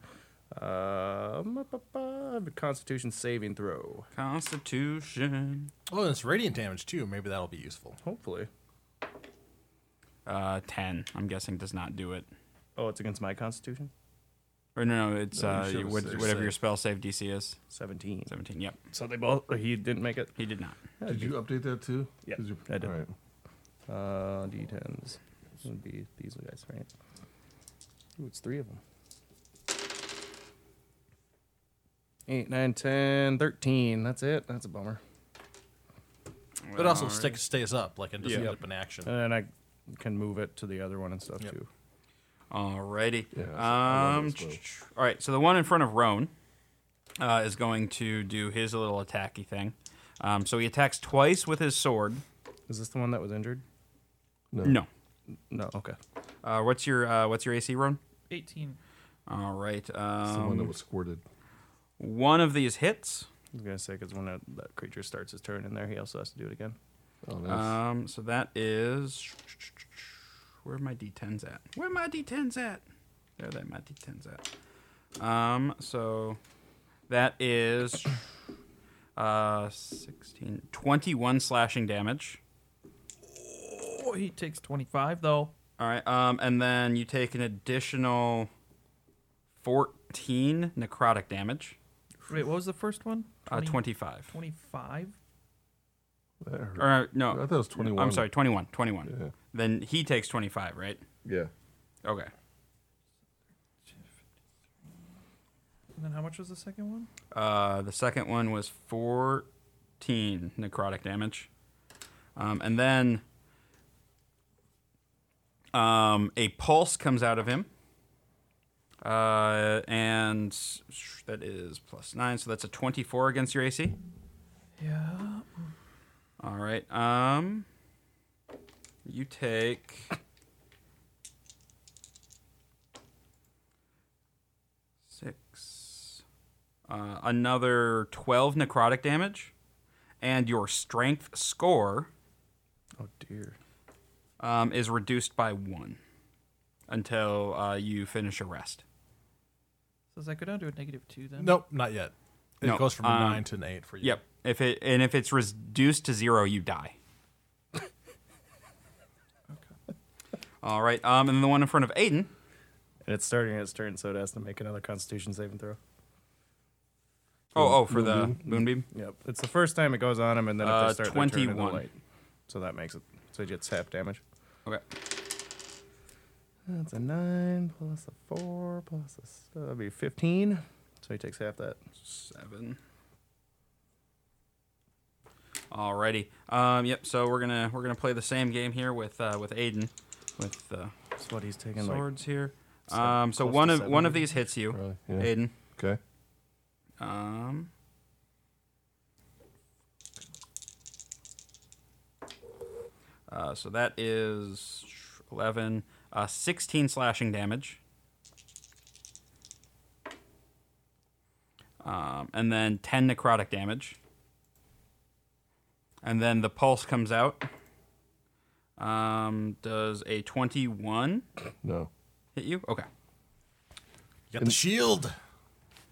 Speaker 5: Um, up, up, uh, Constitution saving throw.
Speaker 1: Constitution.
Speaker 2: oh, and it's radiant damage too. Maybe that'll be useful.
Speaker 5: Hopefully.
Speaker 1: Uh, 10, I'm guessing, does not do it.
Speaker 5: Oh, it's against my Constitution.
Speaker 1: Or no, no, it's
Speaker 4: No, you
Speaker 1: uh,
Speaker 4: should've
Speaker 1: what-
Speaker 4: said
Speaker 1: whatever
Speaker 4: save.
Speaker 1: your spell save DC is.
Speaker 5: Seventeen.
Speaker 1: 17, yep.
Speaker 5: So they both. He didn't make it.
Speaker 1: He did not.
Speaker 4: Did you update that too?
Speaker 5: Yeah,
Speaker 4: 'Cause you-
Speaker 5: I did.
Speaker 4: All right.
Speaker 5: Uh, D10s. This would be these guys, right? Ooh, it's three of them. 8, 9, 10, 13. That's it. That's a bummer.
Speaker 2: But also stick, stays up, like it doesn't
Speaker 5: Yeah.
Speaker 2: end up in action.
Speaker 1: Uh,
Speaker 5: And then I can move it to the other one and stuff
Speaker 2: Yep.
Speaker 5: too.
Speaker 1: Alrighty.
Speaker 4: I love
Speaker 1: um,
Speaker 4: it as well.
Speaker 1: ch- ch- all right. So the one in front of Roan uh, is going to do his little attacky thing. Um, so he attacks twice with his sword.
Speaker 5: Is this the one that was injured?
Speaker 1: No.
Speaker 5: No. Okay.
Speaker 1: Uh, what's your uh, What's your AC, Roan?
Speaker 3: 18.
Speaker 1: All right.
Speaker 4: the one that
Speaker 1: Um,
Speaker 4: was squirted.
Speaker 1: one of these hits.
Speaker 5: I was gonna say because when that, that creature starts his turn in there, he also has to do it again.
Speaker 4: Oh, nice.
Speaker 1: Um, so that is where are my d10s at? Where are my d10s at? There, that my d10s at. Um, so that is uh 16 21 slashing damage.
Speaker 3: Oh, he takes 25 though.
Speaker 1: All right. Um, and then you take an additional 14 necrotic damage.
Speaker 3: Wait, what was the first one?
Speaker 1: Uh,
Speaker 3: 20
Speaker 1: 25.
Speaker 3: 25?
Speaker 4: that hurt.
Speaker 1: Or
Speaker 4: I
Speaker 1: no,
Speaker 4: thought it was 21.
Speaker 1: uh, I'm sorry, 21, 21.
Speaker 4: Yeah.
Speaker 1: Then he takes 25, right?
Speaker 4: Yeah.
Speaker 1: Okay.
Speaker 3: And then how much was the second one?
Speaker 1: Uh, the second one was 14 necrotic damage. Um, and then um, a pulse comes out of him. Uh, and that is plus 9, so that's a 24 against your AC.
Speaker 3: Yeah.
Speaker 1: All right. Um, you take six, uh, another twelve necrotic damage, and your strength score
Speaker 5: Oh dear.
Speaker 1: um, is reduced by one until uh, you finish a rest.
Speaker 3: So does that go down to a negative 2 then?
Speaker 2: Nope, not yet. It
Speaker 1: No,
Speaker 2: goes from a
Speaker 1: um,
Speaker 2: nine to an eight for you.
Speaker 1: Yep. If it and if it's reduced to zero, you die. All right. Um, and then the one in front of Aiden.
Speaker 5: And it's starting its turn, so it has to make another Constitution saving throw.
Speaker 1: Oh, oh, for the moonbeam.
Speaker 5: Yep. It's the first time it goes on him, and then if
Speaker 1: Uh,
Speaker 5: they start their turn in the
Speaker 1: 21.
Speaker 5: light, so that makes it so he gets half damage.
Speaker 1: Okay.
Speaker 5: That's a nine plus a four plus a s- that'd be fifteen. So he takes half that.
Speaker 1: Seven. Alrighty. Um, yep. So we're gonna we're gonna play the same game here with uh, with Aiden, with uh,
Speaker 5: That's what he's taking. Like,
Speaker 1: swords here.
Speaker 5: seven-
Speaker 1: Um, so
Speaker 5: close
Speaker 1: one
Speaker 5: to
Speaker 1: of
Speaker 5: seven,
Speaker 1: one of
Speaker 5: maybe?
Speaker 1: these hits you,
Speaker 4: Probably. Yeah.
Speaker 1: Aiden.
Speaker 4: Okay.
Speaker 1: Um. Uh, so that is 11, uh, 16 slashing damage. Um, and then 10 necrotic damage. And then the pulse comes out. Um, does a 21
Speaker 4: No.
Speaker 1: hit you? Okay.
Speaker 2: You got the shield.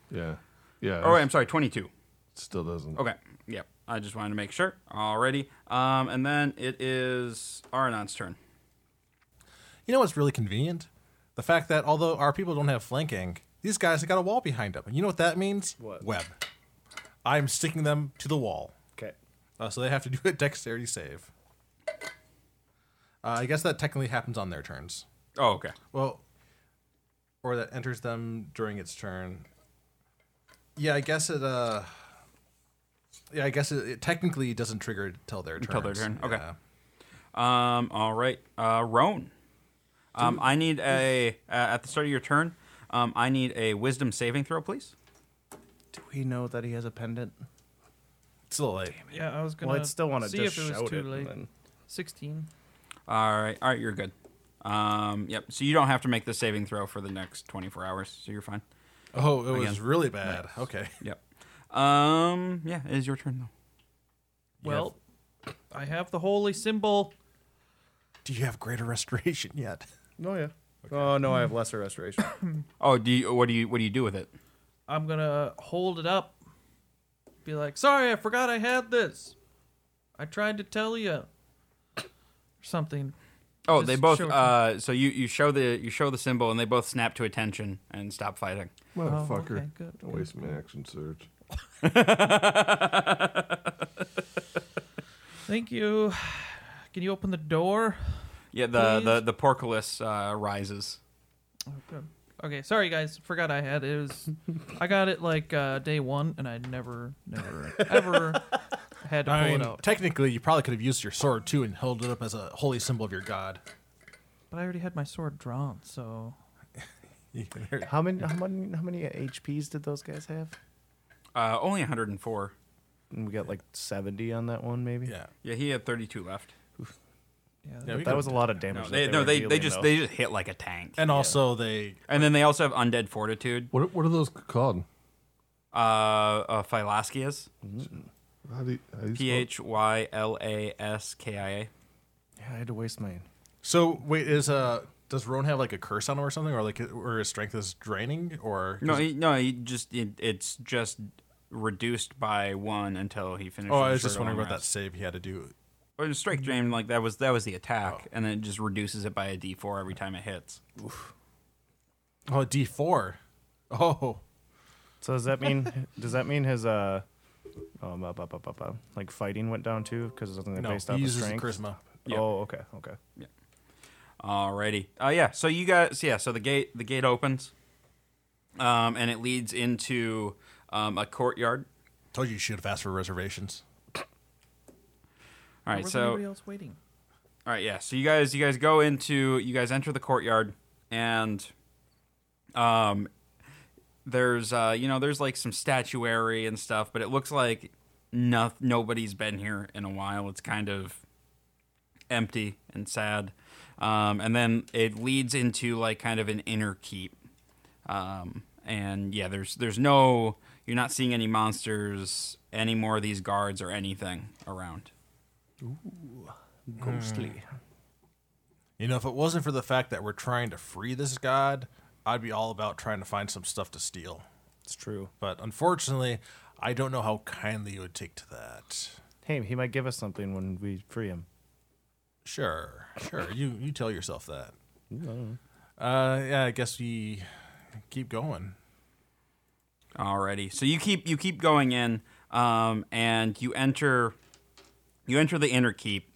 Speaker 4: Yeah. Yeah.
Speaker 1: Oh, wait, I'm sorry, 22.
Speaker 4: Still doesn't.
Speaker 1: Okay. Yep. I just wanted to make sure. Alrighty. Um, and then it is Aranon's turn.
Speaker 2: You know what's really convenient? The fact that although our people don't have flanking, these guys have got a wall behind them. And you know what that means?
Speaker 5: What?
Speaker 2: Web. I'm sticking them to the wall.
Speaker 5: okay.
Speaker 2: Uh, so they have to do a dexterity save. Uh, I guess that technically happens on their turns.
Speaker 1: Oh, okay.
Speaker 2: Well, or that enters them during its turn. Yeah, I guess it. uh Yeah, I guess it, it technically doesn't trigger till their turn.
Speaker 1: Till their turn, okay.
Speaker 2: Yeah.
Speaker 1: Um, all right. Uh, Roan. Um, I need a uh, at the start of your turn. Um, I need a wisdom saving throw, please.
Speaker 5: Do we know that he has a pendant?
Speaker 2: It's a little late.
Speaker 3: Yeah, I was gonna.
Speaker 5: Well, I'd still want to
Speaker 3: see
Speaker 5: just
Speaker 3: if it was
Speaker 5: shout
Speaker 3: too
Speaker 5: it,
Speaker 3: late.
Speaker 5: then-
Speaker 3: 16.
Speaker 1: All right. All right. You're good. Um, yep. So you don't have to make the saving throw for the next 24 hours. So you're fine.
Speaker 2: Oh, it was
Speaker 1: Again.
Speaker 2: really bad. Okay.
Speaker 1: Yep. Um, yeah. It is your turn though.
Speaker 3: Well, I have the holy symbol.
Speaker 2: Do you have greater restoration yet?
Speaker 5: Oh yeah. Oh no, I have lesser restoration.
Speaker 1: Oh, do you? What do you? What do you do with it?
Speaker 3: I'm gonna hold it up. Be like, sorry, I forgot I had this. I tried to tell you. Something.
Speaker 1: Oh,
Speaker 3: Just
Speaker 1: they both.
Speaker 3: show it to
Speaker 1: Uh, so you, you show the you show the symbol, and they both snap to attention and stop fighting.
Speaker 4: Motherfucker.
Speaker 3: okay, good,
Speaker 4: Don't
Speaker 3: good,
Speaker 4: waste my action surge.
Speaker 3: Thank you. Can you open the door?
Speaker 1: Yeah, the
Speaker 3: Please.
Speaker 1: the the porculus uh, rises.
Speaker 3: Oh, good. Okay, sorry guys, forgot I had it. It was I got it like uh, day one, and I never, never, ever had to pull
Speaker 2: I
Speaker 3: it
Speaker 2: mean,
Speaker 3: out.
Speaker 2: technically, you probably could have used your sword too and held it up as a holy symbol of your god.
Speaker 3: But I already had my sword drawn, so
Speaker 5: How many how many how many HPs did those guys have?
Speaker 1: Uh, only 104.
Speaker 5: And we got like seventy on that one, maybe.
Speaker 2: Yeah.
Speaker 1: Yeah, he had 32 left.
Speaker 3: yeah.
Speaker 2: Yeah, we
Speaker 5: That
Speaker 2: could-
Speaker 5: was a lot of damage.
Speaker 1: No,
Speaker 5: that
Speaker 1: they,
Speaker 5: were
Speaker 1: no, they, they
Speaker 5: dealing,
Speaker 1: just
Speaker 5: though.
Speaker 1: they just hit like a tank.
Speaker 2: And also, they
Speaker 1: And then they also have undead fortitude.
Speaker 4: What what are those called?
Speaker 1: Uh, uh Phylaskias.
Speaker 4: How do you, how do you
Speaker 1: P H Y L A S K I A.
Speaker 5: Yeah, I had to waste mine.
Speaker 2: So wait, is uh does Roan have like a curse on him or something, or like or his strength is draining, or
Speaker 1: No, he, no, he just it, it's just reduced by one until he finishes.
Speaker 2: Oh, I
Speaker 1: the
Speaker 2: was just
Speaker 1: short
Speaker 2: wondering
Speaker 1: arm
Speaker 2: about that
Speaker 1: rest.
Speaker 2: save he had to do.
Speaker 1: Or the strike drain, like that was that was the attack, and then it just reduces it by a D four every time it hits.
Speaker 2: Oh, D four. Oh,
Speaker 5: So does that mean does that mean his uh um up, up, up, up, up, like fighting went down too because it wasn't
Speaker 2: no,
Speaker 5: based off
Speaker 2: he
Speaker 5: of
Speaker 2: uses the
Speaker 5: strength?
Speaker 2: charisma.
Speaker 1: Yeah.
Speaker 5: Oh, okay, okay.
Speaker 1: Alrighty. Uh, yeah. So you guys, yeah. So the gate, the gate opens, um, and it leads into um, a courtyard.
Speaker 2: Told you you should have asked for reservations.
Speaker 1: All
Speaker 3: There
Speaker 1: right.
Speaker 3: wasn't
Speaker 1: So
Speaker 3: anybody else waiting.
Speaker 1: All right, yeah. So you guys, you guys go into, you guys enter the courtyard, and um, there's, uh, you know, there's like some statuary and stuff, but it looks like no, nobody's been here in a while. It's kind of empty and sad. Um, and then it leads into like kind of an inner keep. Um, and yeah, there's, there's no, you're not seeing any monsters, any more of these guards or anything around.
Speaker 5: Ghostly.
Speaker 2: You know, if it wasn't for the fact that we're trying to free this god, I'd be all about trying to find some stuff to steal.
Speaker 5: It's true.
Speaker 2: But unfortunately, I don't know how kindly you would take to that.
Speaker 5: Hey, he might give us something when we free him.
Speaker 2: Sure, sure. You you tell yourself that. Uh, yeah, I guess we keep going.
Speaker 1: Alrighty. So you keep you keep going in, um, and you enter you enter the inner keep,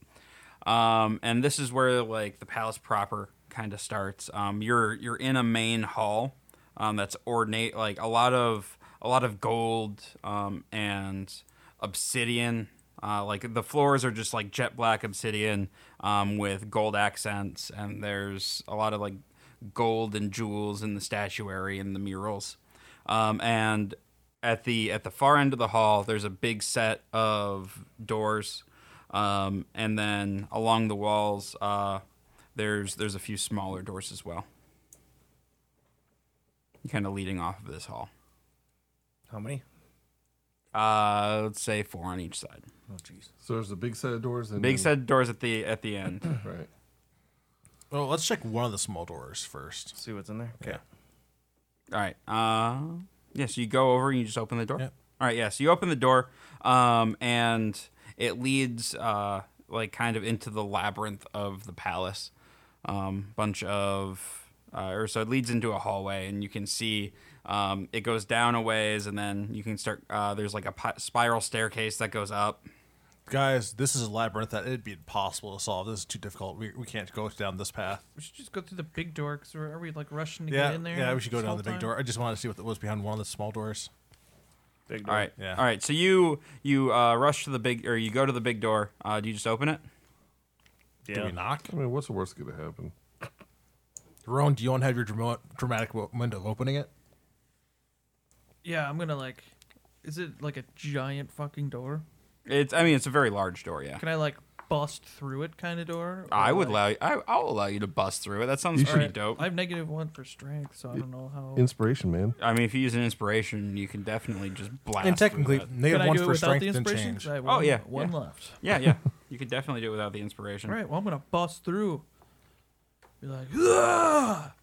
Speaker 1: um, and this is where like the palace proper kind of starts. Um, you're you're in a main hall um, that's ornate, like a lot of a lot of gold um, and obsidian. Uh, like the floors are just like jet black obsidian um, with gold accents, and there's a lot of like gold and jewels in the statuary and the murals. Um, and at the at the far end of the hall, there's a big set of doors, um, and then along the walls, uh, there's there's a few smaller doors as well. Kind of leading off of this hall.
Speaker 5: How many?
Speaker 1: Uh, let's say four on each side.
Speaker 5: Oh, jeez.
Speaker 4: So there's a big set of doors and
Speaker 1: Big
Speaker 4: then-
Speaker 1: set of doors at the at the end.
Speaker 4: Right.
Speaker 2: Well, let's check one of the small doors first.
Speaker 5: See what's in there. Okay.
Speaker 1: All right. Uh, yeah. So you go over and you just open the door.
Speaker 2: Yep.
Speaker 1: All right. Yeah. So you open the door, um, and it leads uh, like kind of into the labyrinth of the palace. Um, bunch of, uh, or so it leads into a hallway, and you can see um, it goes down a ways, and then you can start. Uh, there's like a pi- spiral staircase that goes up.
Speaker 2: Guys, this is a labyrinth that it'd be impossible to solve. This is too difficult. We, we can't go down this path.
Speaker 3: We should just go through the big door because are we like rushing to
Speaker 2: Yeah,
Speaker 3: get in there?
Speaker 2: yeah, we should go
Speaker 3: this
Speaker 2: down
Speaker 3: whole
Speaker 2: the big
Speaker 3: time?
Speaker 2: door. I just wanted to see what was behind one of the small doors.
Speaker 5: Big
Speaker 1: All right.
Speaker 2: Yeah.
Speaker 1: All right. So you you uh, rush to the big, or you go to the big door. Uh, do you just open it?
Speaker 2: Do
Speaker 5: Yeah.
Speaker 2: we knock?
Speaker 4: I mean, what's the worst going to happen?
Speaker 2: Roan, do you want to have your drama- dramatic wo- moment of opening it?
Speaker 3: Yeah, I'm gonna like. Is it like a giant fucking door?
Speaker 1: It's. I mean, it's a very large door. Yeah.
Speaker 3: Can I like bust through it kind of door? Or,
Speaker 1: I would
Speaker 3: like,
Speaker 1: allow you, I, I'll allow you to bust through it. That sounds pretty dope.
Speaker 3: I have negative one for strength, so I don't know how.
Speaker 4: Inspiration, man.
Speaker 1: I mean, if you use an inspiration, you can definitely just blast.
Speaker 2: and technically,
Speaker 1: through that.
Speaker 2: negative
Speaker 3: Can I
Speaker 2: one
Speaker 3: do it
Speaker 2: for
Speaker 3: without
Speaker 2: strength
Speaker 3: the
Speaker 2: didn't
Speaker 3: inspiration? 'Cause
Speaker 2: change.
Speaker 3: I have
Speaker 1: Oh,
Speaker 3: one-
Speaker 1: yeah,
Speaker 3: one
Speaker 1: yeah.
Speaker 3: left.
Speaker 1: yeah, yeah, you could definitely do it without the inspiration.
Speaker 3: All right, well I'm gonna bust through. Be like, "Ah!"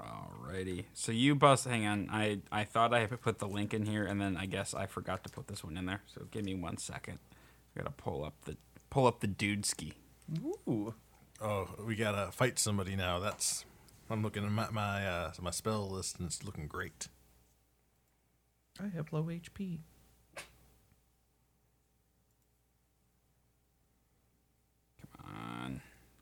Speaker 1: Alrighty. So you bust. Hang on. I I thought I had put the link in here, and then I guess I forgot to put this one in there. So give me one second. I gotta pull up the pull up the dude ski.
Speaker 5: Ooh.
Speaker 2: Oh, we gotta fight somebody now. That's I'm looking at my my, uh, my spell list and it's looking great.
Speaker 3: I have low HP.
Speaker 1: Come on.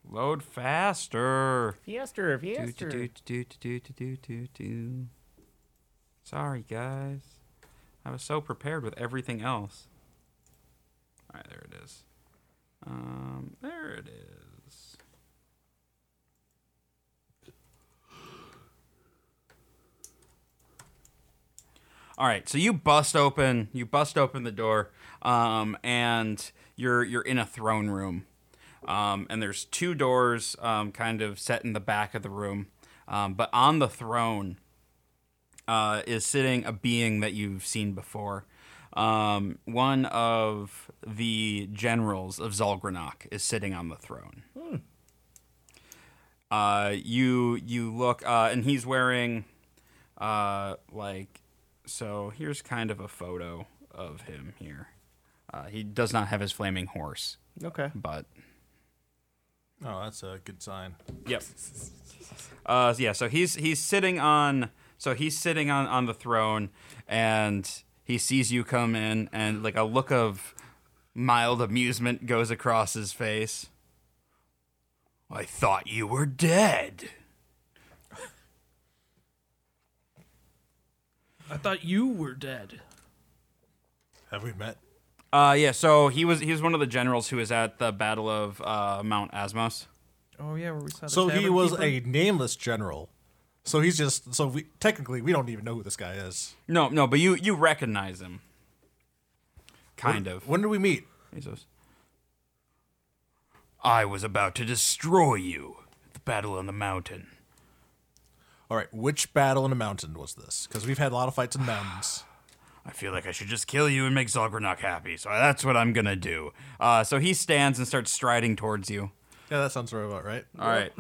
Speaker 1: Load faster.
Speaker 5: Fiester,
Speaker 1: Do, do, do, do, do, do, do, do, do. Sorry, guys. I was so prepared with everything else. All right, there it is. Um, there it is. All right, so you bust open, you bust open the door, um, and you're you're in a throne room, um, and there's two doors, um, kind of set in the back of the room, um, but on the throne uh, is sitting a being that you've seen before. Um, one of the generals of Zalgranok is sitting on the throne. Uh, you you look, uh, and he's wearing uh, like so. Here's kind of a photo of him here. Uh, he does not have his flaming horse,
Speaker 5: Okay.
Speaker 1: but
Speaker 2: Oh, that's a good sign.
Speaker 1: Yep. Uh, yeah. So he's he's sitting on so he's sitting on on the throne, and he sees you come in, and like a look of mild amusement goes across his face. I thought you were dead.
Speaker 3: I thought you were dead.
Speaker 2: Have we met?
Speaker 1: Uh, yeah. So he was he was one of the generals who was at the Battle of uh, Mount Asmos.
Speaker 3: Oh yeah, where we saw. The
Speaker 2: So he
Speaker 3: tavern
Speaker 2: was
Speaker 3: keeper?
Speaker 2: a nameless general. So he's just so we technically we don't even know who this guy is.
Speaker 1: No, no, but you you recognize him. Kind of.
Speaker 2: When did we meet?
Speaker 1: He says, I was about to destroy you at the Battle on the Mountain.
Speaker 2: All right, which battle in a mountain was this? Because we've had a lot of fights in mountains.
Speaker 1: I feel like I should just kill you and make Zalgranok happy, so that's what I'm gonna do. Uh, so he stands and starts striding towards you.
Speaker 2: Yeah, that sounds right about right.
Speaker 1: All right,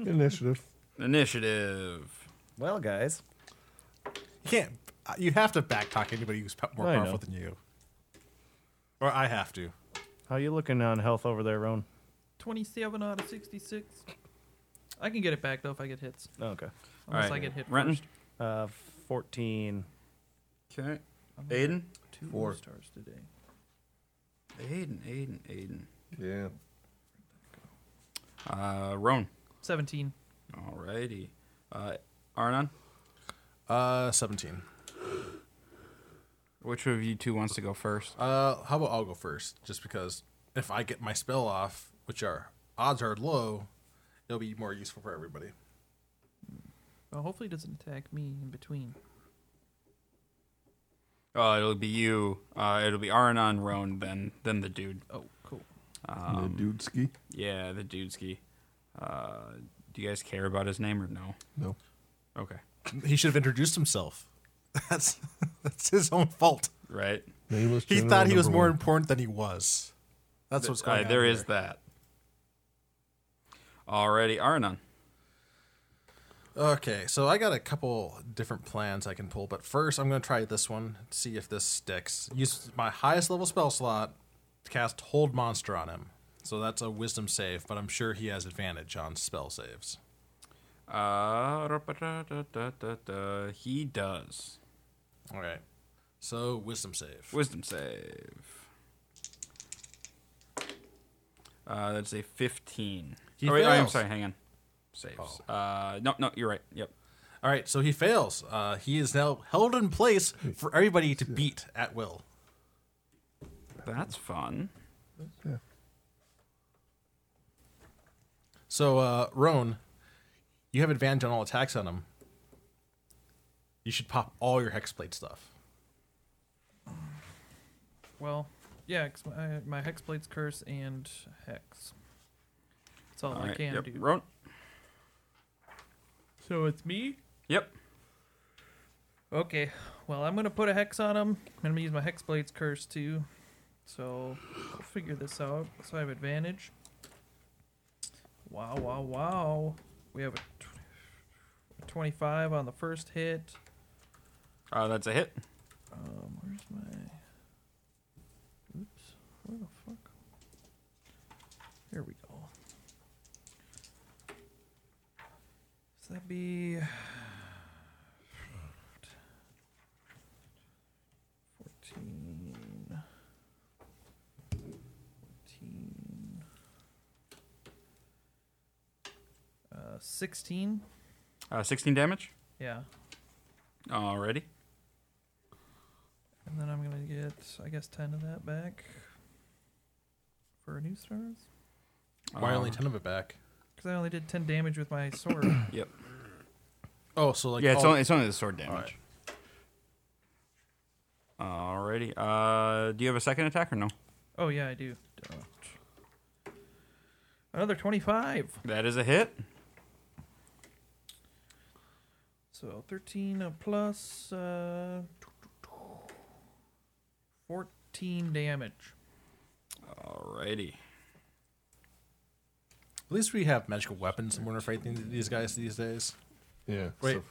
Speaker 4: Initiative.
Speaker 1: initiative.
Speaker 5: Well, guys.
Speaker 2: You can't. You have to backtalk anybody who's po- more
Speaker 5: I know.
Speaker 2: powerful than you, or I have to.
Speaker 5: How you looking on health over there, Roan?
Speaker 3: twenty-seven out of sixty-six. I can get it back though if I get hits.
Speaker 5: Oh, okay.
Speaker 3: Unless
Speaker 1: All right.
Speaker 3: I get hit
Speaker 1: Renton?
Speaker 3: first.
Speaker 5: Uh, 14.
Speaker 1: Okay. Aiden?
Speaker 3: Two
Speaker 4: Four.
Speaker 3: stars today.
Speaker 1: Aiden, Aiden, Aiden.
Speaker 4: Yeah.
Speaker 1: Uh, Roan.
Speaker 3: Seventeen.
Speaker 1: Alrighty. Uh, Arnon?
Speaker 2: Uh, seventeen.
Speaker 1: Which of you two wants to go first?
Speaker 2: Uh, how about I'll go first? Just because if I get my spell off, which are odds are low, it'll be more useful for everybody.
Speaker 3: Well, hopefully it doesn't attack me in between.
Speaker 1: Uh, it'll be you. Uh, it'll be Arnon, Roan, then then the dude.
Speaker 3: Oh, cool.
Speaker 2: Um,
Speaker 4: the dude ski.
Speaker 1: Yeah, the dudeski. Uh, do you guys care about his name or no?
Speaker 4: No.
Speaker 1: Okay,
Speaker 2: He should have introduced himself. That's that's his own fault.
Speaker 1: right.
Speaker 4: Nameless
Speaker 2: He
Speaker 4: general
Speaker 2: thought he was
Speaker 4: number
Speaker 2: more
Speaker 4: one.
Speaker 2: important than he was. That's what's going
Speaker 1: Uh,
Speaker 2: on.
Speaker 1: there is that. Alrighty, Arnon.
Speaker 2: Okay, so I got a couple different plans I can pull, but first I'm going to try this one, see if this sticks. Use my highest level spell slot to cast Hold Monster on him. So that's a wisdom save, but I'm sure he has advantage on spell saves.
Speaker 1: Uh, ra-pa-da-da-da-da-da. he does
Speaker 2: All right. So wisdom save.
Speaker 1: wisdom save. Uh, that's a fifteen.
Speaker 2: He
Speaker 1: oh, wait, I'm
Speaker 2: fails.
Speaker 1: sorry. Hang on. Saves. Uh, no, no, you're right. Yep.
Speaker 2: All right, so he fails. Uh, he is now held in place for everybody to beat at will.
Speaker 1: That's fun.
Speaker 2: So, uh, Roan, you have advantage on all attacks on him. You should pop all your hexblade stuff.
Speaker 3: Well, yeah, 'cause my, uh, my hex plate's curse and hex. That's all,
Speaker 1: All
Speaker 3: I
Speaker 1: right.
Speaker 3: can
Speaker 1: Yep.
Speaker 3: do.
Speaker 1: Roan.
Speaker 3: So it's me.
Speaker 1: Yep.
Speaker 3: Okay. Well, I'm gonna put a hex on him. I'm gonna use my hex blade's curse too. So I'll figure this out. So I have advantage. Wow! Wow! Wow! We have a tw- a 25 on the first hit.
Speaker 1: Uh, that's a hit.
Speaker 3: Um, where's my? Oops. Where the fuck? There we go. So that'd be. 14. 14. 16.
Speaker 1: Uh, 16 damage.
Speaker 3: Yeah.
Speaker 1: Alrighty.
Speaker 3: And then I'm going to get, I guess, 10 of that back for new stars.
Speaker 2: Why only
Speaker 1: Um,
Speaker 2: ten of it back?
Speaker 3: Because I only did 10 damage with my sword.
Speaker 1: Yep.
Speaker 2: Oh, so like
Speaker 1: yeah, it's
Speaker 2: all-
Speaker 1: only it's only the sword damage. Alrighty. Uh, do you have a second attack or no?
Speaker 3: oh, yeah, I do. Don't. Another 25.
Speaker 1: That is a hit.
Speaker 3: So 13 plus uh, 14 damage.
Speaker 1: Alrighty.
Speaker 2: At least we have magical weapons and we're fighting these guys these days.
Speaker 4: Yeah.
Speaker 2: Wait.
Speaker 4: so-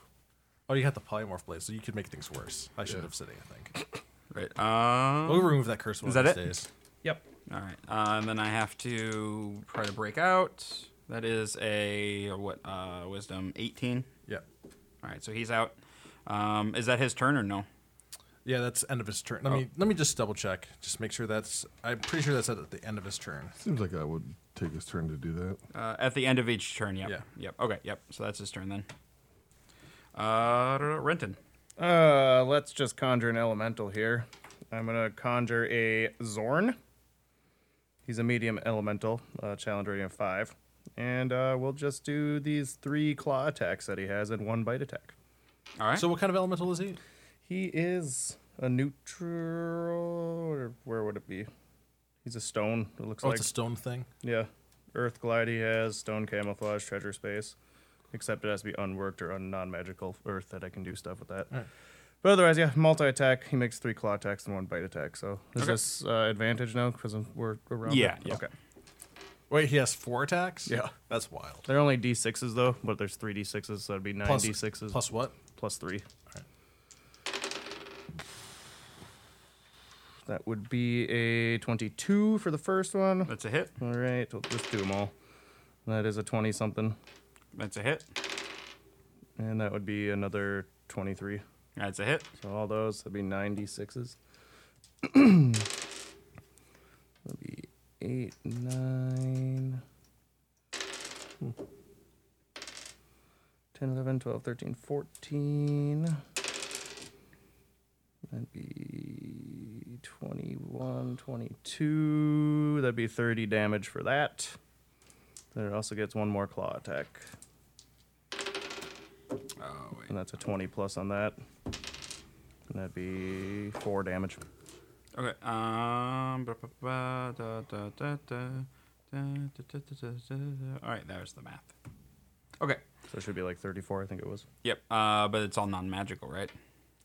Speaker 2: Oh, you got the polymorph blade, so you could make things worse. I should
Speaker 4: Yeah.
Speaker 2: have said anything.
Speaker 1: Right. Um.
Speaker 2: We'll remove that curse one
Speaker 1: Is
Speaker 2: of
Speaker 1: that
Speaker 2: these
Speaker 1: it?
Speaker 2: days.
Speaker 3: Yep.
Speaker 1: All right, uh, and then I have to try to break out. That is a what? Uh, wisdom eighteen.
Speaker 2: Yeah.
Speaker 1: All right, so he's out. Um, is that his turn or no?
Speaker 2: Yeah, that's end of his turn.
Speaker 1: Oh.
Speaker 2: Let me let me just double check. Just make sure that's I'm pretty sure that's at the end of his turn.
Speaker 4: Seems like I would take his turn to do that.
Speaker 1: Uh, at the end of each turn. Yep.
Speaker 2: Yeah.
Speaker 1: Yep. Okay. Yep. So that's his turn then. Uh, Renton.
Speaker 5: Uh, let's just conjure an elemental here. I'm gonna conjure a Zorn. He's a medium elemental, uh, challenge rating of five, and uh, we'll just do these three claw attacks that he has and one bite attack.
Speaker 1: All right.
Speaker 2: So what kind of elemental is he?
Speaker 5: He is a neutral, or where would it be? He's a stone. It looks
Speaker 2: Oh,
Speaker 5: like
Speaker 2: it's a stone thing.
Speaker 5: yeah. Earth glide he has, stone camouflage, treasure space. Except it has to be unworked or un- non-magical earth that I can do stuff with that. But otherwise, yeah, multi-attack. He makes three claw attacks and one bite attack. So is
Speaker 1: Okay.
Speaker 5: this uh, advantage now because we're around?
Speaker 1: Yeah,
Speaker 5: it?
Speaker 1: yeah.
Speaker 5: Okay.
Speaker 2: Wait, he has four attacks?
Speaker 5: Yeah.
Speaker 2: That's wild.
Speaker 5: They're only d6s though, but there's three d6s, so that'd be nine
Speaker 2: Plus-
Speaker 5: d6s
Speaker 2: Plus what?
Speaker 5: plus three. That would be a 22 for the first one.
Speaker 1: that's a hit.
Speaker 5: All right, we'll just do them all. That is a 20 something,
Speaker 1: That's a hit.
Speaker 5: and that would be another 23.
Speaker 1: That's a hit.
Speaker 5: So all those would be 96s. That'd be 8, 9, hmm, 10, 11, 12, 13, 14. That'd be 21, 22. That'd be 30 damage for that. Then it also gets one more claw attack.
Speaker 1: Oh wait.
Speaker 5: And that's a 20 plus on that. And that'd be four damage.
Speaker 1: Okay. Um. ba- ba- ba- da- da- da- da- da- da- da- da- da- da. All right. There's the math. Okay.
Speaker 5: So it should be like 34, I think it was.
Speaker 1: Yep. Uh, but it's all non-magical, right?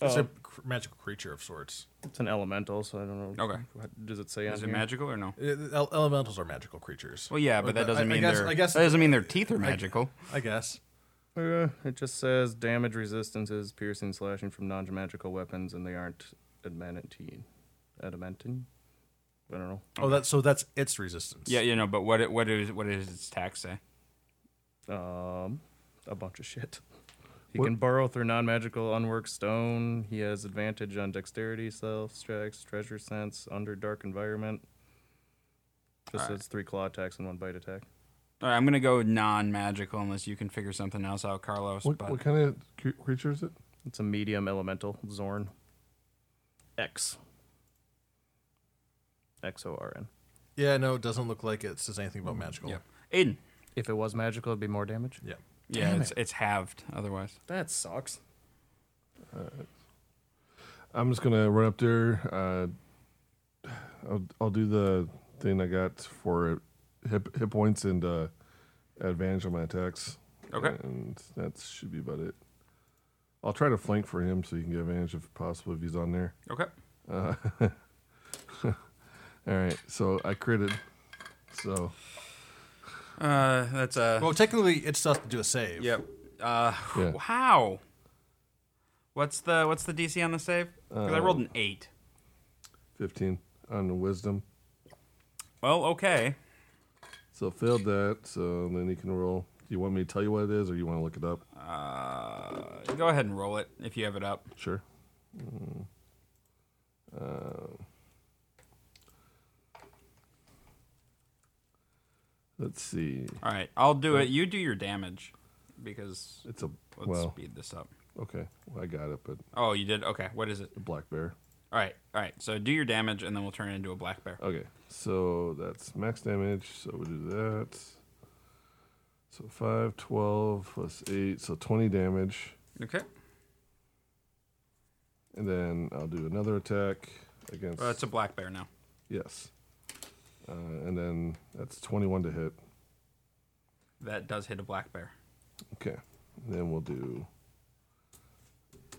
Speaker 2: It's
Speaker 5: Uh,
Speaker 2: a cr- magical creature of sorts.
Speaker 5: It's an elemental, so I don't know.
Speaker 1: Okay.
Speaker 5: What does it say on
Speaker 1: Is it
Speaker 5: here?
Speaker 1: magical or no?
Speaker 2: Uh, el- elementals are magical creatures.
Speaker 1: Well, yeah,
Speaker 2: Or
Speaker 1: but that
Speaker 2: the-
Speaker 1: doesn't
Speaker 2: I- I
Speaker 1: mean
Speaker 2: guess-
Speaker 1: their
Speaker 2: I guess-
Speaker 1: that doesn't mean their teeth are magical.
Speaker 2: I guess.
Speaker 5: Uh, it just says damage resistances, piercing, slashing from non-magical weapons, and they aren't adamantine. Adamantine? I don't know.
Speaker 2: Oh, that's so that's its resistance.
Speaker 1: yeah, you know, but what it, what is what does its tax say?
Speaker 5: Um, a bunch of shit. He
Speaker 4: What-
Speaker 5: can burrow through non-magical unworked stone. He has advantage on dexterity, stealth checks, treasure sense, under dark environment. Just
Speaker 1: Alright.
Speaker 5: says three claw attacks and one bite attack.
Speaker 1: All right, I'm gonna go non-magical unless you can figure something else out, Carlos.
Speaker 4: What,
Speaker 1: but
Speaker 4: what kind of cre- creature is it?
Speaker 5: It's a medium elemental Zorn. X. X O R N.
Speaker 2: Yeah, no, it doesn't look like it says anything about magical.
Speaker 1: yeah, Aiden.
Speaker 5: If it was magical, it'd be more damage.
Speaker 2: Yeah.
Speaker 1: Yeah, it's it's halved otherwise.
Speaker 5: That sucks.
Speaker 4: I'm just gonna run up there. Uh, I'll I'll do the thing I got for hit hit points and uh, advantage on my attacks.
Speaker 1: Okay.
Speaker 4: and that should be about it. I'll try to flank for him so he can get advantage if possible if he's on there.
Speaker 1: Okay.
Speaker 4: Uh, all right, so I critted. So
Speaker 1: Uh, that's a
Speaker 2: Well, technically, it still has to do a save.
Speaker 1: yep. Uh,
Speaker 4: Yeah.
Speaker 1: wow. What's the what's the DC on the save? Because I rolled an
Speaker 4: Uh,
Speaker 1: eight.
Speaker 4: 15 on the wisdom.
Speaker 1: Well, okay.
Speaker 4: So failed that. So then he can roll. Do you want me to tell you what it is, or you want to look it up?
Speaker 1: Uh, go ahead and roll it if you have it up.
Speaker 4: Sure. Uh, let's see.
Speaker 1: All right, I'll do it. You do your damage. because
Speaker 4: It's a
Speaker 1: let's
Speaker 4: well.
Speaker 1: speed this up.
Speaker 4: Okay, well, I got it, but
Speaker 1: Oh, you did. Okay, what is it?
Speaker 4: the black bear.
Speaker 1: All right, all right. So do your damage, and then we'll turn it into a black bear.
Speaker 4: Okay, so that's max damage, so we do that. So 5, 12, plus 8, so 20 damage.
Speaker 1: Okay.
Speaker 4: And then I'll do another attack against.
Speaker 1: Well, Uh, it's a black bear now.
Speaker 4: yes. Uh, and then that's 21 to hit.
Speaker 1: That does hit a black bear.
Speaker 4: Okay, then we'll do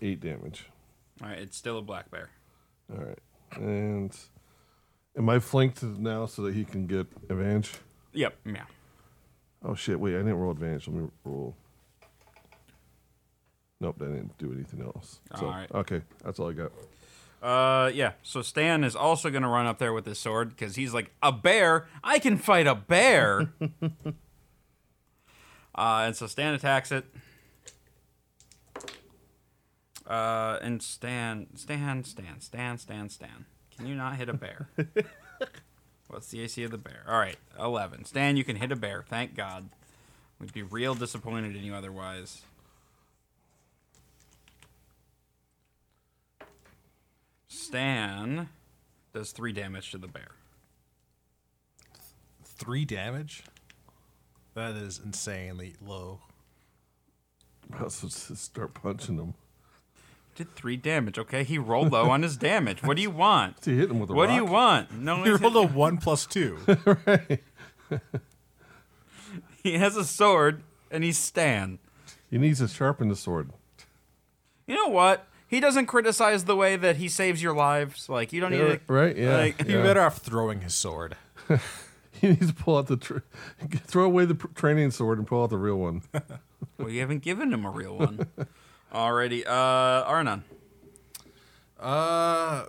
Speaker 4: 8 damage.
Speaker 1: All right, it's still a black bear.
Speaker 4: All right, and am I flanked now so that he can get advantage?
Speaker 1: Yep. Yeah.
Speaker 4: Oh shit! Wait, I didn't roll advantage. Let me roll. Nope, I didn't do anything else. So,
Speaker 1: Alright.
Speaker 4: Okay, that's all I got.
Speaker 1: Uh, yeah. So Stan is also gonna run up there with his sword because he's like a bear. I can fight a bear. uh, and so Stan attacks it. Uh, and Stan, Stan, Stan, Stan, Stan, Stan. Can you not hit a bear? What's the AC of the bear? All right, eleven. Stan, you can hit a bear. Thank God. We'd be real disappointed in you otherwise. Stan does three damage to the bear.
Speaker 2: Three damage. That is insanely low.
Speaker 4: I'll just start punching him.
Speaker 1: Did three damage. Okay, he rolled low on his damage. What do you want?
Speaker 4: See, hit him with a
Speaker 1: What do you
Speaker 4: rock.
Speaker 1: want? No,
Speaker 2: You
Speaker 1: one's
Speaker 2: rolled a one plus two.
Speaker 1: hit- he has a sword and he's Stan.
Speaker 4: He needs to sharpen the sword.
Speaker 1: You know what? He doesn't criticize the way that he saves your lives. Like you don't need to.
Speaker 4: right? Yeah.
Speaker 1: like-
Speaker 4: yeah.
Speaker 2: You're better off throwing his sword.
Speaker 4: He needs to pull out the tr throw away the pr- training sword and pull out the real one.
Speaker 1: Well, you haven't given him a real one. Already, uh, Arnon.
Speaker 2: Uh,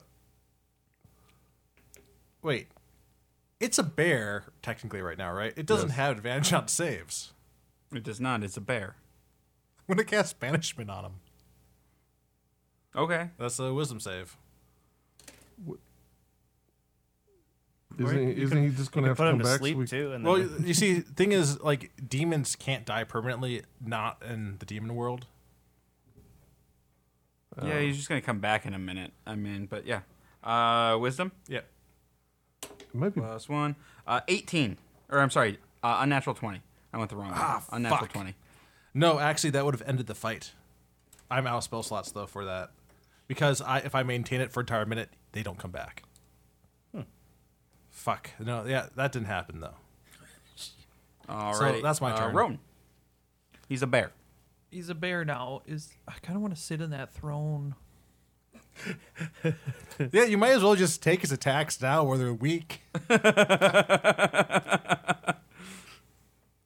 Speaker 2: wait. It's a bear technically right now, right? It doesn't have advantage on saves.
Speaker 1: It does not. It's a bear.
Speaker 2: I'm gonna cast banishment on him.
Speaker 1: Okay.
Speaker 2: That's a wisdom save.
Speaker 4: Isn't, he, isn't he just going to have to
Speaker 5: Put him
Speaker 4: come
Speaker 5: to
Speaker 4: back? so
Speaker 5: sleep
Speaker 4: we-
Speaker 5: too, and then
Speaker 2: Well, you see, thing is, like demons can't die permanently, not in the demon world.
Speaker 4: Oh.
Speaker 1: yeah, he's just gonna come back in a minute. I mean, but yeah. Uh, wisdom
Speaker 2: Yeah.
Speaker 4: It might be.
Speaker 1: plus one. Uh, eighteen. Or I'm sorry, uh, unnatural twenty. I went the wrong. Ah, unnatural
Speaker 2: fuck.
Speaker 1: twenty.
Speaker 2: No, actually, that would have ended the fight. I'm out of spell slots though for that, because I if I maintain it for an entire minute, they don't come back.
Speaker 1: Hmm.
Speaker 2: Fuck. No, yeah, that didn't happen though.
Speaker 1: Alrighty.
Speaker 2: that's my
Speaker 1: Uh,
Speaker 2: turn.
Speaker 1: Roan. He's a bear.
Speaker 3: He's a bear now. Is I kind of want to sit in that throne.
Speaker 2: Yeah, you might as well just take his attacks now where they're weak.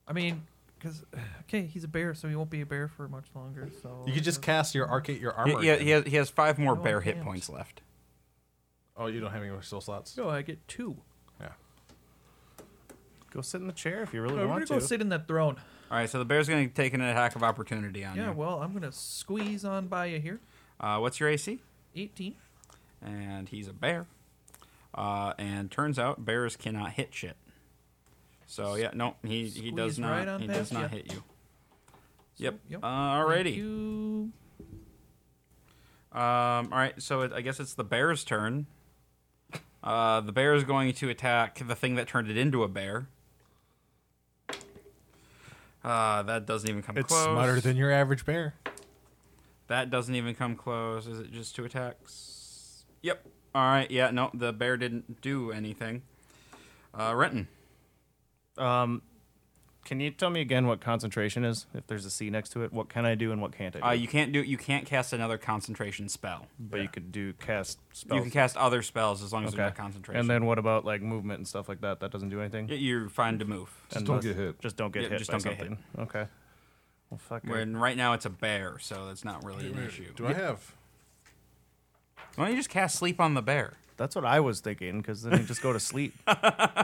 Speaker 3: I mean, because okay, he's a bear, so he won't be a bear for much longer. So
Speaker 2: You could just cast your arcate your armor.
Speaker 1: Yeah,
Speaker 2: again.
Speaker 1: he has, he has five more
Speaker 3: No, I
Speaker 1: bear hit
Speaker 3: can't.
Speaker 1: points left.
Speaker 2: Oh, you don't have any more spell slots.
Speaker 3: go. I get two.
Speaker 2: Yeah.
Speaker 5: go sit in the chair if you really
Speaker 3: I'm gonna
Speaker 5: want
Speaker 3: go
Speaker 5: to.
Speaker 3: sit in that throne.
Speaker 1: All right, so the bear's going to take an attack of opportunity on
Speaker 3: Yeah,
Speaker 1: you.
Speaker 3: well, I'm gonna squeeze on by you here.
Speaker 1: Uh, what's your AC?
Speaker 3: 18.
Speaker 1: And he's a bear. Uh, and turns out bears cannot hit shit. So yeah, no, he, he does
Speaker 3: Squeeze
Speaker 1: not
Speaker 3: right on
Speaker 1: he does
Speaker 3: past
Speaker 1: not
Speaker 3: ya.
Speaker 1: hit you. Yep. Uh,
Speaker 3: yep. Thank
Speaker 1: Alrighty.
Speaker 3: you.
Speaker 1: Um, all right, so it, I guess it's the bear's turn. Uh, the bear is going to attack the thing that turned it into a bear. Uh, that doesn't even come
Speaker 2: It's
Speaker 1: close.
Speaker 2: smarter than your average bear.
Speaker 1: That doesn't even come close. Is it just two attacks? Yep. All right. Yeah. No, the bear didn't do anything. Uh, Renton.
Speaker 5: Um, can you tell me again what concentration is? If there's a C next to it, what can I do and what can't I do?
Speaker 1: Uh, you can't do. You can't cast another concentration spell.
Speaker 5: but you could do cast spells.
Speaker 1: You can cast other spells as long as
Speaker 5: Okay.
Speaker 1: they're not concentration.
Speaker 5: And then what about like movement and stuff like that? That doesn't do anything.
Speaker 1: Y- you're fine to move.
Speaker 4: Just don't get hit.
Speaker 5: Just don't get
Speaker 1: Yeah,
Speaker 5: hit.
Speaker 1: just
Speaker 5: by
Speaker 1: don't get hit.
Speaker 5: something. Okay. Well, fuck. it.
Speaker 1: When right now it's a bear, so that's not really an issue.
Speaker 2: Do I have?
Speaker 1: Why don't you just cast sleep on the bear?
Speaker 5: That's what I was thinking, because then we just go to sleep.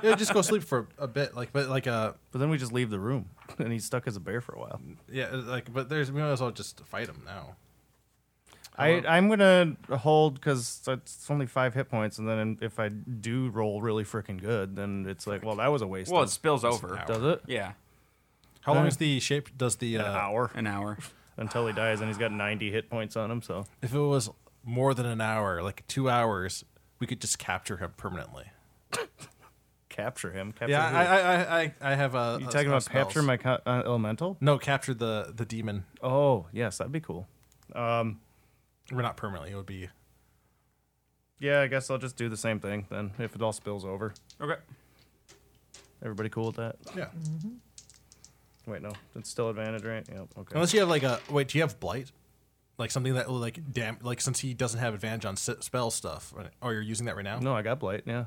Speaker 2: Yeah, just go sleep for a bit, like, but like uh,
Speaker 5: But then we just leave the room, and he's stuck as a bear for a while.
Speaker 2: yeah, like, but there's we might as well just fight him now.
Speaker 5: I, I'm gonna hold because it's only five hit points, and then if I do roll really freaking good, then it's like, well, that was a waste.
Speaker 1: Well,
Speaker 5: of-
Speaker 1: it spills over.
Speaker 5: does it?
Speaker 1: Yeah.
Speaker 2: How long is the shape? Does the
Speaker 5: An
Speaker 2: uh,
Speaker 5: hour
Speaker 1: An hour.
Speaker 5: until he dies, and he's got 90 hit points on him. So
Speaker 2: if it was more than an hour, like two hours, we could just capture him permanently.
Speaker 5: capture him. Capture
Speaker 2: Yeah,
Speaker 5: who?
Speaker 2: I I, I, I I have a.
Speaker 5: you
Speaker 2: a-
Speaker 5: talking
Speaker 2: a
Speaker 5: about
Speaker 2: spells.
Speaker 5: capture my co- uh, elemental?
Speaker 2: No, capture the the demon.
Speaker 5: Oh yes, that'd be cool. Um,
Speaker 2: We're not permanently. It would be
Speaker 5: yeah, I guess I'll just do the same thing then. If it all spills over,
Speaker 1: Okay.
Speaker 5: everybody cool with that?
Speaker 2: yeah.
Speaker 5: Wait, no, it's still advantage, right? Yep. Okay.
Speaker 2: Unless you have like a wait, do you have blight? Like something that will like damn like since he doesn't have advantage on s- spell stuff, right? or you're using that right now?
Speaker 5: no, I got blight. Yeah,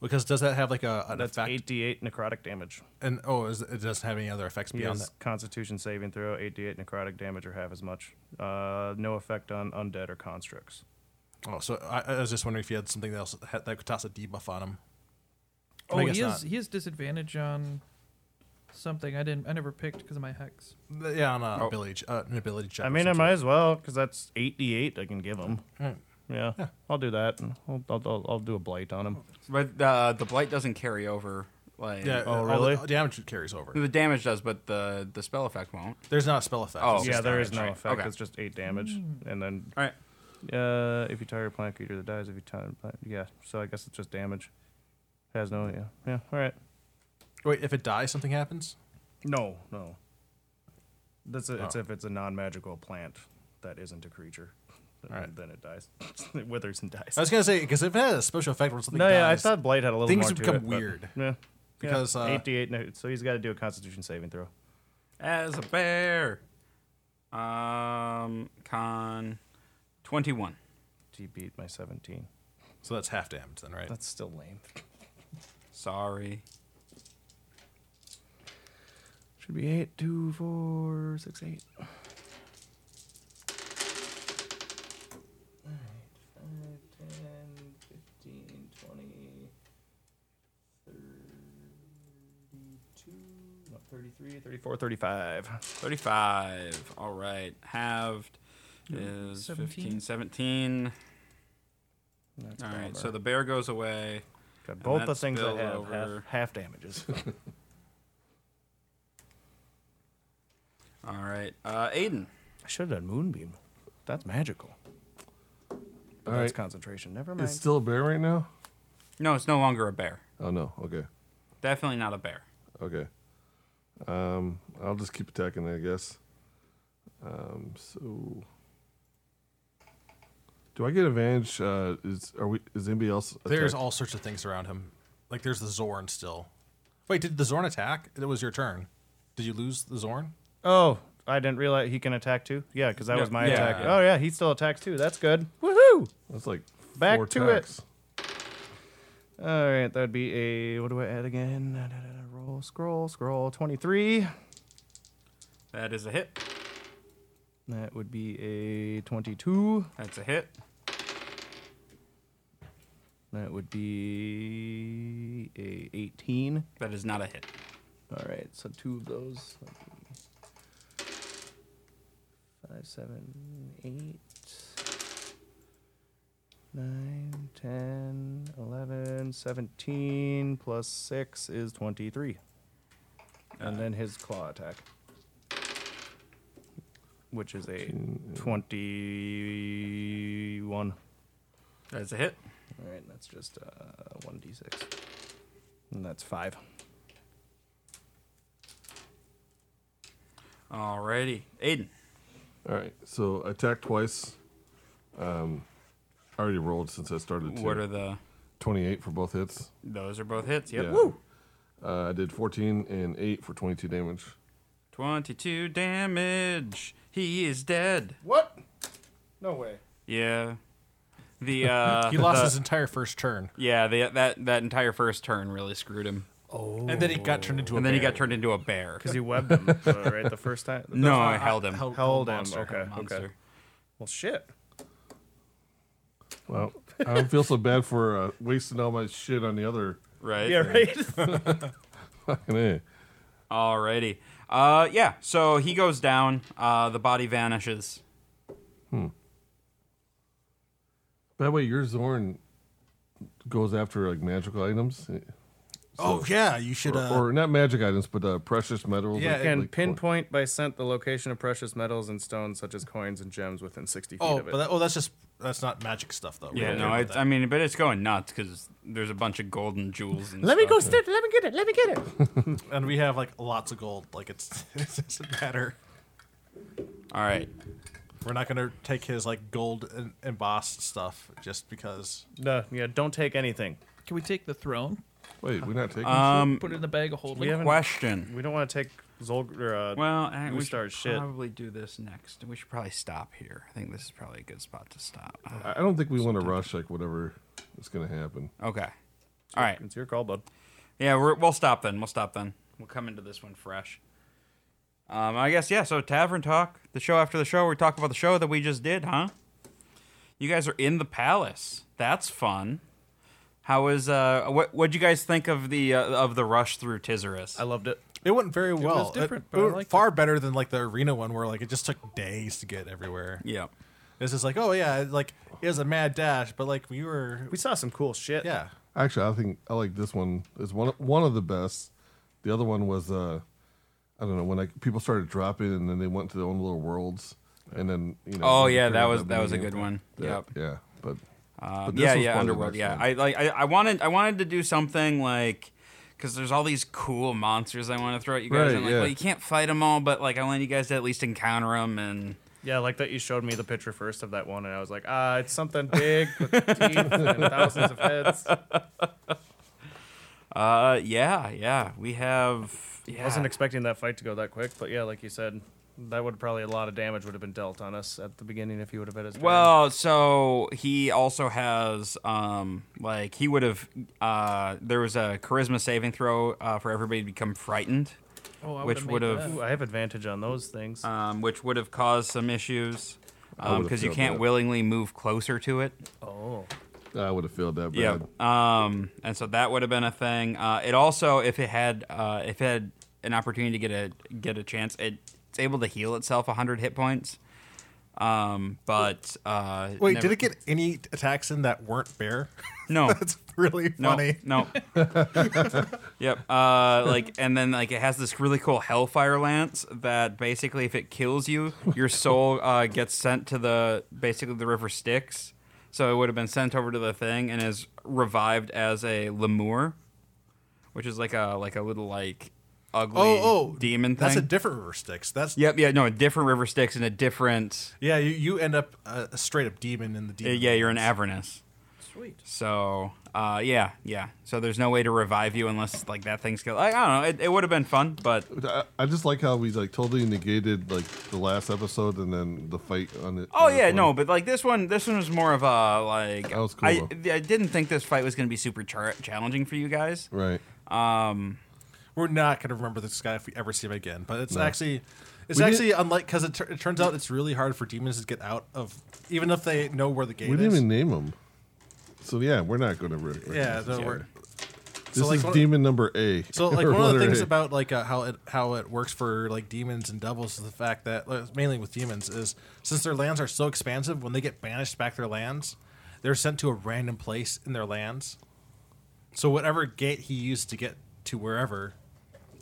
Speaker 2: Because does that have like a an
Speaker 5: that's
Speaker 2: effect?
Speaker 5: 8d8 necrotic damage.
Speaker 2: And oh, is, it doesn't have any other effects
Speaker 5: He
Speaker 2: beyond
Speaker 5: has Constitution saving throw, 8d8 necrotic damage, or half as much. Uh, no effect on undead or constructs.
Speaker 2: that. Oh, so I, I was just wondering if you had something else that had- that could toss a debuff on him.
Speaker 3: Oh,
Speaker 2: I
Speaker 3: he
Speaker 2: guess not.
Speaker 3: has he has disadvantage on something I didn't I never picked because of my hex.
Speaker 2: Yeah, on a ability, ch- uh, an ability check.
Speaker 5: Oh. I
Speaker 2: or
Speaker 5: mean, I
Speaker 2: something.
Speaker 5: might as well because that's 8d8 I can give him.
Speaker 2: Right.
Speaker 5: Yeah, I'll do that. I'll, I'll, I'll, I'll do a blight on him.
Speaker 1: But uh, the blight doesn't carry over. Like
Speaker 2: Yeah.
Speaker 5: Oh,
Speaker 2: all the-
Speaker 5: really?
Speaker 2: all The damage carries over.
Speaker 1: the damage does, but the the spell effect won't.
Speaker 2: There's not a spell effect.
Speaker 1: Oh.
Speaker 2: it's
Speaker 5: yeah,
Speaker 2: just
Speaker 5: there
Speaker 2: damage.
Speaker 5: is no effect.
Speaker 1: Okay.
Speaker 5: It's just 8 damage. And then
Speaker 1: All right.
Speaker 5: Uh, if you tire your plant creature that dies, if you tire plant, yeah. So I guess it's just damage. Has no, yeah, yeah. All right.
Speaker 2: Wait, if it dies, something happens.
Speaker 5: No, no. That's a, it's
Speaker 2: Oh.
Speaker 5: if it's a non-magical plant that isn't a creature. Then,
Speaker 2: Alright.
Speaker 5: then it dies. it withers and dies.
Speaker 2: I was gonna say because if it had a special effect where something
Speaker 5: no,
Speaker 2: dies,
Speaker 5: yeah. I thought Blight had a little
Speaker 2: things
Speaker 5: more
Speaker 2: would
Speaker 5: to
Speaker 2: become
Speaker 5: it, but-
Speaker 2: weird.
Speaker 5: yeah.
Speaker 2: Because, uh,
Speaker 5: 88. no, So he's got to do a Constitution saving throw.
Speaker 1: As a bear. Um, con twenty one.
Speaker 5: He beat my 17.
Speaker 2: So that's half damage then, right?
Speaker 5: That's still lame.
Speaker 1: Sorry.
Speaker 5: Should be eight, two, four, six, eight. Thirty-four, thirty-five.
Speaker 1: 35. All right. Halved is 15, 17.
Speaker 3: 17.
Speaker 5: That's
Speaker 1: All right.
Speaker 5: bummer.
Speaker 1: So the bear goes away.
Speaker 5: Got both the
Speaker 1: that's
Speaker 5: things I
Speaker 1: spilled
Speaker 5: have
Speaker 1: over.
Speaker 5: half, half damages.
Speaker 1: All right. Uh, Aiden.
Speaker 5: I should have done moonbeam. That's magical. But
Speaker 4: All
Speaker 5: that's
Speaker 4: right.
Speaker 5: concentration. Never mind.
Speaker 4: It's still a bear right now?
Speaker 1: No, it's no longer a bear.
Speaker 4: Oh, no. Okay.
Speaker 1: Definitely not a bear.
Speaker 4: Okay. Um, I'll just keep attacking, I guess. Um, so. Do I get advantage? Uh, is are we? Is anybody else?
Speaker 2: There's
Speaker 4: attack-
Speaker 2: all sorts of things around him. Like there's the Zorn still. Wait, did the Zorn attack? It was your turn. Did you lose the Zorn?
Speaker 5: Oh, I didn't realize he can attack too. Yeah, because that was my
Speaker 1: yeah.
Speaker 5: attack.
Speaker 2: Yeah.
Speaker 5: Oh yeah, he still attacks too. That's good. Woohoo!
Speaker 4: That's like
Speaker 5: Back
Speaker 4: four
Speaker 5: to it.
Speaker 4: attacks.
Speaker 5: All right, that'd be a what do I add again? Da, da, da, da, Roll, scroll, scroll. Twenty-three.
Speaker 1: That is a hit.
Speaker 5: That would be a twenty-two.
Speaker 1: That's a hit.
Speaker 5: That would be a eighteen.
Speaker 1: That is not a hit.
Speaker 5: All right, so two of those. That'd be Five, seven, eight, nine, ten, eleven, seventeen plus six is twenty-three, and then his claw attack, which is a twenty-one.
Speaker 1: That's a hit.
Speaker 5: All right, that's just uh, one d six, and that's five.
Speaker 1: Alrighty. Aiden.
Speaker 4: All right. So attack twice. Um, I already rolled since I started.
Speaker 1: What
Speaker 4: too.
Speaker 1: are the.
Speaker 4: twenty-eight for both hits?
Speaker 1: Those are both hits. Yep.
Speaker 4: Yeah. Uh, I did fourteen and eight for twenty-two damage.
Speaker 1: 22 damage. He is dead.
Speaker 5: What? No way.
Speaker 1: Yeah. The uh
Speaker 2: He lost
Speaker 1: the-
Speaker 2: his entire first turn,
Speaker 1: Yeah, the, that that entire first turn really screwed him.
Speaker 5: Oh.
Speaker 2: and then he got turned into a.
Speaker 1: and then he
Speaker 2: bear.
Speaker 1: got turned into a bear.
Speaker 5: Because you webbed him, uh, right? The first time? The
Speaker 1: No,
Speaker 5: first-
Speaker 1: I held him.
Speaker 2: held-
Speaker 5: Held him.
Speaker 2: monster.
Speaker 5: Okay. Okay.
Speaker 1: Monster.
Speaker 5: Well, shit.
Speaker 4: Well, I don't feel so bad for uh, wasting all my shit on the other.
Speaker 1: Right?
Speaker 5: Yeah, right?
Speaker 4: Fucking A.
Speaker 1: Alrighty. Uh, yeah, so he goes down. Uh, the body vanishes. Uh,
Speaker 4: By the way, your Zorn goes after like magical items.
Speaker 2: oh yeah, you should. uh,
Speaker 4: or, or not magic items, but uh, precious metals.
Speaker 5: You
Speaker 2: Yeah,
Speaker 5: can
Speaker 4: like-
Speaker 5: pinpoint by scent the location of precious metals and stones, such as coins and gems, within 60 feet
Speaker 2: oh,
Speaker 5: of it.
Speaker 2: but that, oh, that's just that's not magic stuff though. We
Speaker 1: Yeah,
Speaker 2: don't care
Speaker 1: no,
Speaker 2: about
Speaker 1: it's,
Speaker 2: that.
Speaker 1: I mean, but it's going nuts because there's a bunch of golden jewels. And
Speaker 5: let me go
Speaker 1: stuff.
Speaker 5: step. Let me get it. Let me get it.
Speaker 2: and we have like lots of gold. Like it's it doesn't matter.
Speaker 1: All right,
Speaker 2: We're not gonna take his like gold en- embossed stuff just because.
Speaker 5: No, yeah, don't take anything.
Speaker 3: Can we take the throne?
Speaker 4: Wait, we're not taking.
Speaker 1: um,
Speaker 3: Put it in the bag of holding. Oh,
Speaker 5: We haven't.
Speaker 1: question.
Speaker 5: We don't want to take Zolg or uh,
Speaker 1: Well, I- we,
Speaker 5: we
Speaker 1: should
Speaker 5: start shit.
Speaker 1: probably do this next. We should probably stop here. I think this is probably a good spot to stop.
Speaker 4: I I don't think we want to rush like whatever is going to happen.
Speaker 1: Okay. All right.
Speaker 5: It's your call, bud.
Speaker 1: Yeah, we're, we'll stop then. We'll stop then. We'll come into this one fresh. Um, I guess yeah. So tavern talk, the show after the show, we talk about the show that we just did, huh? You guys are in the palace. That's fun. How was uh? What what'd you guys think of the uh, of the rush through Tizaris?
Speaker 5: I loved it.
Speaker 2: It went very well.
Speaker 3: was different,
Speaker 2: It-
Speaker 3: but I
Speaker 2: it went
Speaker 3: liked
Speaker 2: far better than like the arena one, where like it just took days to get everywhere.
Speaker 1: yeah.
Speaker 2: It's just like, oh yeah, it, like it was a mad dash, but like we were,
Speaker 5: We saw some cool shit.
Speaker 2: yeah,
Speaker 4: Actually, I think I like this one. It's one one of the best. The other one was uh, I don't know when I, people started dropping and then they went to their own little worlds and then you know.
Speaker 1: Oh
Speaker 4: when they
Speaker 1: yeah,
Speaker 4: figured
Speaker 1: that
Speaker 4: out
Speaker 1: was that was a
Speaker 4: mini
Speaker 1: good
Speaker 4: game.
Speaker 1: one.
Speaker 4: Yeah,
Speaker 1: Yep.
Speaker 4: Yeah, but,
Speaker 1: Um,
Speaker 4: but this
Speaker 1: yeah,
Speaker 4: was
Speaker 1: yeah,
Speaker 4: probably the
Speaker 1: Underworld.
Speaker 4: best
Speaker 1: Yeah,
Speaker 4: one.
Speaker 1: I like. I, I wanted. I wanted to do something like because there's all these cool monsters I want to throw at you guys.
Speaker 4: Right,
Speaker 1: and like,
Speaker 4: yeah.
Speaker 1: well, you can't fight them all, but like, I want you guys to at least encounter them. And
Speaker 5: Yeah, like that you showed me the picture first of that one, and I was like, ah, it's something big with teeth and thousands of heads.
Speaker 1: uh, yeah, yeah, we have. Yeah,
Speaker 5: Wasn't expecting that fight to go that quick, but yeah, like you said, that would probably a lot of damage would have been dealt on us at the beginning if you would have had his. turn.
Speaker 1: Well, so he also has um like he would have uh there was a charisma saving throw uh, for everybody to become frightened,
Speaker 3: Oh, I
Speaker 1: which
Speaker 3: made
Speaker 1: would have-
Speaker 3: that.
Speaker 5: Ooh, I have advantage on those things.
Speaker 1: um, which would have caused some issues
Speaker 4: would've
Speaker 1: because you
Speaker 4: failed
Speaker 1: can't
Speaker 4: that.
Speaker 1: willingly move closer to it.
Speaker 5: oh,
Speaker 4: I would have failed that bad.
Speaker 1: Yeah. Um, and so that would have been a thing. Uh, it also, if it had, uh, if it had an opportunity to get a get a chance, it, it's able to heal itself 100 hit points. Um, but uh,
Speaker 2: Wait,
Speaker 1: never-
Speaker 2: did it get any attacks in that weren't bear?
Speaker 1: No.
Speaker 2: That's really
Speaker 1: No,
Speaker 2: funny.
Speaker 1: no. yep. Uh, like, and then like it has this really cool Hellfire Lance that basically, if it kills you, your soul uh, gets sent to the basically the River Styx. So it would have been sent over to the thing and is revived as a lemur, which is like a like a little like ugly
Speaker 2: Oh, oh,
Speaker 1: demon thing.
Speaker 2: That's a different river sticks. That's
Speaker 1: yep. Yeah. No, a different River Styx and a different.
Speaker 2: yeah. You, you end up uh, a straight up demon in the
Speaker 1: uh,
Speaker 2: demon.
Speaker 1: yeah, you're an Avernus.
Speaker 3: Sweet.
Speaker 1: So uh, yeah, yeah. So there's no way to revive you unless like that thing's killed. I, I don't know. It, it would have been fun, but
Speaker 4: I, I just like how we like totally negated like the last episode and then the fight on it.
Speaker 1: oh
Speaker 4: on this
Speaker 1: yeah,
Speaker 4: one.
Speaker 1: no. But like this one, this one was more of a like.
Speaker 4: That was cool,
Speaker 1: I,
Speaker 4: though.
Speaker 1: I didn't think this fight was going to be super char- challenging for you guys.
Speaker 4: Right.
Speaker 2: We're not gonna remember this guy if we ever see him again. But it's actually, it's
Speaker 4: We didn't-
Speaker 2: actually unlike because it, tur- it turns out it's really hard for demons to get out of even if they know where the gate
Speaker 4: we
Speaker 2: is.
Speaker 4: didn't even name him. So yeah, we're not going to. Re-
Speaker 2: yeah,
Speaker 4: recognize
Speaker 2: no,
Speaker 4: it.
Speaker 2: we're,
Speaker 4: This
Speaker 2: so, like,
Speaker 4: is
Speaker 2: one of-
Speaker 4: demon number A.
Speaker 2: So like
Speaker 4: Or
Speaker 2: one of the
Speaker 4: letter
Speaker 2: things
Speaker 4: A.
Speaker 2: about like uh, how it how it works for like demons and devils is the fact that like, mainly with demons is since their lands are so expansive, when they get banished back their lands, they're sent to a random place in their lands. So whatever gate he used to get to wherever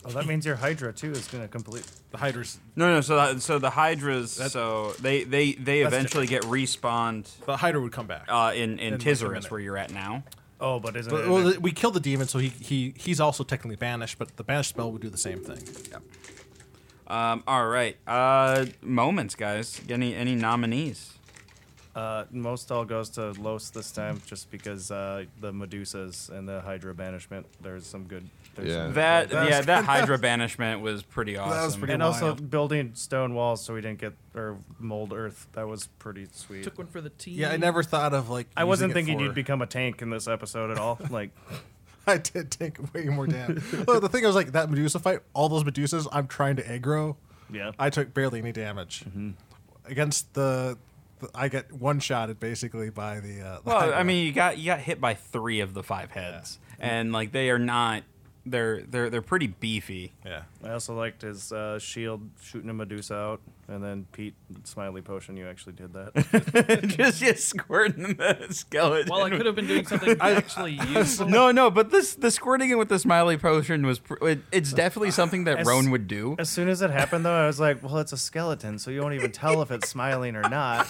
Speaker 5: well, Oh, that means your Hydra too is gonna complete.
Speaker 2: the Hydra's,
Speaker 1: No, no. So that, so the Hydras, so they they they
Speaker 2: That's
Speaker 1: eventually get respawned
Speaker 2: the Hydra would come back.
Speaker 1: uh, in in,
Speaker 2: In, like, a
Speaker 1: Tizaris
Speaker 2: minute.
Speaker 1: where you're at now.
Speaker 5: Oh, but isn't
Speaker 2: But-
Speaker 5: it?
Speaker 2: well, we killed the demon, so he, he he's also technically banished, but the banished spell would do the same thing.
Speaker 1: Um, all right. Uh, moments, guys. Any any nominees?
Speaker 5: Uh, most all goes to Los this time, just because uh, the Medusas and the Hydra banishment. There's some good. There's
Speaker 4: Yeah.
Speaker 5: some good
Speaker 1: That
Speaker 5: stuff.
Speaker 1: yeah, that Hydra banishment was pretty awesome.
Speaker 7: was pretty-
Speaker 5: and also
Speaker 7: wild.
Speaker 5: building stone walls so we didn't get or mold earth. That was pretty sweet.
Speaker 3: Took one for the team.
Speaker 2: Yeah, I never thought of like.
Speaker 5: I
Speaker 2: using
Speaker 5: wasn't
Speaker 2: it
Speaker 5: thinking
Speaker 2: for-
Speaker 5: you'd become a tank in this episode at all. Like,
Speaker 2: I did take way more damage. well, the thing I was like that Medusa fight, all those Medusas, I'm trying to aggro.
Speaker 5: yeah,
Speaker 2: I took barely any damage against the, the. I get one shotted basically by the. Uh, the
Speaker 1: Well,
Speaker 2: Hydra.
Speaker 1: I mean, you got you got hit by three of the five heads, and like they are not they're they're they're pretty beefy.
Speaker 2: Yeah.
Speaker 5: I also liked his uh, shield shooting a Medusa out, and then Pete Smiley Potion. You actually did that.
Speaker 1: just just squirting the skeleton.
Speaker 3: Well, I could have been doing something actually useful.
Speaker 1: no, no, but this the squirting it with the smiley potion was pr- it, it's definitely something that
Speaker 5: As-
Speaker 1: Roan would do.
Speaker 5: as soon as it happened, though, I was like, "Well, it's a skeleton, so you won't even tell if it's smiling or not."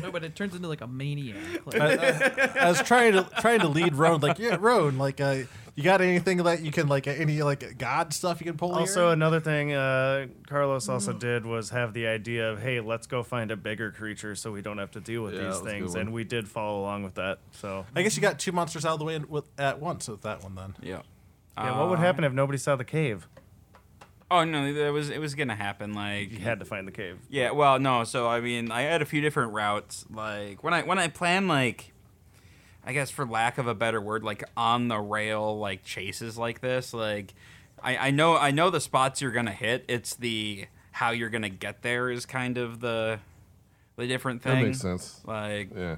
Speaker 3: No, but it turns into like a maniac. Like,
Speaker 2: I was trying to trying to lead Roan like yeah Roan like uh, you got anything that you can like uh, any like god stuff you can pull
Speaker 5: Also,
Speaker 2: here?
Speaker 5: another thing uh, Carlos also did was have the idea of, "Hey, let's go find a bigger creature so we don't have to deal with
Speaker 4: Yeah, that
Speaker 5: these
Speaker 4: was a good
Speaker 5: things,"
Speaker 4: one.
Speaker 5: and we did follow along with that. So,
Speaker 2: I guess you got two monsters out of the way in- with, at once with that one then
Speaker 1: Yeah.
Speaker 5: yeah, what would
Speaker 4: Uh,
Speaker 5: happen if nobody saw the cave?
Speaker 1: Oh no, that was it was gonna happen. Like
Speaker 5: You had to find the cave.
Speaker 1: Yeah, well, no. So I mean, I had a few different routes. Like when I when I plan like, I guess for lack of a better word, like on the rail like chases like this. Like I, I know I know the spots you're gonna hit. It's the how you're gonna get there is kind of the the different thing.
Speaker 4: That makes sense.
Speaker 1: Like,
Speaker 4: Yeah.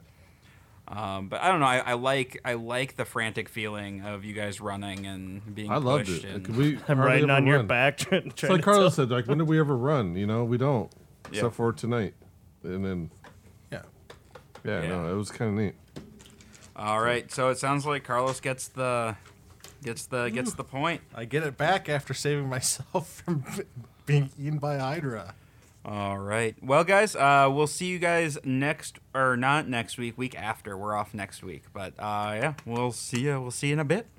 Speaker 1: um, but I don't know. I, I like I like the frantic feeling of you guys running and being.
Speaker 4: I loved
Speaker 1: pushed
Speaker 4: it.
Speaker 1: and-
Speaker 4: Like, we
Speaker 5: I'm
Speaker 4: hardly
Speaker 5: riding
Speaker 4: ever
Speaker 5: on your
Speaker 4: run.
Speaker 5: back trying,
Speaker 4: It's
Speaker 5: trying
Speaker 4: like
Speaker 5: to tell-
Speaker 4: Carlos said, like, when did we ever run? You know, we don't.
Speaker 1: Yeah.
Speaker 4: Except for tonight. And then,
Speaker 2: yeah
Speaker 4: yeah,
Speaker 1: Yeah.
Speaker 4: no, it was kind of neat.
Speaker 1: All right, so it sounds like Carlos gets the gets the gets the point.
Speaker 2: I get it back after saving myself from being eaten by Hydra
Speaker 1: All right. Well, guys, uh, we'll see you guys next, or not next week, week after. We're off next week, but uh, yeah, we'll see you. We'll see you in a bit.